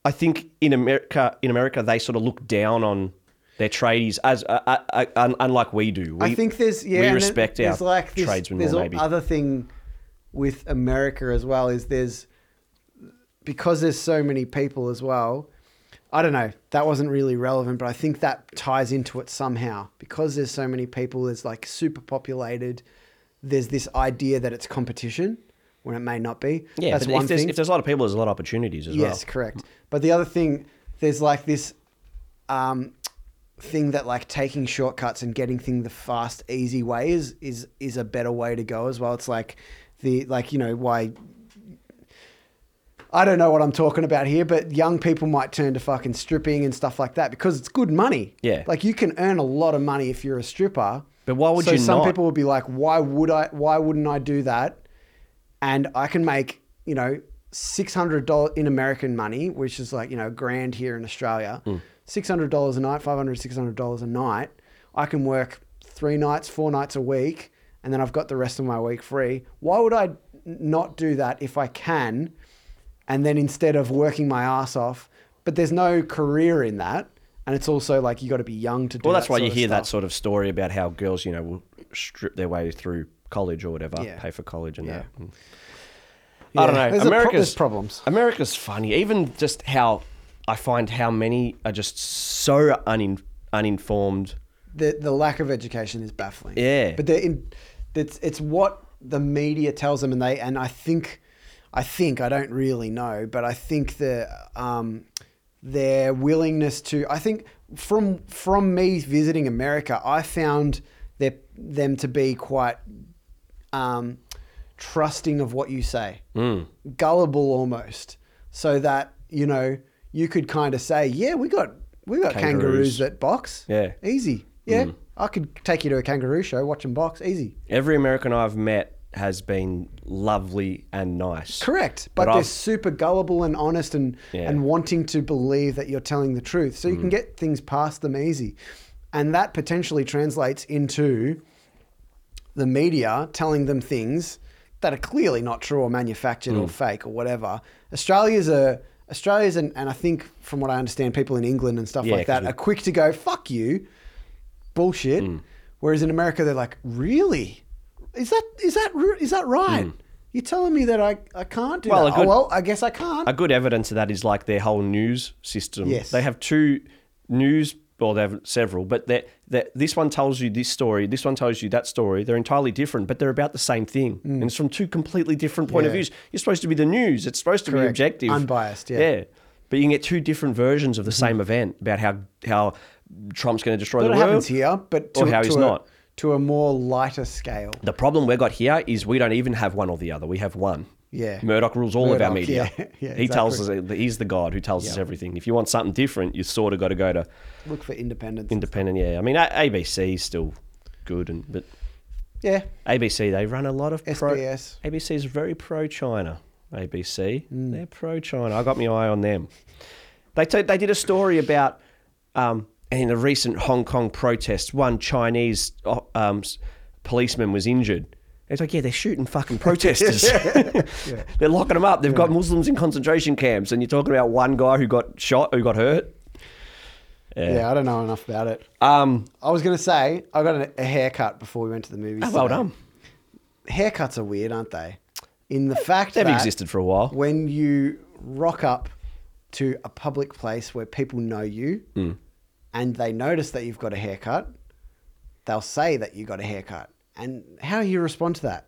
Speaker 1: I think in America, in America, they sort of look down on their tradies as uh, uh, uh, un- unlike we do. We,
Speaker 2: I think there's yeah,
Speaker 1: we
Speaker 2: and then
Speaker 1: respect our
Speaker 2: there's like this,
Speaker 1: tradesmen
Speaker 2: There's
Speaker 1: more
Speaker 2: a-
Speaker 1: maybe.
Speaker 2: other thing with America as well is there's because there's so many people as well. I don't know. That wasn't really relevant, but I think that ties into it somehow because there's so many people. There's like super populated. There's this idea that it's competition when it may not be.
Speaker 1: yeah,
Speaker 2: that's
Speaker 1: but
Speaker 2: one
Speaker 1: if there's,
Speaker 2: thing.
Speaker 1: if there's a lot of people, there's a lot of opportunities as
Speaker 2: Yes, correct. But the other thing, there's like this um, thing that like taking shortcuts and getting things the fast, easy way is is is a better way to go as well. It's like the like you know why. I don't know what I'm talking about here, but young people might turn to fucking stripping and stuff like that because it's good money.
Speaker 1: Yeah.
Speaker 2: Like you can earn a lot of money if you're a stripper.
Speaker 1: But why would
Speaker 2: so
Speaker 1: you
Speaker 2: some
Speaker 1: not?
Speaker 2: people would be like, why would I? Why wouldn't I do that? And I can make you know six hundred dollars in American money, which is like you know a grand here in Australia,
Speaker 1: Hmm.
Speaker 2: six hundred dollars a night, 500 dollars a night. I can work three nights, four nights a week, and then I've got the rest of my week free. Why would I n- not do that if I can? And then instead of working my ass off, but there's no career in that. And it's also like you got to be young to do.
Speaker 1: Well, that's
Speaker 2: that
Speaker 1: why
Speaker 2: sort
Speaker 1: you
Speaker 2: of
Speaker 1: hear
Speaker 2: stuff.
Speaker 1: that sort of story about how girls, you know, will strip their way through college or whatever,
Speaker 2: Yeah.
Speaker 1: pay for college and
Speaker 2: Yeah.
Speaker 1: that. Mm. I don't
Speaker 2: Yeah.
Speaker 1: know.
Speaker 2: There's a pro- there's
Speaker 1: America's
Speaker 2: problems.
Speaker 1: America's funny. Even just how I find how many are just so unin, uninformed.
Speaker 2: the the lack of education is baffling.
Speaker 1: Yeah.
Speaker 2: but they're in, it's it's what the media tells them, and they and I think, I think I don't really know, but I think the um, their willingness to I think from from me visiting America, I found their, them to be quite um, trusting of what you say, gullible almost, so that you know you could kind of say, yeah, we got we got kangaroos,
Speaker 1: Kangaroos.
Speaker 2: that box,
Speaker 1: Yeah. Mm.
Speaker 2: Easy. Yeah. I could take you to a kangaroo show, watch them box. Easy.
Speaker 1: Every American I've met has been lovely and nice.
Speaker 2: Correct. But,
Speaker 1: But
Speaker 2: they're
Speaker 1: I've-
Speaker 2: super gullible and honest and,
Speaker 1: Yeah. Mm.
Speaker 2: and wanting to believe that you're telling the truth. So you can get things past them easy. And that potentially translates into the media telling them things that are clearly not true or manufactured
Speaker 1: Mm.
Speaker 2: or fake or whatever. Australia's a Australia's an, and I think from what I understand, people in England and stuff
Speaker 1: Yeah,
Speaker 2: like that
Speaker 1: 'cause we-
Speaker 2: are quick to go, fuck you. bullshit.
Speaker 1: Mm.
Speaker 2: Whereas in America, they're like, really? Is that is that ru- is that right? You're telling me that I, I can't do
Speaker 1: Mm. Well,
Speaker 2: that.
Speaker 1: a good-
Speaker 2: oh, well, I guess I can't.
Speaker 1: a good evidence of that is like their whole news system.
Speaker 2: Yes.
Speaker 1: They have two news, well, they have several, but that that this one tells you this story, this one tells you that story. They're entirely different, but they're about the same thing, and it's from two completely different point of
Speaker 2: Mm. Yeah.
Speaker 1: views. You're supposed to be the news; it's supposed to be
Speaker 2: Correct.
Speaker 1: objective,
Speaker 2: Unbiased, yeah. Mm-hmm.
Speaker 1: yeah. But you can get two different versions of the same event about how how Trump's going to destroy
Speaker 2: But
Speaker 1: the
Speaker 2: it
Speaker 1: world.
Speaker 2: happens here, but to,
Speaker 1: or how
Speaker 2: to
Speaker 1: he's
Speaker 2: a,
Speaker 1: not.
Speaker 2: to a more lighter scale.
Speaker 1: The problem we've got here is we don't even have one or the other. We have one.
Speaker 2: Yeah.
Speaker 1: Murdoch rules all of our
Speaker 2: Murdoch,
Speaker 1: media.
Speaker 2: yeah. Yeah,
Speaker 1: he tells us,
Speaker 2: exactly.
Speaker 1: he's the god who tells us everything. If you want something different, you sort of got to go to
Speaker 2: Look for independence.
Speaker 1: independent. Yeah. I mean, A- ABC is still good, and but
Speaker 2: yeah,
Speaker 1: ABC, they run a lot of pro.
Speaker 2: SBS.
Speaker 1: ABC is very pro China. ABC,
Speaker 2: Mm.
Speaker 1: they're pro China. I got my eye on them. They t- they did a story about um, in the recent Hong Kong protests, one Chinese uh, um, s- policeman was injured. It's like, yeah, they're shooting fucking protesters. They're locking them up. They've got Muslims in concentration camps, and you're talking about one guy who got shot, who got hurt.
Speaker 2: Yeah. I don't know enough about it.
Speaker 1: Um,
Speaker 2: I was going to say, I got a, a haircut before we went to the movies.
Speaker 1: oh, well
Speaker 2: today.
Speaker 1: done.
Speaker 2: Haircuts are weird, aren't they? In the fact
Speaker 1: They've
Speaker 2: that
Speaker 1: existed for a while.
Speaker 2: when you rock up to a public place where people know you
Speaker 1: Hmm.
Speaker 2: and they notice that you've got a haircut, they'll say that you got a haircut. And how do you respond to that?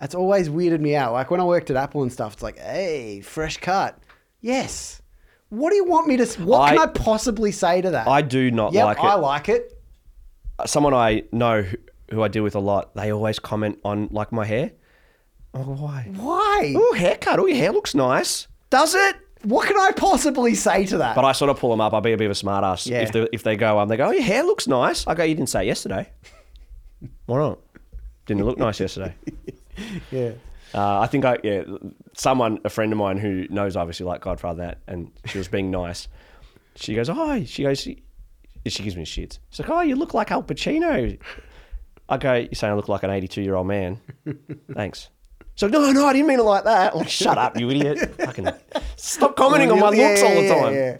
Speaker 2: That's always weirded me out. Like when I worked at Apple and stuff, it's like, hey, fresh cut. Yes. What do you want me to? s- What can
Speaker 1: I-
Speaker 2: I possibly say to that?
Speaker 1: I do not
Speaker 2: yep,
Speaker 1: like it.
Speaker 2: I like it.
Speaker 1: someone I know who I deal with a lot, they always comment on like my hair. Oh, why?
Speaker 2: Why?
Speaker 1: Ooh, haircut. Oh, your hair looks nice. Does it?
Speaker 2: What can I possibly say to that?
Speaker 1: But I sort of pull them up. I'll be a bit of a smart ass.
Speaker 2: Yeah.
Speaker 1: If, they, if they go, um, they go, oh, your hair looks nice. I go, you didn't say it yesterday. Why not? Didn't it look nice yesterday?
Speaker 2: yeah.
Speaker 1: Uh, I think I yeah, someone a friend of mine who knows obviously like Godfather that, and she was being nice. She goes, "Oh," she goes, she, she gives me shits. She's like, "Oh, you look like Al Pacino." I go, "You're saying I look like an 82 year old man?" Thanks. She's like, "No, no, I didn't mean it like that." I'm like, "Shut up, you idiot! Fucking stop commenting on my
Speaker 2: Yeah,
Speaker 1: looks all the
Speaker 2: yeah,
Speaker 1: time."
Speaker 2: yeah.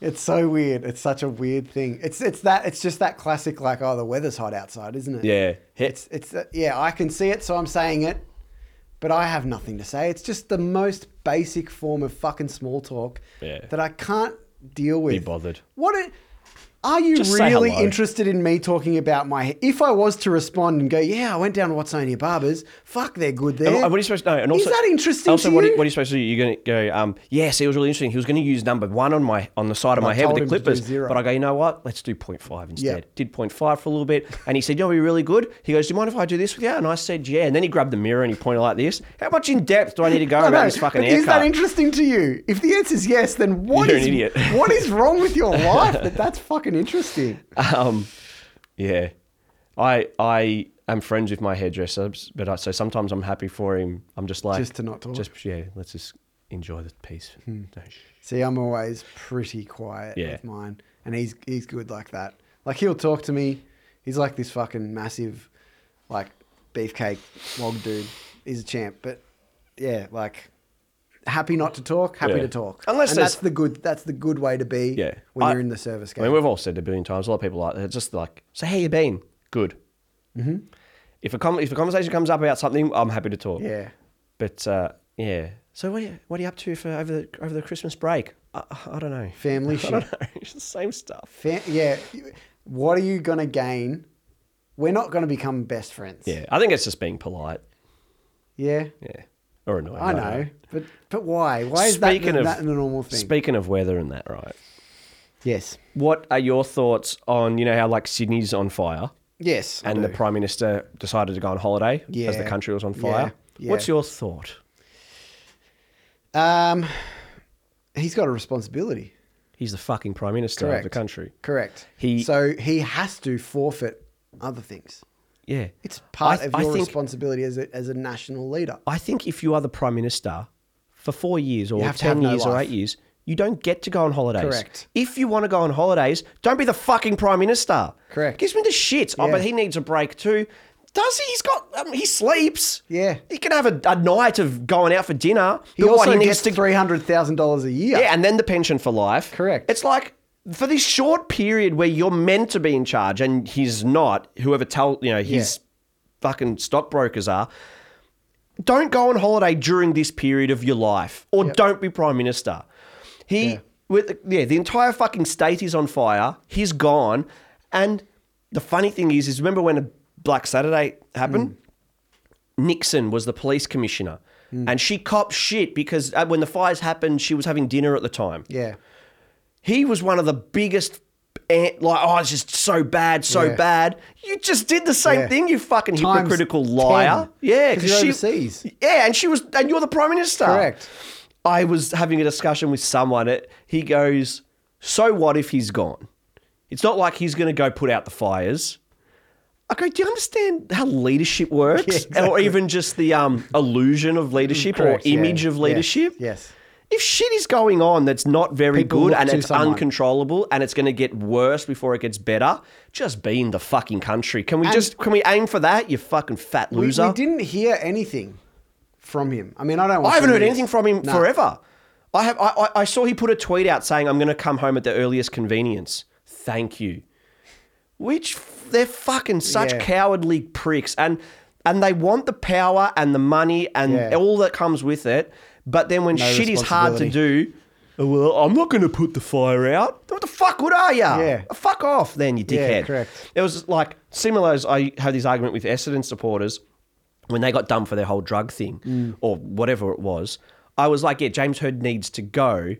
Speaker 2: It's so weird. It's such a weird thing. It's it's that it's just that classic like oh the weather's hot outside, isn't it?
Speaker 1: Yeah. He-
Speaker 2: It's it's uh, yeah, I can see it so I'm saying it, but I have nothing to say. It's just the most basic form of fucking small talk
Speaker 1: Yeah.
Speaker 2: that I can't deal with.
Speaker 1: bothered.
Speaker 2: What it, are you
Speaker 1: Just say
Speaker 2: really
Speaker 1: hello.
Speaker 2: interested in me talking about my if I was to respond and go, "Yeah, I went down to what's on your barbers. Fuck, they're good there."
Speaker 1: And what are you supposed to know? And also,
Speaker 2: Is that interesting
Speaker 1: Also,
Speaker 2: to
Speaker 1: what, Are
Speaker 2: you?
Speaker 1: you, what are you supposed to do? You're going to go. Um, yes, it was really interesting. He was going to use number one on my on the side of
Speaker 2: I
Speaker 1: my hair with the
Speaker 2: told him to do
Speaker 1: clippers,
Speaker 2: zero.
Speaker 1: but I go. You know what? Let's do 0.5 instead.
Speaker 2: Yeah.
Speaker 1: Did 0.5 for a little bit, and he said, "You know, what would be really good." He goes, "Do you mind if I do this with you?" And I said, "Yeah." And then he grabbed the mirror and he pointed like this. How much in depth do I need to go
Speaker 2: I
Speaker 1: about
Speaker 2: know,
Speaker 1: this fucking
Speaker 2: but is that
Speaker 1: haircut?
Speaker 2: interesting to you? If the answer is yes, then what
Speaker 1: You're
Speaker 2: is-
Speaker 1: an idiot.
Speaker 2: what is wrong with your life that that's fucking interesting?
Speaker 1: um, yeah, I I am friends with my hairdresser, but I, so sometimes I'm happy for him. I'm just like
Speaker 2: Just to not talk. Hmm.
Speaker 1: Just yeah, let's just enjoy the peace. Don't sh-
Speaker 2: See, I'm always pretty quiet
Speaker 1: Yeah.
Speaker 2: with mine, and he's he's good like that. Like he'll talk to me. He's like this fucking massive, like beefcake log dude. He's a champ, but yeah, like happy not to talk, happy
Speaker 1: Yeah.
Speaker 2: to talk.
Speaker 1: Unless
Speaker 2: and
Speaker 1: there's-
Speaker 2: that's the good that's the good way to be.
Speaker 1: Yeah.
Speaker 2: when
Speaker 1: I-
Speaker 2: you're in the service
Speaker 1: I
Speaker 2: game.
Speaker 1: mean, we've all said it a billion times. A lot of people like that. Just like, so how you been? Good. Mm-hmm. If a com- if a conversation comes up about something, I'm happy to talk.
Speaker 2: yeah,
Speaker 1: But uh, yeah. So what are, you, what are you up to for over the over the Christmas break? I, I don't know.
Speaker 2: family
Speaker 1: I
Speaker 2: shit.
Speaker 1: don't know. It's the same stuff.
Speaker 2: Fa- yeah. What are you going to gain? We're not going to become best friends.
Speaker 1: Yeah. I think it's just being polite.
Speaker 2: Yeah.
Speaker 1: Yeah. Or annoying.
Speaker 2: I know. But but why? Why is that,
Speaker 1: Speaking of-
Speaker 2: that the normal thing?
Speaker 1: Speaking of weather and that, right?
Speaker 2: yes.
Speaker 1: What are your thoughts on you know how like Sydney's on fire
Speaker 2: Yes. I
Speaker 1: and the
Speaker 2: do.
Speaker 1: prime minister decided to go on holiday as the
Speaker 2: Yeah.
Speaker 1: country was on
Speaker 2: Yeah.
Speaker 1: fire?
Speaker 2: Yeah.
Speaker 1: What's your thought?
Speaker 2: um, he's got a responsibility.
Speaker 1: He's the fucking prime minister
Speaker 2: Correct.
Speaker 1: of the country.
Speaker 2: Correct.
Speaker 1: He-
Speaker 2: so he has to forfeit other things.
Speaker 1: Yeah.
Speaker 2: It's part
Speaker 1: I-
Speaker 2: of
Speaker 1: I
Speaker 2: your
Speaker 1: think-
Speaker 2: responsibility as a, as a national leader.
Speaker 1: I think if you are the prime minister for four years or
Speaker 2: have to have
Speaker 1: 10
Speaker 2: no
Speaker 1: years or
Speaker 2: life.
Speaker 1: eight years, you don't get to go on holidays.
Speaker 2: Correct.
Speaker 1: If you want to go on holidays, don't be the fucking prime minister.
Speaker 2: Correct.
Speaker 1: Gives me the shit. Oh,
Speaker 2: Yeah.
Speaker 1: but he needs a break too. Does he? He's got. Um, he sleeps.
Speaker 2: Yeah.
Speaker 1: He can have a, a night of going out for dinner.
Speaker 2: He
Speaker 1: but what,
Speaker 2: also
Speaker 1: he
Speaker 2: gets three hundred thousand dollars a year.
Speaker 1: yeah, and then the pension for life.
Speaker 2: Correct.
Speaker 1: It's like for this short period where you're meant to be in charge and he's not, whoever tell you know, his fucking stockbrokers are. Don't go on holiday during this period of your life. Or don't be Prime Minister. He
Speaker 2: Yeah.
Speaker 1: with yeah, the entire fucking state is on fire. He's gone. And the funny thing is, is remember when a Black Saturday happened?
Speaker 2: Mm.
Speaker 1: Nixon was the police commissioner, and she copped shit because uh, when the fires happened, she was having dinner at the time.
Speaker 2: Yeah.
Speaker 1: He was one of the biggest, ant- like, oh, it's just so bad, so
Speaker 2: Yeah.
Speaker 1: bad. You just did the same
Speaker 2: Yeah.
Speaker 1: thing, you fucking
Speaker 2: Times
Speaker 1: hypocritical
Speaker 2: 10.
Speaker 1: liar. Yeah,
Speaker 2: 'Cause you're overseas.
Speaker 1: Yeah, and she was, and you're the prime minister.
Speaker 2: Correct.
Speaker 1: I was having a discussion with someone. It, he goes, "So what if he's gone? It's not like he's going to go put out the fires." I go, "Do you understand how leadership works, or even just the um, illusion of leadership
Speaker 2: Correct,
Speaker 1: or
Speaker 2: yeah,
Speaker 1: image of
Speaker 2: yes,
Speaker 1: leadership?
Speaker 2: yes.
Speaker 1: If shit is going on that's not very
Speaker 2: People
Speaker 1: good
Speaker 2: look
Speaker 1: and
Speaker 2: to
Speaker 1: it's
Speaker 2: someone.
Speaker 1: uncontrollable and it's going to get worse before it gets better, just be in the fucking country. Can we just can we aim for that? You fucking fat
Speaker 2: We,
Speaker 1: loser.
Speaker 2: we didn't hear anything from him. I mean, I don't. watch
Speaker 1: I haven't
Speaker 2: the
Speaker 1: heard
Speaker 2: news.
Speaker 1: anything from him
Speaker 2: No.
Speaker 1: forever. I have. I, I, I saw he put a tweet out saying, "I'm going to come home at the earliest convenience." Thank you. Which f- they're fucking such
Speaker 2: Yeah.
Speaker 1: cowardly pricks, and and they want the power and the money and
Speaker 2: Yeah.
Speaker 1: all that comes with it. But then when shit is hard to do, "Oh, well, I'm not going to put the fire out. What the fuck would I? ya?
Speaker 2: Yeah.
Speaker 1: Fuck off, then you
Speaker 2: Yeah,
Speaker 1: dickhead.
Speaker 2: correct.
Speaker 1: It was like similar as I had this argument with Essendon supporters when they got done for their whole drug thing
Speaker 2: Mm.
Speaker 1: or whatever it was. I was like, yeah, James Heard needs to go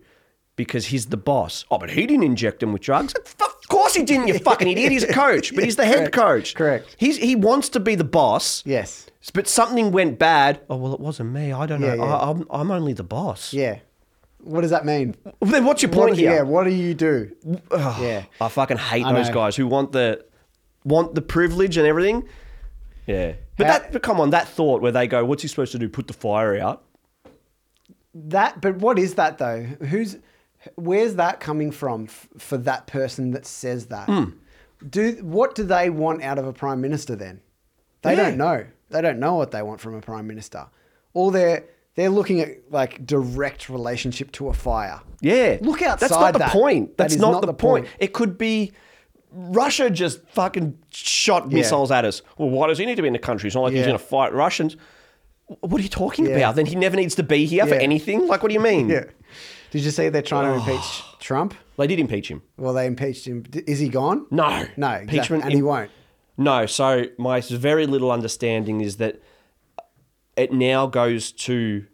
Speaker 1: because he's the boss. Oh, but he didn't inject him with drugs. Of course course he didn't, you fucking idiot. He's a coach, but he's the head
Speaker 2: Correct.
Speaker 1: coach.
Speaker 2: Correct.
Speaker 1: He's, he wants to be the boss.
Speaker 2: Yes.
Speaker 1: But something went bad. Oh, well, it wasn't me. I don't
Speaker 2: Yeah,
Speaker 1: know.
Speaker 2: yeah.
Speaker 1: I, I'm, I'm only the boss.
Speaker 2: Yeah. What does that mean?
Speaker 1: Well, then what's your point
Speaker 2: What-
Speaker 1: here?
Speaker 2: Yeah. What do you do?
Speaker 1: Ugh,
Speaker 2: Yeah.
Speaker 1: Oh, I fucking hate
Speaker 2: I
Speaker 1: those
Speaker 2: know.
Speaker 1: guys who want the want the privilege and everything. Yeah. But
Speaker 2: How-
Speaker 1: that but come on, that thought where they go, What's he supposed to do? Put the fire out?
Speaker 2: That. But what is that though? Who's? Where's that coming from f- for that person that says that?
Speaker 1: Hmm.
Speaker 2: Do what do they want out of a prime minister then? They
Speaker 1: Yeah.
Speaker 2: don't know. They don't know what they want from a prime minister. All they're they're looking at like direct relationship to a fire.
Speaker 1: Yeah.
Speaker 2: Look
Speaker 1: That's
Speaker 2: outside
Speaker 1: not the
Speaker 2: that.
Speaker 1: point.
Speaker 2: That
Speaker 1: That's
Speaker 2: is
Speaker 1: not,
Speaker 2: not
Speaker 1: the,
Speaker 2: the
Speaker 1: point.
Speaker 2: point.
Speaker 1: It could be Russia just fucking shot missiles at us. Well, why does he need to be in the country? It's not like he's
Speaker 2: Yeah.
Speaker 1: gonna fight Russians. What are you talking
Speaker 2: Yeah.
Speaker 1: about? Then he never needs to be here for
Speaker 2: Yeah.
Speaker 1: anything? Like what do you mean?
Speaker 2: Yeah. Did you see they're trying
Speaker 1: Oh.
Speaker 2: to impeach Trump?
Speaker 1: They did impeach him.
Speaker 2: Well, they impeached him. D- Is he gone?
Speaker 1: No.
Speaker 2: No. Exactly.
Speaker 1: Impeachment
Speaker 2: And he
Speaker 1: im-
Speaker 2: won't.
Speaker 1: No, so my very little understanding is that it now goes to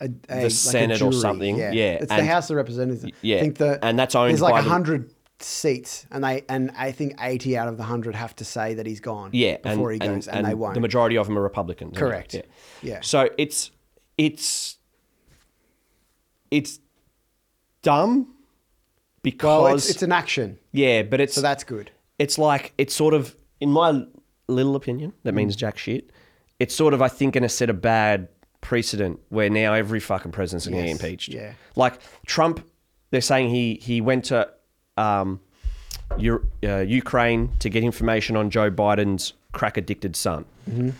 Speaker 2: A, a,
Speaker 1: The Senate or something.
Speaker 2: Yeah.
Speaker 1: Yeah,
Speaker 2: It's the
Speaker 1: and-
Speaker 2: House of Representatives.
Speaker 1: yeah,
Speaker 2: I think that
Speaker 1: and that's owned
Speaker 2: There's like
Speaker 1: by the-
Speaker 2: 100 seats, and they and I think 80 out of the 100 have to say that he's gone
Speaker 1: yeah,
Speaker 2: before he goes, and, they won't.
Speaker 1: The majority of them are Republicans. aren't they?
Speaker 2: Correct.
Speaker 1: Yeah.
Speaker 2: Yeah.
Speaker 1: So it's it's it's dumb because
Speaker 2: well, Oh, it's, it's an action,
Speaker 1: yeah, but it's
Speaker 2: so that's good.
Speaker 1: it's like it's sort of in my little opinion that
Speaker 2: Mm.
Speaker 1: means jack shit it's sort of i think going to set a bad precedent where now every fucking president's going to
Speaker 2: Yes,
Speaker 1: get impeached
Speaker 2: yeah.
Speaker 1: like trump they're saying he he went to um Eu- uh, ukraine to get information on joe biden's crack addicted son
Speaker 2: Mm-hmm.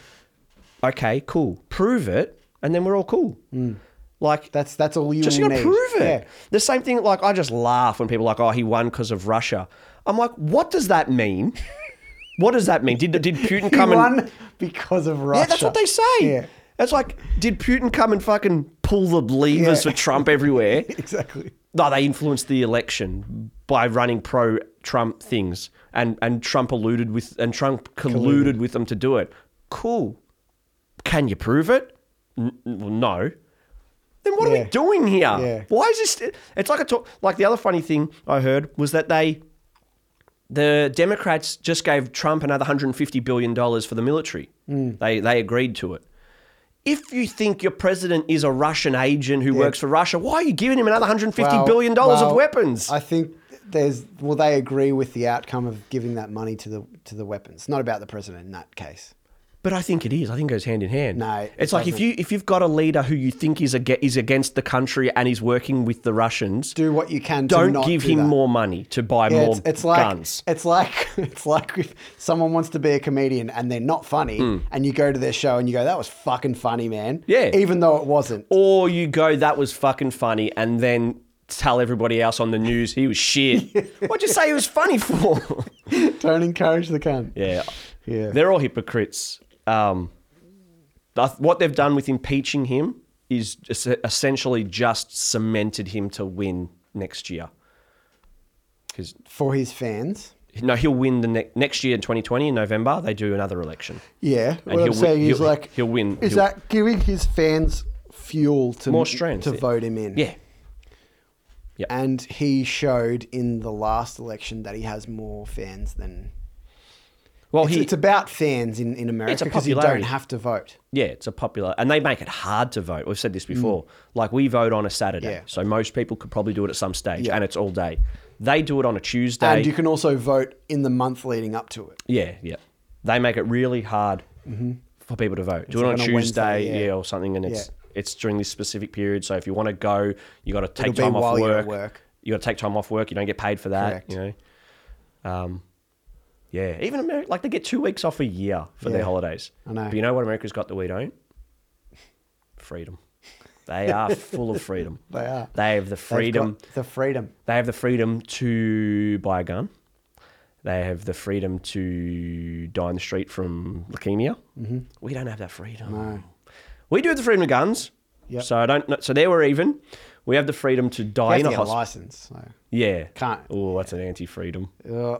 Speaker 1: okay cool prove it and then we're all cool
Speaker 2: Mm.
Speaker 1: like
Speaker 2: That's that's all you
Speaker 1: just
Speaker 2: will
Speaker 1: gotta
Speaker 2: need.
Speaker 1: prove it.
Speaker 2: Yeah.
Speaker 1: The same thing, like I just laugh when people are like, oh, he won because of Russia. I'm like, what does that mean? what does that mean? Did did Putin
Speaker 2: He
Speaker 1: come and
Speaker 2: won because of Russia.
Speaker 1: yeah, that's what they say.
Speaker 2: Yeah.
Speaker 1: It's like, did Putin come and fucking pull the levers
Speaker 2: Yeah.
Speaker 1: for Trump everywhere?
Speaker 2: Exactly.
Speaker 1: no, they influenced the election by running pro Trump things, and and Trump alluded with and Trump colluded with them to do it. Cool. Can you prove it? N- n- no. Then what are
Speaker 2: Yeah.
Speaker 1: we doing here?
Speaker 2: Yeah.
Speaker 1: Why is this? It's like a talk. Like the other funny thing I heard was that they, the Democrats just gave Trump another 150 billion dollars for the military.
Speaker 2: Hmm.
Speaker 1: They they agreed to it. If you think your president is a Russian agent who works for Russia, why are you giving him another 150 Fifty billion
Speaker 2: Well-
Speaker 1: dollars of
Speaker 2: well,
Speaker 1: weapons.
Speaker 2: I think there's well they agree with the outcome of giving that money to the to the weapons. Not about the president in that case.
Speaker 1: but I think it is. I think it goes hand in hand.
Speaker 2: No, it
Speaker 1: it's like if
Speaker 2: doesn't.
Speaker 1: you if you've got a leader who you think is ag- is against the country and he's working with the Russians,
Speaker 2: Do what you can to
Speaker 1: don't
Speaker 2: not
Speaker 1: give
Speaker 2: do
Speaker 1: him
Speaker 2: that.
Speaker 1: more money to buy
Speaker 2: Yeah,
Speaker 1: more
Speaker 2: it's, it's like
Speaker 1: guns.
Speaker 2: it's like it's like if someone wants to be a comedian and they're not funny and you go to their show and you go that was fucking funny man
Speaker 1: Hmm. Yeah.
Speaker 2: even though it wasn't
Speaker 1: Or you go, that was fucking funny, and then tell everybody else on the news he was shit. What'd you say he was funny for?
Speaker 2: don't encourage the cunt
Speaker 1: yeah,
Speaker 2: Yeah.
Speaker 1: they're all hypocrites. Um, I th- what they've done with impeaching him is es- essentially just cemented him to win next year. Because
Speaker 2: for his fans
Speaker 1: no, he'll win the ne- next year in 2020 in November. They do another election.
Speaker 2: yeah
Speaker 1: And
Speaker 2: what
Speaker 1: he'll
Speaker 2: I'm
Speaker 1: win-
Speaker 2: saying is
Speaker 1: he'll-
Speaker 2: like
Speaker 1: he'll win-
Speaker 2: is
Speaker 1: he'll-
Speaker 2: that giving his fans fuel to
Speaker 1: More strength,
Speaker 2: to
Speaker 1: yeah.
Speaker 2: vote him in
Speaker 1: Yeah,
Speaker 2: and he showed in the last election that he has more fans than
Speaker 1: well,
Speaker 2: it's,
Speaker 1: he
Speaker 2: it's about fans in, in America because you don't
Speaker 1: popularity.
Speaker 2: have to vote
Speaker 1: Yeah, it's a popular, and they make it hard to vote. We've said this before. Like we vote on a Saturday,
Speaker 2: Mm. Yeah.
Speaker 1: so most people could probably do it at some stage,
Speaker 2: Yeah.
Speaker 1: and it's all day. They do it on a Tuesday.
Speaker 2: and you can also vote in the month leading up to it
Speaker 1: yeah, yeah. They make it really hard
Speaker 2: Mm-hmm.
Speaker 1: for people to vote. Do it
Speaker 2: like
Speaker 1: on
Speaker 2: on a
Speaker 1: Tuesday,
Speaker 2: Wednesday,
Speaker 1: yeah.
Speaker 2: yeah.
Speaker 1: or something, and it's
Speaker 2: Yeah.
Speaker 1: it's during this specific period. So if you want to go, you got to take
Speaker 2: It'll be
Speaker 1: time off
Speaker 2: while you're
Speaker 1: work.
Speaker 2: at work.
Speaker 1: You got to take time off work. You don't get paid for that.
Speaker 2: Correct.
Speaker 1: You know. Um, yeah, even America, like they get two weeks off a year for their
Speaker 2: Yeah.
Speaker 1: holidays.
Speaker 2: I know.
Speaker 1: But you know what America's got that we don't? Freedom. They are full of freedom.
Speaker 2: They are.
Speaker 1: They have the
Speaker 2: They've
Speaker 1: freedom.
Speaker 2: got the freedom
Speaker 1: They have the freedom to buy a gun. They have the freedom to die in the street from leukemia. Mm-hmm. We don't have that freedom.
Speaker 2: No.
Speaker 1: We do have the freedom of guns.
Speaker 2: Yep.
Speaker 1: So I don't. know- So there we're even. We have the freedom to die
Speaker 2: You
Speaker 1: in
Speaker 2: have
Speaker 1: a
Speaker 2: to get a
Speaker 1: hospital.
Speaker 2: license. So.
Speaker 1: yeah.
Speaker 2: Can't.
Speaker 1: Oh, that's an anti-freedom.
Speaker 2: Uh,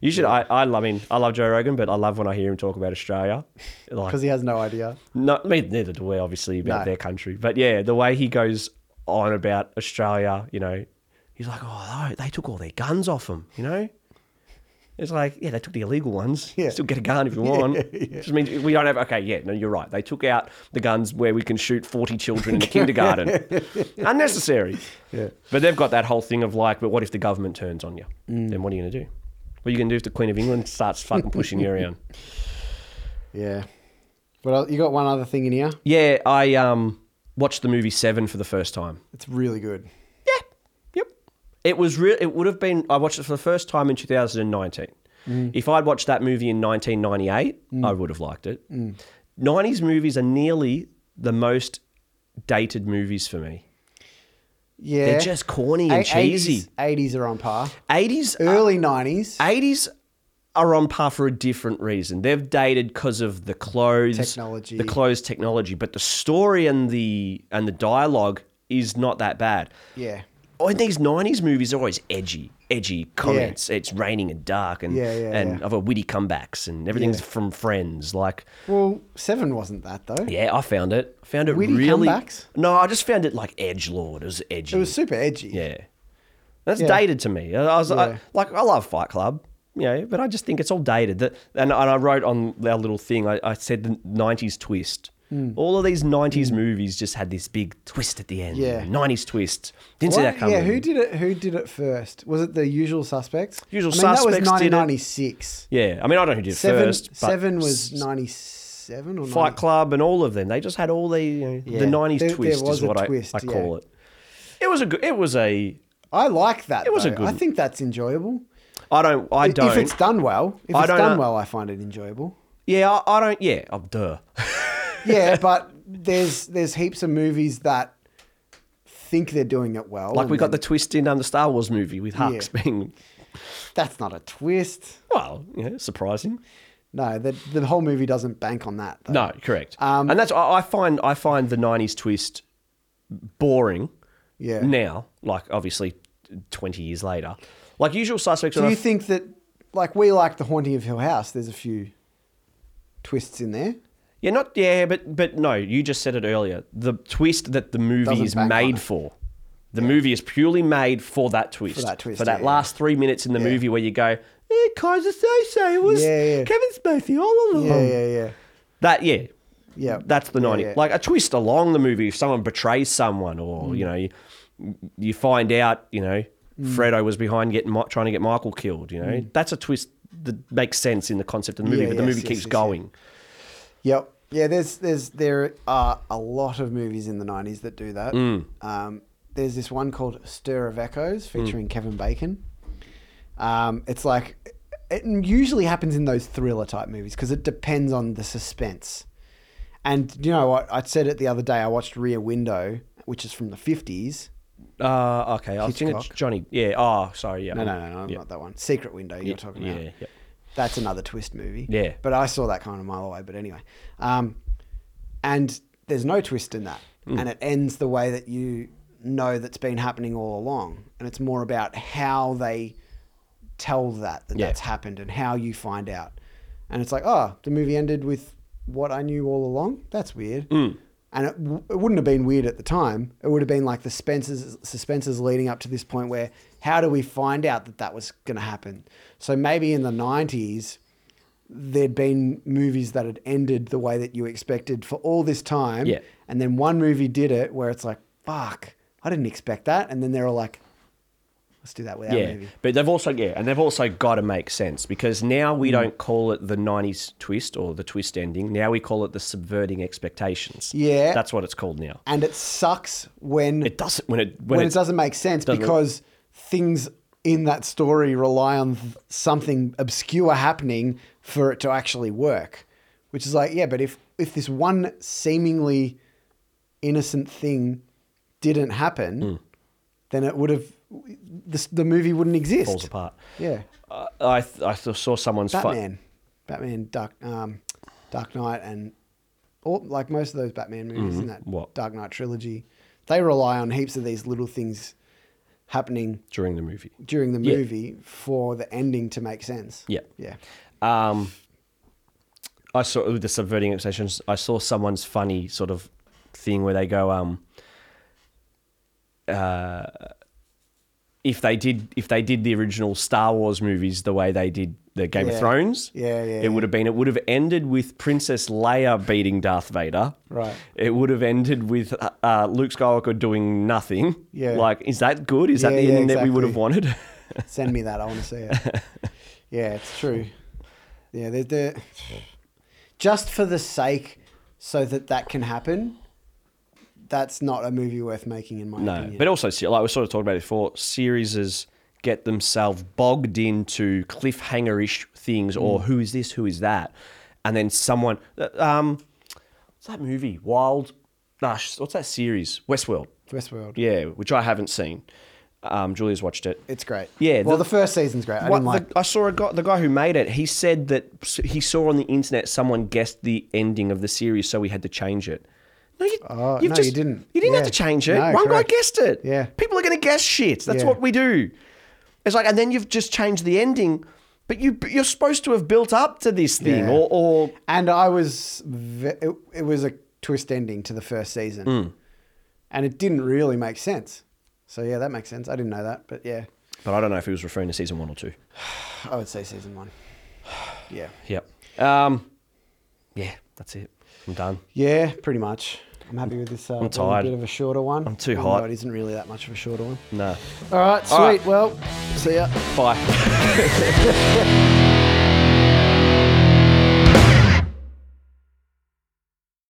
Speaker 1: You should. I. I. love- I mean, I love Joe Rogan, but I love when I hear him talk about Australia. Like,
Speaker 2: Because he has no idea.
Speaker 1: No, I mean, neither do we, obviously, about
Speaker 2: No.
Speaker 1: their country. But yeah, the way he goes on about Australia, you know, he's like, oh, no, they took all their guns off them, you know? It's like, yeah, they took the illegal ones.
Speaker 2: Yeah.
Speaker 1: Still get a gun if you want. Just means we don't have. Okay, yeah, no, you're right. They took out the guns where we can shoot 40 children in a kindergarten. Unnecessary.
Speaker 2: Yeah.
Speaker 1: But they've got that whole thing of like, but what if the government turns on you?
Speaker 2: Mm.
Speaker 1: Then what are you going to do? What are you going to do if the Queen of England starts fucking pushing you around?
Speaker 2: Yeah. But uh, you got one other thing in here.
Speaker 1: Yeah, I um watched the movie Seven for the first time.
Speaker 2: It's really good.
Speaker 1: Yeah. Yep. It was real. It would have been. I watched it for the first time in 2019. If I'd watched that movie in 1998, I would have liked it. 90s movies are nearly the most dated movies for me.
Speaker 2: Yeah.
Speaker 1: They're just corny and
Speaker 2: Eight-
Speaker 1: cheesy. Uh,
Speaker 2: 80s, 80s are on par.
Speaker 1: 80s,
Speaker 2: Early 90s.
Speaker 1: 80s are on par for a different reason. They've dated because of the clothes,
Speaker 2: Technology.
Speaker 1: the clothes technology, but the story and the and the dialogue is not that bad.
Speaker 2: Yeah.
Speaker 1: Oh, and these '90s movies are always edgy, edgy comments. It's raining and dark, and
Speaker 2: Yeah, yeah,
Speaker 1: and
Speaker 2: yeah.
Speaker 1: other witty comebacks, and everything's from Friends. Like,
Speaker 2: Well, Seven wasn't that, though.
Speaker 1: yeah, I found it. I found it
Speaker 2: Witty
Speaker 1: really.
Speaker 2: comebacks?
Speaker 1: No, I just found it like edge lord. It was edgy.
Speaker 2: It was super edgy.
Speaker 1: yeah, that's
Speaker 2: Yeah.
Speaker 1: dated to me. I was I-
Speaker 2: Yeah.
Speaker 1: like, I love Fight Club. You know, but I just think it's all dated. That and, and I wrote on our little thing. I, I said the '90s twist.
Speaker 2: Hmm.
Speaker 1: All of these '90s movies just had this big twist at the end.
Speaker 2: Yeah.
Speaker 1: '90s twist. Didn't see
Speaker 2: What?
Speaker 1: that coming.
Speaker 2: Yeah, who did it? Who did it first? Was it the Usual Suspects?
Speaker 1: Usual
Speaker 2: I mean, That was
Speaker 1: Suspects did it.
Speaker 2: 1996.
Speaker 1: Yeah, I mean, I don't know who did it
Speaker 2: Seven.
Speaker 1: first. But
Speaker 2: seven was 97 or
Speaker 1: Fight
Speaker 2: 90
Speaker 1: Club and all of them. They just had all the you know,
Speaker 2: Yeah.
Speaker 1: the nineties
Speaker 2: There- there
Speaker 1: twist
Speaker 2: was
Speaker 1: is
Speaker 2: a
Speaker 1: what I,
Speaker 2: twist,
Speaker 1: I
Speaker 2: yeah.
Speaker 1: call it. It was a good. It was a.
Speaker 2: I like that. It
Speaker 1: was a good-
Speaker 2: I think that's enjoyable.
Speaker 1: I don't. I don't.
Speaker 2: If it's done well, if
Speaker 1: I
Speaker 2: it's
Speaker 1: don't
Speaker 2: done
Speaker 1: know.
Speaker 2: well, I find it enjoyable.
Speaker 1: yeah, I, I don't. Yeah, oh, duh.
Speaker 2: Yeah, but there's there's heaps of movies that think they're doing it well.
Speaker 1: like
Speaker 2: and
Speaker 1: we got
Speaker 2: then-
Speaker 1: the twist in um, the Star Wars movie with Hux being
Speaker 2: that's not a twist.
Speaker 1: well, you know, surprising.
Speaker 2: No, the the whole movie doesn't bank on that. Though.
Speaker 1: No, correct.
Speaker 2: Um,
Speaker 1: and that's I, I find I find the nineties twist boring.
Speaker 2: Yeah.
Speaker 1: Now, like obviously, twenty years later, like usual suspects.
Speaker 2: Do
Speaker 1: when I
Speaker 2: you think that like we like the Haunting of Hill House? There's a few twists in there.
Speaker 1: Yeah, not yeah, but but no, you just said it earlier. The twist that the movie
Speaker 2: Doesn't
Speaker 1: is
Speaker 2: bank on
Speaker 1: made
Speaker 2: it.
Speaker 1: for. The movie is purely made for that twist.
Speaker 2: that twist,
Speaker 1: For that
Speaker 2: yeah,
Speaker 1: last three minutes in the
Speaker 2: Yeah.
Speaker 1: movie where you go, eh, Kaiser so so it was
Speaker 2: Yeah, yeah.
Speaker 1: Kevin Spacey all along.
Speaker 2: Yeah, yeah, yeah.
Speaker 1: That yeah.
Speaker 2: Yeah.
Speaker 1: That's the
Speaker 2: Yeah,
Speaker 1: 90.
Speaker 2: yeah.
Speaker 1: Like a twist along the movie if someone betrays someone or,
Speaker 2: Mm.
Speaker 1: you know, you, you find out, you know, Fredo was behind getting Mi- trying to get Michael killed, you know. That's a twist that makes sense in the concept of the movie,
Speaker 2: Mm. Yeah,
Speaker 1: but the
Speaker 2: yes,
Speaker 1: movie
Speaker 2: yes,
Speaker 1: keeps
Speaker 2: yes, yeah.
Speaker 1: going.
Speaker 2: Yep. Yeah, there's there's there are a lot of movies in the '90s that do that. Um, there's this one called Stir of Echoes featuring Kevin Bacon. Um, it's like it usually happens in those thriller type movies because it depends on the suspense. And you know what? I said it the other day. I watched Rear Window, which is from the '50s.
Speaker 1: Uh, okay. I've seen it.
Speaker 2: Hitchcock.
Speaker 1: Johnny. Yeah. Oh, sorry. Yeah.
Speaker 2: No, no, no, no,
Speaker 1: Yeah.
Speaker 2: not that one. Secret Window you're talking about.
Speaker 1: Yeah. yeah.
Speaker 2: That's another twist movie.
Speaker 1: Yeah.
Speaker 2: But I saw that kind of a mile away. But anyway, um, and there's no twist in that,
Speaker 1: Mm.
Speaker 2: and it ends the way that you know that's been happening all along, and it's more about how they tell that that
Speaker 1: Yeah.
Speaker 2: that's happened and how you find out, and it's like, oh, the movie ended with what I knew all along. That's weird.
Speaker 1: Mm.
Speaker 2: And it, w- it wouldn't have been weird at the time. It would have been like the suspenses, suspenses leading up to this point where how do we find out that that was going to happen? So maybe in the 90s, there'd been movies that had ended the way that you expected for all this time.
Speaker 1: Yeah.
Speaker 2: And then one movie did it where it's like, fuck, I didn't expect that. And then they're all like, let's do that with our
Speaker 1: Yeah.
Speaker 2: movie.
Speaker 1: But they've also yeah, and they've also got to make sense because now
Speaker 2: Mm.
Speaker 1: we don't call it the '90s twist or the twist ending. Now we call it the subverting expectations.
Speaker 2: Yeah.
Speaker 1: That's what it's called now.
Speaker 2: And it sucks when
Speaker 1: It doesn't when it
Speaker 2: when,
Speaker 1: when,
Speaker 2: it doesn't make sense because things in that story rely on th- something obscure happening for it to actually work which is like yeah but if if this one seemingly innocent thing didn't happen then it would have this, the movie wouldn't exist
Speaker 1: falls apart.
Speaker 2: yeah
Speaker 1: Uh, I th- I th- saw someone's fu-
Speaker 2: batman batman dark um dark knight and all like most of those batman movies in that
Speaker 1: Mm-hmm. What?
Speaker 2: dark knight trilogy they rely on heaps of these little things happening
Speaker 1: during the movie.
Speaker 2: during the
Speaker 1: Yeah.
Speaker 2: movie for the ending to make sense.
Speaker 1: Yeah.
Speaker 2: Yeah.
Speaker 1: Um, I saw with the subverting obsessions. I saw someone's funny sort of thing where they go, um, uh, if they did if they did the original Star Wars movies the way they did the Game
Speaker 2: Yeah.
Speaker 1: of Thrones.
Speaker 2: Yeah, yeah,
Speaker 1: It would have been. It would have ended with Princess Leia beating Darth Vader.
Speaker 2: Right.
Speaker 1: It would have ended with uh, uh, Luke Skywalker doing nothing.
Speaker 2: Yeah.
Speaker 1: Like, is that good? Is that
Speaker 2: Yeah,
Speaker 1: the
Speaker 2: yeah,
Speaker 1: ending that we would
Speaker 2: exactly.
Speaker 1: have wanted?
Speaker 2: Send me that. I want to see it. yeah, it's true. Yeah, they're, they're just for the sake so that that can happen. That's not a movie worth making, in my
Speaker 1: no.
Speaker 2: opinion.
Speaker 1: But also, se- like we sort of talked about it before, series is get themselves bogged into cliffhanger ish things or who is this, who is that. And then someone. uh, Um, what's that movie? Wild. Gosh, what's that series? Westworld.
Speaker 2: Westworld.
Speaker 1: Yeah, which I haven't seen. Um, Julia's watched it.
Speaker 2: It's great.
Speaker 1: Yeah,
Speaker 2: Well,
Speaker 1: the-
Speaker 2: the, first season's great. I
Speaker 1: What
Speaker 2: didn't like.
Speaker 1: the, I saw a guy, the guy who made it. He said that s- he saw on the internet someone guessed the ending of the series, so we had to change it. No, you,
Speaker 2: Oh,
Speaker 1: you've
Speaker 2: no, you didn't.
Speaker 1: You didn't
Speaker 2: Yeah.
Speaker 1: have to change it.
Speaker 2: No,
Speaker 1: One
Speaker 2: correct.
Speaker 1: guy guessed it.
Speaker 2: Yeah.
Speaker 1: people are going to guess shit. That's
Speaker 2: Yeah.
Speaker 1: what we do. It's like, and then you've just changed the ending, but you you're supposed to have built up to this thing,
Speaker 2: Yeah.
Speaker 1: or, or
Speaker 2: And I was, ve- it, it was a twist ending to the first season, and it didn't really make sense. So yeah, that makes sense. I didn't know that, but yeah,
Speaker 1: but I don't know if he was referring to season one or two.
Speaker 2: I would say season one. Yeah,
Speaker 1: Yep. Um, yeah, that's it. I'm done.
Speaker 2: yeah, pretty much. I'm happy with this. Uh, being
Speaker 1: tired.
Speaker 2: A bit of a shorter one. I'm
Speaker 1: too hot.
Speaker 2: It isn't really that much of a shorter one.
Speaker 1: No,
Speaker 2: All right, sweet.
Speaker 1: All right.
Speaker 2: Well, see ya.
Speaker 1: bye.